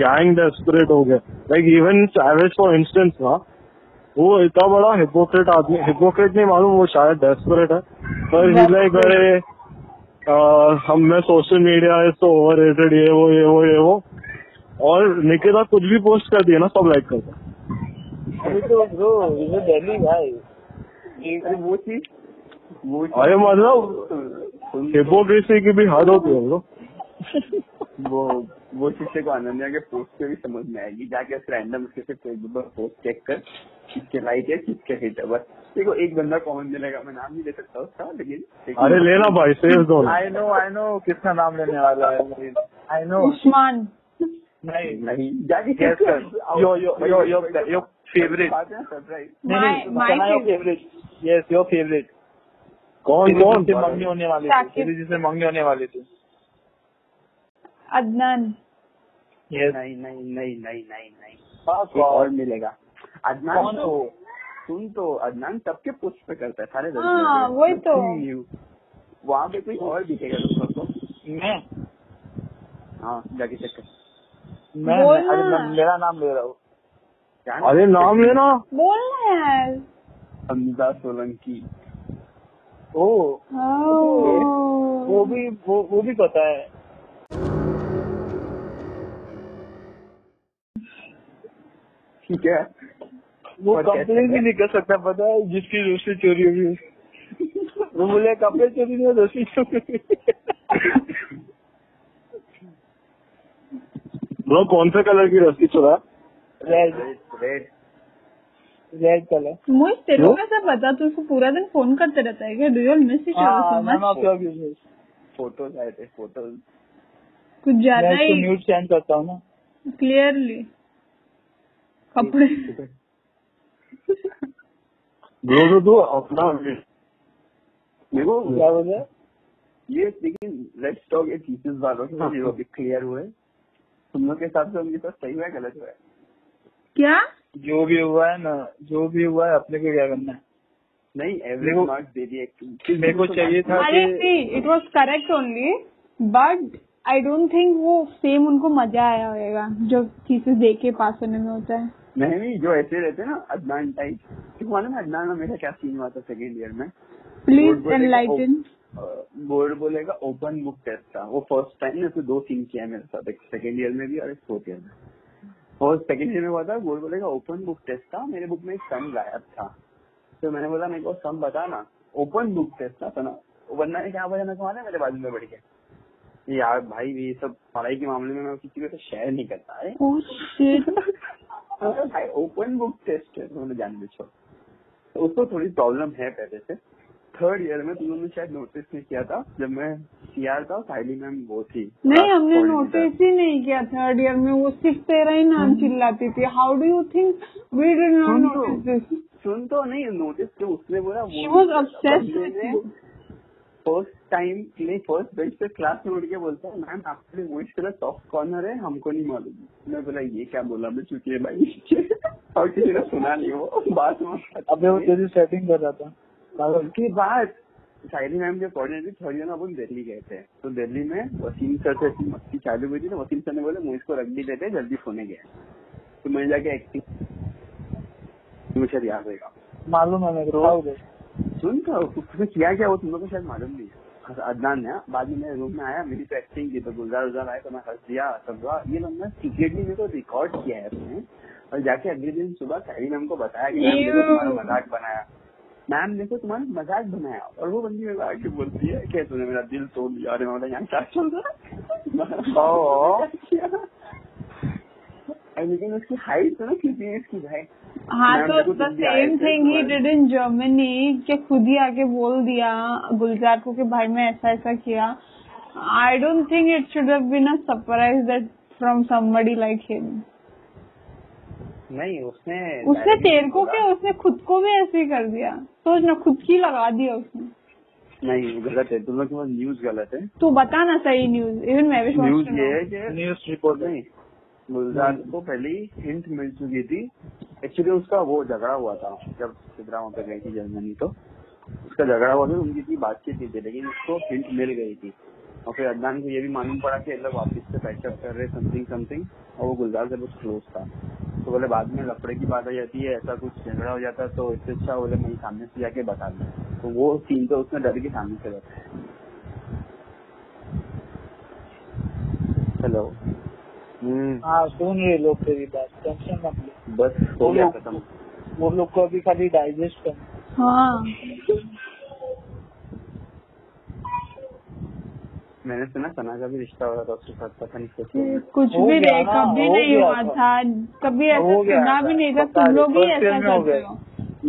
[SPEAKER 1] गैंग डेस्परेट हो गया like even savage for instance ना हाँ, वो इतना बड़ा हिपोक्रेट आदमी हिपोक्रेट नहीं मालूम वो शायद डेस्परेट है पर लाइक अरे आ, हम मैं सोशल मीडिया इज तो ओवर रेटेड ये वो ये वो ये वो और निकिता कुछ भी पोस्ट कर दिया ना सब लाइक करता है।
[SPEAKER 4] अभी तो ब्रो ये दिल्ली भाई
[SPEAKER 3] अरे वो चीज वो तो- चीज-
[SPEAKER 1] अरे मतलब
[SPEAKER 3] तुम-
[SPEAKER 1] हिपोक्रेसी की भी हद होती है ब्रो
[SPEAKER 3] वो वो शिक्षक को अनन्या के पोस्ट पे भी समझ में आएगी जाके उस रैंडम उसके से फेसबुक पर पोस्ट चेक कर किसके लाइक है किसके हिट है बस देखो एक बंदा कॉमेंट दे लेगा मैं नाम नहीं ले सकता उसका लेकिन लेकिन-
[SPEAKER 1] अरे लेना भाई सेव दो ना।
[SPEAKER 4] आई नो आई नो किसका नाम लेने वाला है मोहित आई नो
[SPEAKER 2] उस्मान
[SPEAKER 4] नहीं
[SPEAKER 3] नहीं जाके
[SPEAKER 4] Yes,
[SPEAKER 3] check कर।
[SPEAKER 4] sir. Your- your- your- your- your favorite.
[SPEAKER 3] बात है surprise
[SPEAKER 2] my my
[SPEAKER 4] favourite yes your favourite
[SPEAKER 1] कौन कौन
[SPEAKER 4] से मंगी होने वाली थी
[SPEAKER 2] साकिब।
[SPEAKER 4] तेरी जिससे मंगी होने वाली थी
[SPEAKER 2] अदनान
[SPEAKER 4] यस
[SPEAKER 3] नहीं नहीं नहीं नहीं नहीं नहीं एक और
[SPEAKER 4] हाँ, कौन
[SPEAKER 3] मिलेगा अदनान
[SPEAKER 4] कौन है
[SPEAKER 3] तो
[SPEAKER 4] वो
[SPEAKER 3] सुन तो अदनान सबके पोस्ट पे करता है सारे
[SPEAKER 2] हाँ, वही तो।
[SPEAKER 3] वहाँ पे कोई और दिखेगा तुम सबको
[SPEAKER 4] मैं
[SPEAKER 3] हाँ जाके चेक कर
[SPEAKER 4] मैं
[SPEAKER 2] बोल
[SPEAKER 4] अरे
[SPEAKER 2] ना।
[SPEAKER 4] मैं- मेरा नाम ले रहा हूँ
[SPEAKER 3] क्या
[SPEAKER 1] अरे नाम लेना
[SPEAKER 2] बोलना यार
[SPEAKER 3] हमजा सोलंकी
[SPEAKER 4] ओ
[SPEAKER 2] Oh.
[SPEAKER 4] वो भी वो, वो भी पता है
[SPEAKER 3] ठीक है
[SPEAKER 4] वो
[SPEAKER 3] और कैसे
[SPEAKER 4] कंप्लेन भी
[SPEAKER 3] है?
[SPEAKER 4] नहीं कर सकता पता है जिसकी रोशनी चोरी होगी उसकी। वो बोले कपड़े चोरी नहीं रोशनी चोरी हुई।
[SPEAKER 1] ब्रो कौन से कलर की रस्सी चुरा है?
[SPEAKER 4] Red
[SPEAKER 3] red
[SPEAKER 4] red colour
[SPEAKER 2] Mohit तेरे
[SPEAKER 1] क्यों?
[SPEAKER 2] को कैसे पता तू उसको पूरा दिन फोन करते रहता है क्या डू यू मिस इच
[SPEAKER 4] हाँ,
[SPEAKER 2] so
[SPEAKER 4] none
[SPEAKER 2] much
[SPEAKER 4] of your business
[SPEAKER 3] photos आए थे फोटोज
[SPEAKER 2] कुछ ज्यादा
[SPEAKER 4] मैं इसको
[SPEAKER 2] ही
[SPEAKER 4] न्यूज सेंड करता हूँ ना
[SPEAKER 2] क्लियरली कपड़े
[SPEAKER 1] ब्रो तो तू अपना
[SPEAKER 3] देखो
[SPEAKER 4] क्या बोल रहे
[SPEAKER 3] ये लेकिन रेड स्टॉक ये चीजें वालों
[SPEAKER 4] हाँ।
[SPEAKER 1] हाँ।
[SPEAKER 3] से क्लियर हुए तुम लोग के हिसाब से उनके साथ सही हुआ है, गलत हुआ है
[SPEAKER 2] क्या
[SPEAKER 4] जो भी हुआ है ना जो भी हुआ है अपने को क्या करना है
[SPEAKER 3] नहीं
[SPEAKER 4] देखो,
[SPEAKER 3] एवरेज मार्क दे दिए
[SPEAKER 4] मेरे
[SPEAKER 3] तो
[SPEAKER 4] को चाहिए था
[SPEAKER 2] अरे
[SPEAKER 4] कि
[SPEAKER 2] see it was correct only but I don't think वो सेम उनको मजा आया होगा जो चीजें देख के पास होने में होता है
[SPEAKER 3] नहीं नहीं जो ऐसे रहते ना अदनान टाइप तुम मालूम है अदनान और मेरा क्या सीन हुआ था सेकेंड ईयर में Don't
[SPEAKER 2] please
[SPEAKER 3] worry,
[SPEAKER 2] enlighten
[SPEAKER 3] board बोलेगा ओपन बुक टेस्ट था वो फर्स्ट टाइम ने तो दो सीन किया है मेरे साथ एक सेकेंड ईयर में भी और एक फोर्थ ईयर में फर्स्ट सेकेंड ईयर में हुआ था बोर्ड बोलेगा ओपन बुक टेस्ट था मेरे बुक में एक सम गायब था तो मैंने बोला मेरे को सम बताना ओपन बुक टेस्ट था तो ना वरना ने क्या बोला मेरे को मालूम है मेरे बाजू में बढ़ गया ये यार भाई ये सब पढ़ाई के मामले में मैं किसी के साथ शेयर नहीं करता अरे
[SPEAKER 2] Oh shit.
[SPEAKER 3] अरे भाई ओपन बुक टेस्ट है तुमने जान बिछो तो उसको थोड़ी प्रॉब्लम है पहले से थर्ड ईयर में तुम लोगों ने शायद नोटिस नहीं किया था जब मैं सीआर था साइली मैम वो थी
[SPEAKER 2] नहीं हमने
[SPEAKER 3] coordinator।
[SPEAKER 2] नोटिस ही नहीं किया थर्ड ईयर में वो सिर्फ तेरा ही नाम
[SPEAKER 4] Hmm.
[SPEAKER 2] चिल्लाती थी how do you think we did not
[SPEAKER 3] सुन तो।
[SPEAKER 2] नोटिस दिस
[SPEAKER 3] सुन तो नहीं नोटिस जो उसने बोला
[SPEAKER 2] She was obsessed with you.
[SPEAKER 3] First time नहीं फर्स्ट बेंच पे क्लास में उठ के बोलता है मैम आपके लिए वो इस तरह सॉफ्ट कॉर्नर है हमको नहीं मालूम मैं बोला ये क्या बोला मैं चुकी है भाई और किसी ने सुना नहीं वो बात में
[SPEAKER 4] अबे वो तेरी सेटिंग कर रहा था पागल।
[SPEAKER 3] उसके बाद शायरी मैम के कोऑर्डिनेटर थर्ड ईयर में अपन दिल्ली गए थे तो दिल्ली में वसीम सर से ऐसी मस्ती चालू हुई थी तो वसीम सर ने बोला मुझे इसको रख भी देते जल्दी सोने गया तो मैंने जाके एक्टिंग मुझे शायद याद रहेगा
[SPEAKER 4] मालूम है मेरे को
[SPEAKER 3] तो-
[SPEAKER 4] खाओ गए।
[SPEAKER 3] सुन तो उसने किया क्या वो तुम लोग को शायद मालूम नहीं है बस अदनान ने बाद में मेरे रूम में आया मेरी तो एक्टिंग की तो गुलजार उजार आया तो मैं हंस दिया सब हुआ ये लोग ने सीक्रेटली मेरे को रिकॉर्ड किया है अपने और जाके अगले दिन सुबह सारी मैम को बताया कि मैम देखो तुम्हारा मजाक बनाया मैम देखो तुम्हारा मजाक बनाया और वो बंदी मेरे को आके बोलती है कि तूने मेरा दिल तोड़ दिया अरे मैं बोला, यहाँ क्या चल रहा है और लेकिन उसकी हाइट तो ना किसी इसकी भाई
[SPEAKER 2] हाँ
[SPEAKER 3] मैम,
[SPEAKER 2] तो
[SPEAKER 3] देखो,
[SPEAKER 2] द
[SPEAKER 3] तुम भी आए
[SPEAKER 2] सेम
[SPEAKER 3] थे
[SPEAKER 2] थिंग
[SPEAKER 4] तो
[SPEAKER 2] ही
[SPEAKER 3] तुम्हारे-
[SPEAKER 2] डिड इन जर्मनी के खुद ही आके बोल दिया गुलजार को कि भाई मैं ऐसा ऐसा किया I don't think it should have been a surprise that from somebody like him
[SPEAKER 3] नहीं उसने
[SPEAKER 2] उसने
[SPEAKER 3] directly
[SPEAKER 2] तेरे को
[SPEAKER 3] बोला।
[SPEAKER 2] क्या उसने खुद को भी ऐसे ही कर दिया सोच ना खुद की लगा दिया उसने
[SPEAKER 3] नहीं वो गलत है तुम लोग के पास न्यूज गलत है
[SPEAKER 2] तू बता ना सही न्यूज इवन मैं भी
[SPEAKER 3] न्यूज
[SPEAKER 2] सोच
[SPEAKER 3] ये है कि
[SPEAKER 4] न्यूज रिपोर्ट
[SPEAKER 3] नहीं गुलजार को पहली हिंट मिल चुकी थी एक्चुअली उसका वो झगड़ा हुआ था जब सिद्धरामा पे गई थी जर्मनी तो उसका झगड़ा हुआ था उनकी इतनी बातचीत नहीं थी लेकिन उसको हिंट मिल गई थी और फिर अदनान को ये भी मालूम पड़ा कि ये लोग वापस से पैचअप कर रहे समथिंग समथिंग और वो गुलजार से बहुत क्लोज था तो बोले बाद में लफड़े की बात आ जाती है ऐसा कुछ झगड़ा हो जाता है तो इससे अच्छा बोले मैं सामने से जाके बता दूँ तो वो सीन तो उसने डर के सामने से बताया हेलो हम्म
[SPEAKER 4] हाँ सुन रहे लोग तेरी बात टेंशन मत ले
[SPEAKER 3] बस हो गया खत्म
[SPEAKER 4] वो लोग को अभी खाली डाइजेस्ट करना
[SPEAKER 2] हाँ
[SPEAKER 3] मैंने सुना सना का भी रिश्ता हो रहा था उसके साथ पता नहीं कैसे
[SPEAKER 2] कि कुछ
[SPEAKER 4] हो
[SPEAKER 2] भी
[SPEAKER 4] गया
[SPEAKER 2] नहीं कभी नहीं
[SPEAKER 4] ना, हो गया
[SPEAKER 2] हुआ
[SPEAKER 4] था।
[SPEAKER 2] था कभी ऐसा
[SPEAKER 4] हो गया
[SPEAKER 2] सुना
[SPEAKER 4] था।
[SPEAKER 2] भी नहीं था
[SPEAKER 4] पता
[SPEAKER 2] तुम लोग
[SPEAKER 4] नहीं,
[SPEAKER 2] ही
[SPEAKER 4] first
[SPEAKER 2] ऐसा
[SPEAKER 4] year में हो
[SPEAKER 2] करते
[SPEAKER 4] गया।
[SPEAKER 2] हो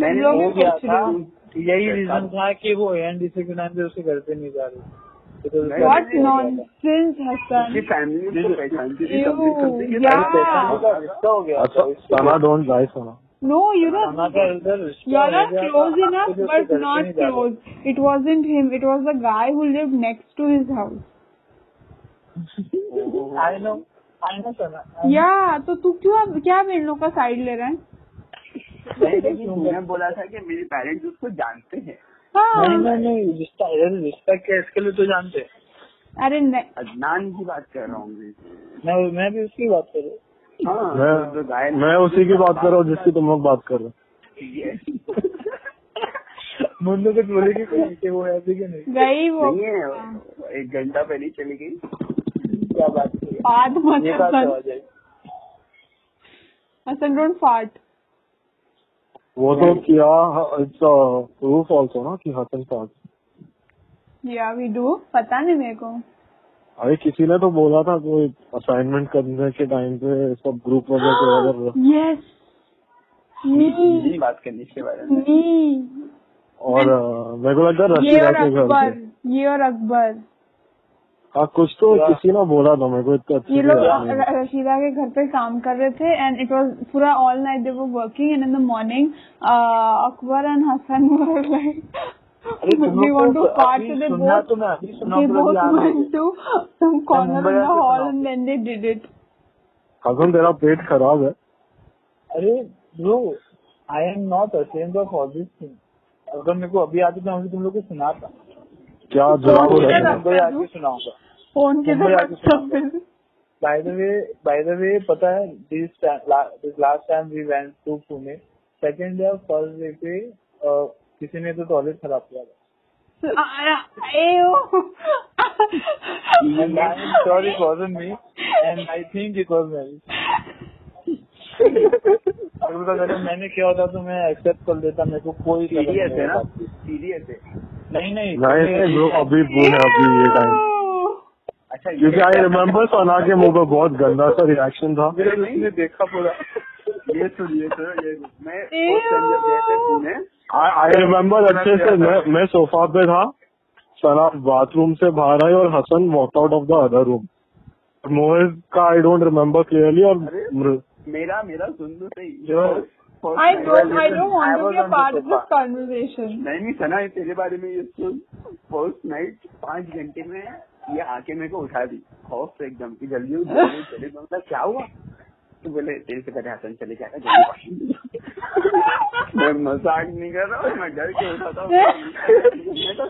[SPEAKER 3] मैंने
[SPEAKER 2] लोग
[SPEAKER 4] हो
[SPEAKER 2] भी
[SPEAKER 4] गया
[SPEAKER 2] सोच
[SPEAKER 4] था
[SPEAKER 2] रहे हो
[SPEAKER 4] तो यही
[SPEAKER 3] कैसा?
[SPEAKER 4] रीजन था कि वो एनडीसी के टाइम पे उसके घर पे नहीं जा रही तो
[SPEAKER 3] नहीं,
[SPEAKER 4] उसका
[SPEAKER 2] वॉट
[SPEAKER 3] नहीं,
[SPEAKER 4] रिश्ता हो
[SPEAKER 2] नॉन
[SPEAKER 4] गया था।
[SPEAKER 2] सेंस
[SPEAKER 3] उसकी
[SPEAKER 2] हसन
[SPEAKER 3] फैमिली उसको पहचानती थी
[SPEAKER 2] Ew,
[SPEAKER 3] समथिंग समथिंग
[SPEAKER 2] yeah.
[SPEAKER 4] पहचान का रिश्ता हो गया
[SPEAKER 1] अच्छा,
[SPEAKER 4] था, इसलिए।
[SPEAKER 1] Sana don't guy Sana
[SPEAKER 2] No, you know,
[SPEAKER 4] खाना तो का इधर रिश्ता
[SPEAKER 2] you're
[SPEAKER 4] हो
[SPEAKER 2] not
[SPEAKER 4] गया था,
[SPEAKER 2] close enough,
[SPEAKER 4] आपको
[SPEAKER 2] but
[SPEAKER 4] जो तो उसके घर पे
[SPEAKER 2] not
[SPEAKER 4] नहीं जा रहे।
[SPEAKER 2] close. It wasn't him. It was the guy who lived next to his house.
[SPEAKER 4] I know I know Sana
[SPEAKER 2] Yeah, तो तू क्यों अब क्या अब इन लोग का साइड ले रहा है
[SPEAKER 3] नहीं, लेकिन तूने बोला था कि मेरे पेरेंट्स उसको जानते हैं
[SPEAKER 2] हाँ
[SPEAKER 4] नहीं नहीं नहीं रिश्ता इधर रिश्ता क्या है, इसके लिए तो जानते हैं।
[SPEAKER 2] अरे नहीं
[SPEAKER 3] अदनान की बात कर रहा हूँ मैं
[SPEAKER 4] मैं मैं भी उसकी बात कर रहा हूँ
[SPEAKER 3] हाँ,
[SPEAKER 1] मैं
[SPEAKER 3] तो- तो गाय-
[SPEAKER 1] मैं उसी की बात कर रहा हूँ जिसकी तुम लोग बात कर रहे हो
[SPEAKER 3] ये-
[SPEAKER 2] तो-
[SPEAKER 4] मुन्नू कुछ बोलेगी कोई कि वो है भी कि नहीं
[SPEAKER 2] गई वो
[SPEAKER 3] नहीं है एक घंटा पहले ही चली गई
[SPEAKER 4] क्या बात कर रही
[SPEAKER 2] बात मत
[SPEAKER 4] है? ये बात तो आ
[SPEAKER 2] हसन
[SPEAKER 4] जाएगी
[SPEAKER 2] हसन डोंट फाट
[SPEAKER 1] वो तो किया इट्स प्रूफ ऑल्सो ना कि हसन साहब
[SPEAKER 2] या वी डू पता नहीं मेरे को
[SPEAKER 1] अरे किसी ने तो बोला था कोई असाइनमेंट करने के टाइम पे सब ग्रुप
[SPEAKER 2] हाँ।
[SPEAKER 1] वगैरह
[SPEAKER 2] यस मी
[SPEAKER 3] नहीं बात करने के बारे
[SPEAKER 2] हम्म।
[SPEAKER 3] में
[SPEAKER 2] मी
[SPEAKER 1] और अ, मेरे को लगता है
[SPEAKER 2] ये
[SPEAKER 1] रशीदा
[SPEAKER 2] और अकबर
[SPEAKER 1] के घर से
[SPEAKER 2] ये और अकबर
[SPEAKER 1] हाँ कुछ तो
[SPEAKER 4] क्या?
[SPEAKER 1] किसी ने बोला था मेरे को इतना अच्छे
[SPEAKER 2] ये
[SPEAKER 1] से
[SPEAKER 4] तो
[SPEAKER 1] हम्म।
[SPEAKER 2] लोग
[SPEAKER 1] याद नहीं
[SPEAKER 2] र- रशीदा के घर पे काम कर रहे थे एंड इट वाज पूरा all night they were working and in the morning Akbar and Hasan were
[SPEAKER 4] अरे
[SPEAKER 2] लाइक
[SPEAKER 4] तुम
[SPEAKER 2] वी वांट
[SPEAKER 4] लोग
[SPEAKER 2] टू
[SPEAKER 4] को
[SPEAKER 2] पार्ट
[SPEAKER 4] अभी
[SPEAKER 2] दे
[SPEAKER 4] सुनना
[SPEAKER 2] बोथ
[SPEAKER 4] तो मैं अभी सुना
[SPEAKER 2] दे
[SPEAKER 4] तो
[SPEAKER 2] बोथ
[SPEAKER 4] याद नहीं
[SPEAKER 2] went to some corner
[SPEAKER 4] Mumbai
[SPEAKER 2] in the
[SPEAKER 4] आके
[SPEAKER 2] हॉल
[SPEAKER 4] सुनाओ।
[SPEAKER 2] And then they did it
[SPEAKER 1] Hasan तेरा पेट खराब है
[SPEAKER 4] अरे bro I am not ascend of all this thing अगर मेरे को अभी आती तो मैं तुम लोग को सुनाता
[SPEAKER 1] क्या जवाब हो
[SPEAKER 2] मुझे
[SPEAKER 1] रहा
[SPEAKER 2] लगता
[SPEAKER 1] है
[SPEAKER 4] मुंबई
[SPEAKER 2] है
[SPEAKER 4] आके
[SPEAKER 2] ब्रो।
[SPEAKER 4] सुनाऊंगा
[SPEAKER 2] फोन के
[SPEAKER 4] मुंबई आके सुनाऊंगा।
[SPEAKER 2] साथ
[SPEAKER 4] by the way by the way पता है this this last time we went to Pune second या फर्स्ट डे पे अ, किसी ने तो टॉयलेट खराब किया था and I am sure it wasn't me and I think it was marriage अगर मैंने किया होता तो मैं एक्सेप्ट कर लेता मेरे को कोई
[SPEAKER 3] सीरियस है ना
[SPEAKER 4] होता।
[SPEAKER 3] सीरियस है
[SPEAKER 4] नहीं नहीं
[SPEAKER 1] नहीं नहीं bro, अभी पूछ अभी ये टाइम
[SPEAKER 3] अच्छा ये-
[SPEAKER 1] क्योंकि आई रिमेम्बर सोना के मुंह पे बहुत गंदा सा रिएक्शन था
[SPEAKER 4] मेरे उसने देखा पूरा
[SPEAKER 3] ये सुनिए सर ये मैं उस टाइम जब गए थे पुणे
[SPEAKER 1] आई रिमेम्बर अच्छे से मैं मैं सोफा पे था सना बाथरूम से बाहर आई और Hasan walk out of the other room Mohit का आई डोंट रिमेम्बर क्लियरली और मृ-
[SPEAKER 3] मेरा मेरा सुन तो सही
[SPEAKER 4] जो-
[SPEAKER 3] First
[SPEAKER 2] I
[SPEAKER 3] time-
[SPEAKER 2] don't, I don't want
[SPEAKER 4] I
[SPEAKER 2] to
[SPEAKER 4] was
[SPEAKER 2] be a
[SPEAKER 4] on the
[SPEAKER 2] part of this
[SPEAKER 4] sofa.
[SPEAKER 2] conversation.
[SPEAKER 3] नहीं नहीं सना ये तेरे बारे में ये सुन फर्स्ट नाइट पाँच घंटे में ये आके मेरे को उठा दी खौफ से एकदम की जल्दी उठ जल्दी उठ, जल्दी मतलब क्या हुआ तो बोले तेरे से पहले हसन चले जाएगा जल्दी वाश मैं मजाक नहीं कर रहा हूँ मैं डर के उठा था मैं तो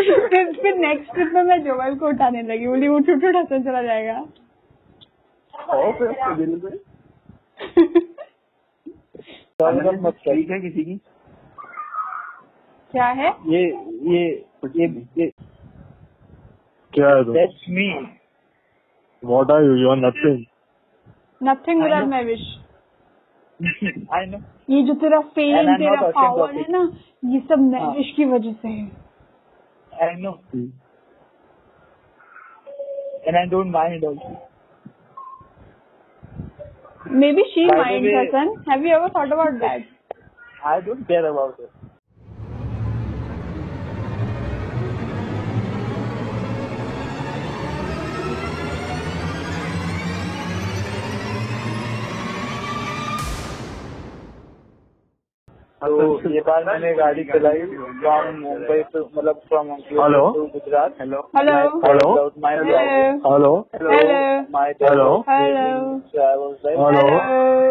[SPEAKER 2] फिर फिर नेक्स्ट ट्रिप में मैं जोवेल को उठाने लगी बोली उठ उठ उठ हसन चला जाएगा
[SPEAKER 3] तो खौफ है उसके दिल में
[SPEAKER 4] सर मत कर
[SPEAKER 3] ठीक है किसी की
[SPEAKER 2] क्या है
[SPEAKER 4] ये ये ये ये
[SPEAKER 1] क्या है तो? तुम
[SPEAKER 4] that's me
[SPEAKER 1] what are you you are nothing
[SPEAKER 2] nothing without my wish
[SPEAKER 4] I know
[SPEAKER 2] ये जो तेरा
[SPEAKER 4] And
[SPEAKER 2] फेम
[SPEAKER 4] I'm
[SPEAKER 2] तेरा
[SPEAKER 4] not ashamed of
[SPEAKER 2] पावर है
[SPEAKER 4] it.
[SPEAKER 2] ना ये सब
[SPEAKER 4] हाँ।
[SPEAKER 2] मैरिज की वजह से है
[SPEAKER 4] I know and I don't mind also
[SPEAKER 2] maybe she
[SPEAKER 4] By the
[SPEAKER 2] mind
[SPEAKER 4] way-
[SPEAKER 2] Hasan have you ever thought about that
[SPEAKER 4] I don't care about it तो ये बार मैंने गाड़ी चलाई फ्रॉम मुंबई टू मतलब from
[SPEAKER 1] Hello?
[SPEAKER 4] To Gujarat
[SPEAKER 3] hello
[SPEAKER 2] hello
[SPEAKER 1] Hello?
[SPEAKER 4] My
[SPEAKER 2] hello
[SPEAKER 1] hello
[SPEAKER 2] Hello?
[SPEAKER 4] My
[SPEAKER 1] Hello?
[SPEAKER 2] Hello?
[SPEAKER 4] I was like
[SPEAKER 1] hello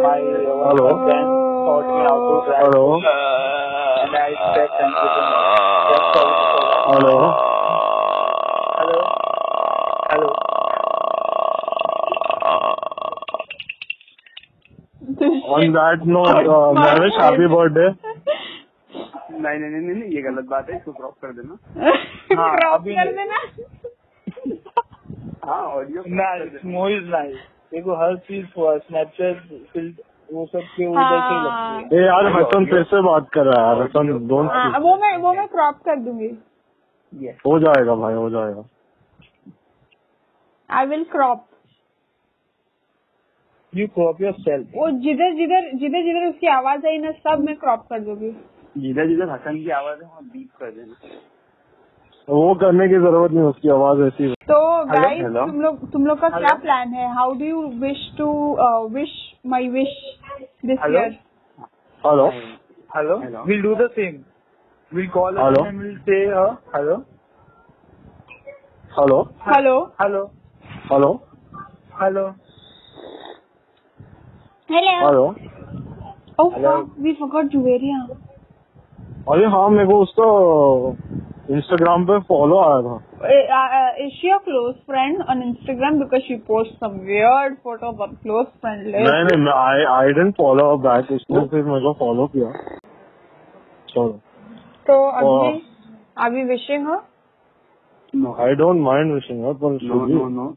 [SPEAKER 4] my uh,
[SPEAKER 2] hello
[SPEAKER 1] Hello?
[SPEAKER 4] friend taught me how to drive
[SPEAKER 1] hello
[SPEAKER 4] and I said thank you so much. That's how it was.
[SPEAKER 1] Hello
[SPEAKER 4] Hello? Hello?
[SPEAKER 1] On that note मैं wish happy birthday
[SPEAKER 3] नहीं नहीं नहीं नहीं ये गलत बात है इसको क्रॉप कर देना
[SPEAKER 4] हाँ,
[SPEAKER 2] क्रॉप
[SPEAKER 4] अभी-
[SPEAKER 2] कर देना
[SPEAKER 3] हाँ audio
[SPEAKER 4] Nice, Mohi is nice. देखो हर चीज हुआ स्नैपचैट फिल्ड वो सब के उधर से ही लगती है
[SPEAKER 1] ए यार हसन फिर से बात कर रहा है यार हसन
[SPEAKER 2] हाँ,
[SPEAKER 1] डोंट
[SPEAKER 2] वो मैं वो मैं क्रॉप कर दूंगी
[SPEAKER 1] हो जाएगा भाई हो जाएगा
[SPEAKER 2] I will crop
[SPEAKER 4] you crop yourself
[SPEAKER 2] वो जिधर जिधर जिधर जिधर उसकी आवाज आई ना सब मैं क्रॉप कर दूंगी
[SPEAKER 3] जिधर जिधर हसन की आवाज है वहाँ बीप कर देना
[SPEAKER 1] वो करने की जरूरत नहीं उसकी आवाज ऐसी
[SPEAKER 2] तो गाइस
[SPEAKER 3] hello.
[SPEAKER 2] तुम लोग तुम लोग का क्या प्लान है how do you wish to wish my wish this
[SPEAKER 4] Hello?
[SPEAKER 2] Year
[SPEAKER 1] hello
[SPEAKER 4] hello
[SPEAKER 3] Hello.
[SPEAKER 4] Will do the same will call
[SPEAKER 1] Hello?
[SPEAKER 4] And will say hello
[SPEAKER 1] hello
[SPEAKER 2] hello
[SPEAKER 4] hello
[SPEAKER 1] hello
[SPEAKER 4] hello
[SPEAKER 2] hello
[SPEAKER 1] hello
[SPEAKER 2] oh we forgot Juveria
[SPEAKER 1] अरे हाँ मेरे को उसका Instagram पे follow आया था
[SPEAKER 2] Uh, uh, is she a close friend on Instagram because she posts some weird photo of her close friend
[SPEAKER 1] नहीं
[SPEAKER 2] list?
[SPEAKER 1] नहीं I I didn't follow back उसने फिर मेरे को फॉलो किया चलो
[SPEAKER 2] तो
[SPEAKER 1] Oh.
[SPEAKER 2] अभी अभी wishing her.
[SPEAKER 3] No
[SPEAKER 1] I don't mind wishing पर
[SPEAKER 3] no
[SPEAKER 1] should
[SPEAKER 3] no
[SPEAKER 1] you-
[SPEAKER 3] no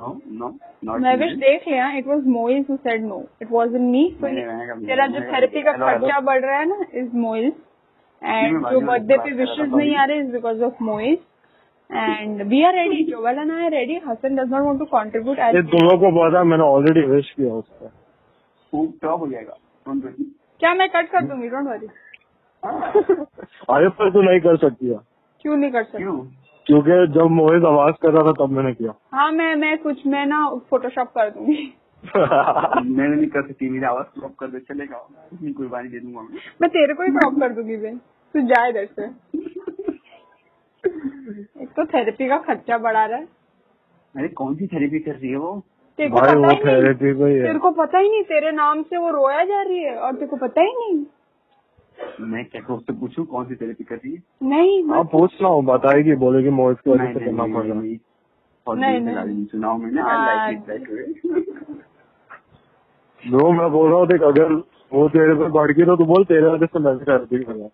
[SPEAKER 3] no no not
[SPEAKER 2] मैं विश देख लिया it was Moiz who said no. It wasn't me. So
[SPEAKER 3] मैंने- मैंने कहा-
[SPEAKER 2] तेरा जो
[SPEAKER 3] मैंने
[SPEAKER 2] थेरेपी का
[SPEAKER 3] कहा- hello,
[SPEAKER 2] खर्चा
[SPEAKER 3] hello.
[SPEAKER 2] बढ़ रहा है ना इज मोइज
[SPEAKER 3] नहीं,
[SPEAKER 2] एंड
[SPEAKER 3] मैं
[SPEAKER 2] जो
[SPEAKER 3] बाजू में
[SPEAKER 2] बर्थडे
[SPEAKER 3] बात
[SPEAKER 2] पे
[SPEAKER 3] कर रहा
[SPEAKER 2] विशेष
[SPEAKER 3] था,
[SPEAKER 2] नहीं
[SPEAKER 3] बाजू।
[SPEAKER 2] आ रहे is because of Moiz and we are ready Jovel and I ready Hasan does not want to contribute
[SPEAKER 1] ये
[SPEAKER 2] एज
[SPEAKER 1] तुम लोग को पता है, मैंने ऑलरेडी विश किया उसका
[SPEAKER 3] खूब टॉप हो जाएगा Don't worry.
[SPEAKER 2] क्या मैं कट कर दूंगी डोंट वरी
[SPEAKER 1] अरे पर तू नहीं कर सकती है
[SPEAKER 2] क्यों नहीं कर सकती
[SPEAKER 3] क्यों
[SPEAKER 1] क्योंकि जब मोहित आवाज कर रहा था तब मैंने किया
[SPEAKER 2] हाँ मैं मैं कुछ मैं ना फोटोशॉप कर दूंगी
[SPEAKER 3] मैंने नहीं कर सकती मेरी आवाज क्रॉप कर दे चलेगा अपनी कुर्बानी दे दूंगा मैं।
[SPEAKER 2] मैं तेरे को ही ड्रॉप कर दूंगी बे तू जाए इधर से एक तो थेरेपी का खर्चा बढ़ा रहा है
[SPEAKER 3] अरे कौन सी थेरेपी कर रही है वो
[SPEAKER 2] तेरे को
[SPEAKER 1] भाई
[SPEAKER 2] पता
[SPEAKER 1] वो
[SPEAKER 2] ही नहीं
[SPEAKER 1] थेरेपी को ही है
[SPEAKER 2] तेरे को पता ही नहीं तेरे नाम से वो रोया जा रही है और तेरे को पता ही नहीं
[SPEAKER 3] मैं क्या कहूँ उससे पूछूं कौन सी थेरेपी कर रही है
[SPEAKER 2] नहीं
[SPEAKER 1] आप
[SPEAKER 2] मत
[SPEAKER 1] हाँ, पूछना हो बताएगी बोलेगी मोहित की वजह
[SPEAKER 3] नहीं,
[SPEAKER 1] से
[SPEAKER 3] नहीं,
[SPEAKER 1] करना
[SPEAKER 3] नहीं,
[SPEAKER 1] पड़ रहा है
[SPEAKER 3] नहीं, और
[SPEAKER 2] नहीं,
[SPEAKER 3] दूर से
[SPEAKER 2] नहीं।
[SPEAKER 3] गाली नहीं सुनाओ मैंने
[SPEAKER 2] हाँ।
[SPEAKER 3] आई लाइक इट दैट
[SPEAKER 1] जो मैं बोल रहा हूँ देख अगर वो तेरे पे बढ़ गई तो तू बोल तेरे वजह से मैं भी कर दी मैंने।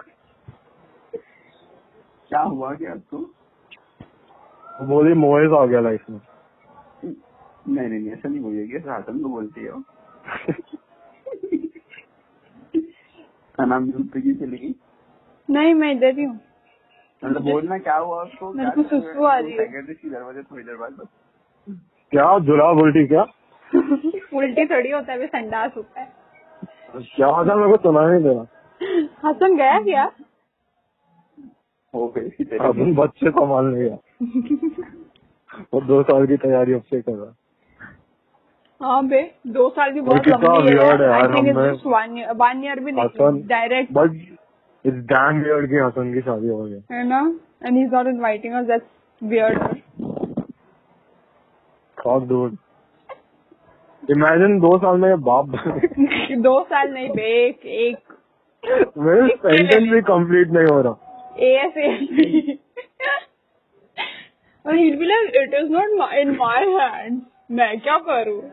[SPEAKER 3] क्या हुआ क्या आपको
[SPEAKER 1] वो बोली तो मोहित आ गया लाइफ में
[SPEAKER 3] नहीं नहीं नहीं, ऐसा नहीं बोलिएगी ऐसा आतंक को बोलती हो नाम जिंदगी चली गई
[SPEAKER 2] नहीं मैं इधर ही हूँ
[SPEAKER 3] मतलब बोलना क्या तो हुआ उसको
[SPEAKER 2] मेरे को सुसु आ रही है।
[SPEAKER 3] सेकंड दरवाजे थोड़ी देर बाद बस
[SPEAKER 1] क्या जुड़ा उल्टी क्या
[SPEAKER 2] उल्टी थोड़ी होता है वे संडास होता है
[SPEAKER 1] क्या था मेरे को सुना नहीं दे रहा
[SPEAKER 2] हसन गया क्या
[SPEAKER 3] हो गई इसकी
[SPEAKER 1] अब
[SPEAKER 3] तैयारी
[SPEAKER 1] बच्चे संभाल नहीं रहा और दो साल की तैयारी अब से कर रहा
[SPEAKER 2] हाँ बे दो साल भी
[SPEAKER 1] और
[SPEAKER 2] बहुत
[SPEAKER 1] कितना
[SPEAKER 2] लंबी
[SPEAKER 1] weird है
[SPEAKER 2] है आई
[SPEAKER 1] यार,
[SPEAKER 2] थिंक
[SPEAKER 1] हमने-
[SPEAKER 2] इट्स वन ईयर भी
[SPEAKER 1] हसन
[SPEAKER 2] नहीं direct
[SPEAKER 1] but is damn weird की हसन की शादी हो गई
[SPEAKER 2] है ना and he is not inviting us that's weird
[SPEAKER 1] fuck dude imagine दो साल में ये बाप बने।
[SPEAKER 2] दो साल नहीं बे एक एक
[SPEAKER 1] मेरे सेंटेंस भी कंप्लीट नहीं हो रहा
[SPEAKER 2] ASAP. and he'd be like, it is not my, in my hands. मैं क्या करूँ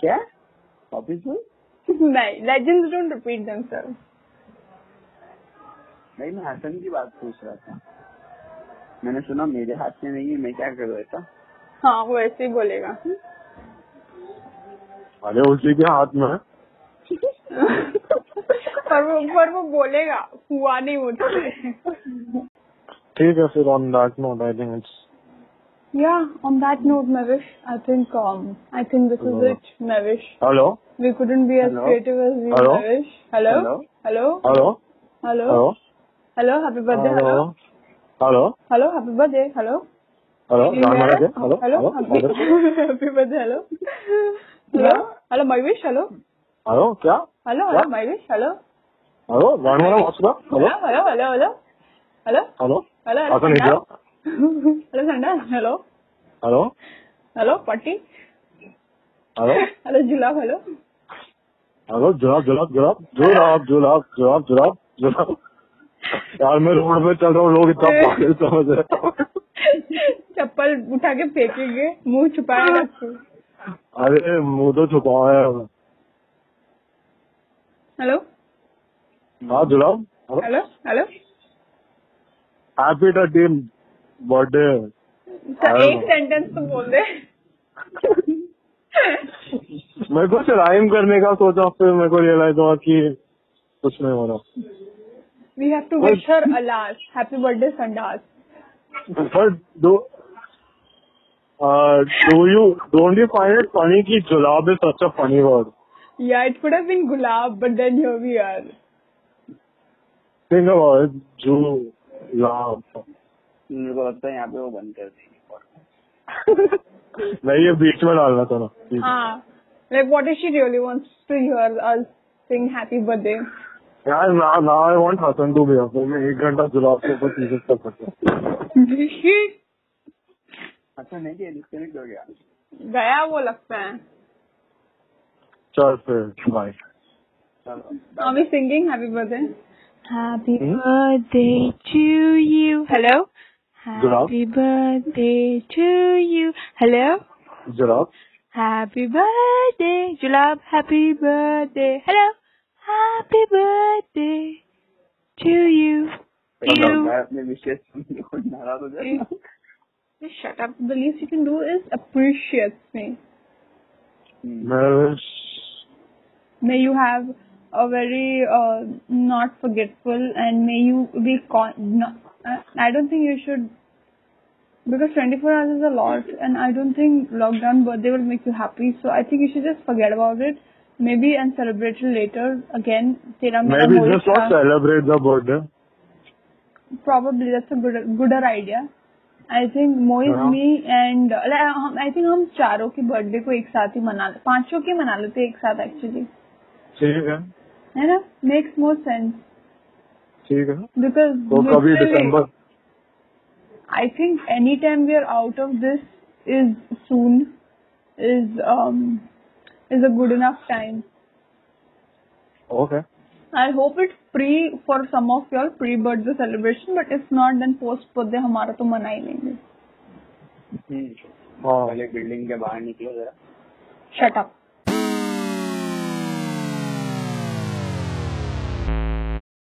[SPEAKER 3] क्या ऑफिस में
[SPEAKER 2] नहीं legends don't repeat themselves.
[SPEAKER 3] नहीं मैं हसन की बात पूछ रहा था मैंने सुना मेरे हाथ में नहीं है मैं क्या करूँ ऐसा
[SPEAKER 2] हाँ वो ऐसे ही बोलेगा
[SPEAKER 1] अरे उसी के हाथ में है।
[SPEAKER 2] पर वो पर वो बोलेगा हुआ नहीं मुझसे
[SPEAKER 1] ठीक है हाँ। फिर on that note I think it's
[SPEAKER 2] या on that note Navish I think I think this is it Navish
[SPEAKER 1] hello
[SPEAKER 2] we couldn't be as
[SPEAKER 3] Hello?
[SPEAKER 2] creative as you
[SPEAKER 1] Hello?
[SPEAKER 2] Navish hello
[SPEAKER 3] Hello?
[SPEAKER 2] Hello
[SPEAKER 1] hello
[SPEAKER 2] hello
[SPEAKER 1] hello
[SPEAKER 2] hello happy birthday
[SPEAKER 1] hello
[SPEAKER 2] hello
[SPEAKER 1] hello
[SPEAKER 2] hello happy birthday hello
[SPEAKER 1] hello
[SPEAKER 2] You
[SPEAKER 1] Ram
[SPEAKER 2] there?
[SPEAKER 1] Maharaj hello hello
[SPEAKER 2] happy
[SPEAKER 1] hello
[SPEAKER 2] happy birthday hello hello hello my wish hello
[SPEAKER 1] hello क्या
[SPEAKER 2] hello hello my wish hello
[SPEAKER 1] hello Ram Maharaj वासुदा hello
[SPEAKER 2] hello hello hello hello hello
[SPEAKER 1] hello
[SPEAKER 2] hello hello Sanda?
[SPEAKER 1] Hasan हिजरा
[SPEAKER 2] hello Sanda? hello
[SPEAKER 1] hello
[SPEAKER 2] hello Patti
[SPEAKER 1] hello
[SPEAKER 2] hello Jula hello
[SPEAKER 1] hello जुलाब जुलाब जुलाब जुलाब जुलाब जुलाब जुलाब जुलाब यार मैं रोड पे चल रहा हूँ लोग इतना पागल समझ रहे हैं।
[SPEAKER 2] चप्पल उठा के फेंकेंगे मुंह छुपाए
[SPEAKER 6] हाँ।
[SPEAKER 2] रखो
[SPEAKER 1] अरे मुंह तो छुपाया है
[SPEAKER 2] हेलो
[SPEAKER 1] हाँ Julab hello
[SPEAKER 2] hello hello
[SPEAKER 1] happy thirteen birthday
[SPEAKER 2] sir एक सेंटेंस तो बोल दे
[SPEAKER 1] मेरे को राइम करने का सोचा फिर मेरे को रियलाइज हुआ कि कुछ नहीं हो रहा
[SPEAKER 2] we have to wish her alas happy birthday Sandas
[SPEAKER 1] but do do you don't you find it funny कि Julab is such a funny word
[SPEAKER 2] Yeah, it could have been gulab, but then here we are.
[SPEAKER 1] Think about Julab
[SPEAKER 3] मेरे को लगता है यहाँ पे वो बंद कर देंगे
[SPEAKER 1] नहीं ये बीच में डालना था ना
[SPEAKER 2] Ah, like what if she really wants to hear us sing happy birthday?
[SPEAKER 1] यार ना ना I want Hasan to be upper तो मैं एक घंटा जुलाब के ऊपर चीजें कर सकता हूँ
[SPEAKER 3] अच्छा नहीं कि डिस्कनेक्ट हो गया
[SPEAKER 2] गया वो लगता है
[SPEAKER 1] चल फिर बाय
[SPEAKER 3] चलो
[SPEAKER 2] Are we singing happy birthday?
[SPEAKER 6] Happy birthday to you. Hello.
[SPEAKER 1] Good
[SPEAKER 6] Happy birthday to you. Hello.
[SPEAKER 1] जुलाब
[SPEAKER 6] Happy birthday, Julab. Happy birthday. Hello. Happy birthday to you.
[SPEAKER 3] चलो,
[SPEAKER 6] You.
[SPEAKER 3] मैं अपने विशेष नाराज हो जाए
[SPEAKER 2] Just shut up. The least you can do is appreciate me.
[SPEAKER 1] मेरा
[SPEAKER 2] May you have a very uh, not forgetful and may you be con. No, uh, I don't think you should. Because 24 hours is a lot, and I don't think lockdown birthday will make you happy. So I think you should just forget about it, maybe, and celebrate it later again. Tera mera
[SPEAKER 1] maybe
[SPEAKER 2] whole
[SPEAKER 1] just not
[SPEAKER 2] stuff.
[SPEAKER 1] celebrate the birthday.
[SPEAKER 2] Probably that's a good gooder idea. I think Moise,
[SPEAKER 1] हाँ।
[SPEAKER 2] me, and uh, like, हम- I think हम चारों की birthday को एक साथ ही मना पांचों की मना लेते हैं एक साथ एक्चुअली
[SPEAKER 1] ठीक है
[SPEAKER 2] है ना मेक्स मोर सेंस
[SPEAKER 1] ठीक है
[SPEAKER 2] because
[SPEAKER 1] तो कभी
[SPEAKER 2] literally,
[SPEAKER 1] December
[SPEAKER 2] I think any time we are out of this is soon is um is a good enough time.
[SPEAKER 1] Okay
[SPEAKER 2] I hope it's pre for some of your pre birthday celebration, but if not, then post birthday हमारा तो मना ही लेंगे.
[SPEAKER 3] हम्म।
[SPEAKER 1] हाँ
[SPEAKER 3] पहले building के बाहर निकलो जरा
[SPEAKER 2] Shut up.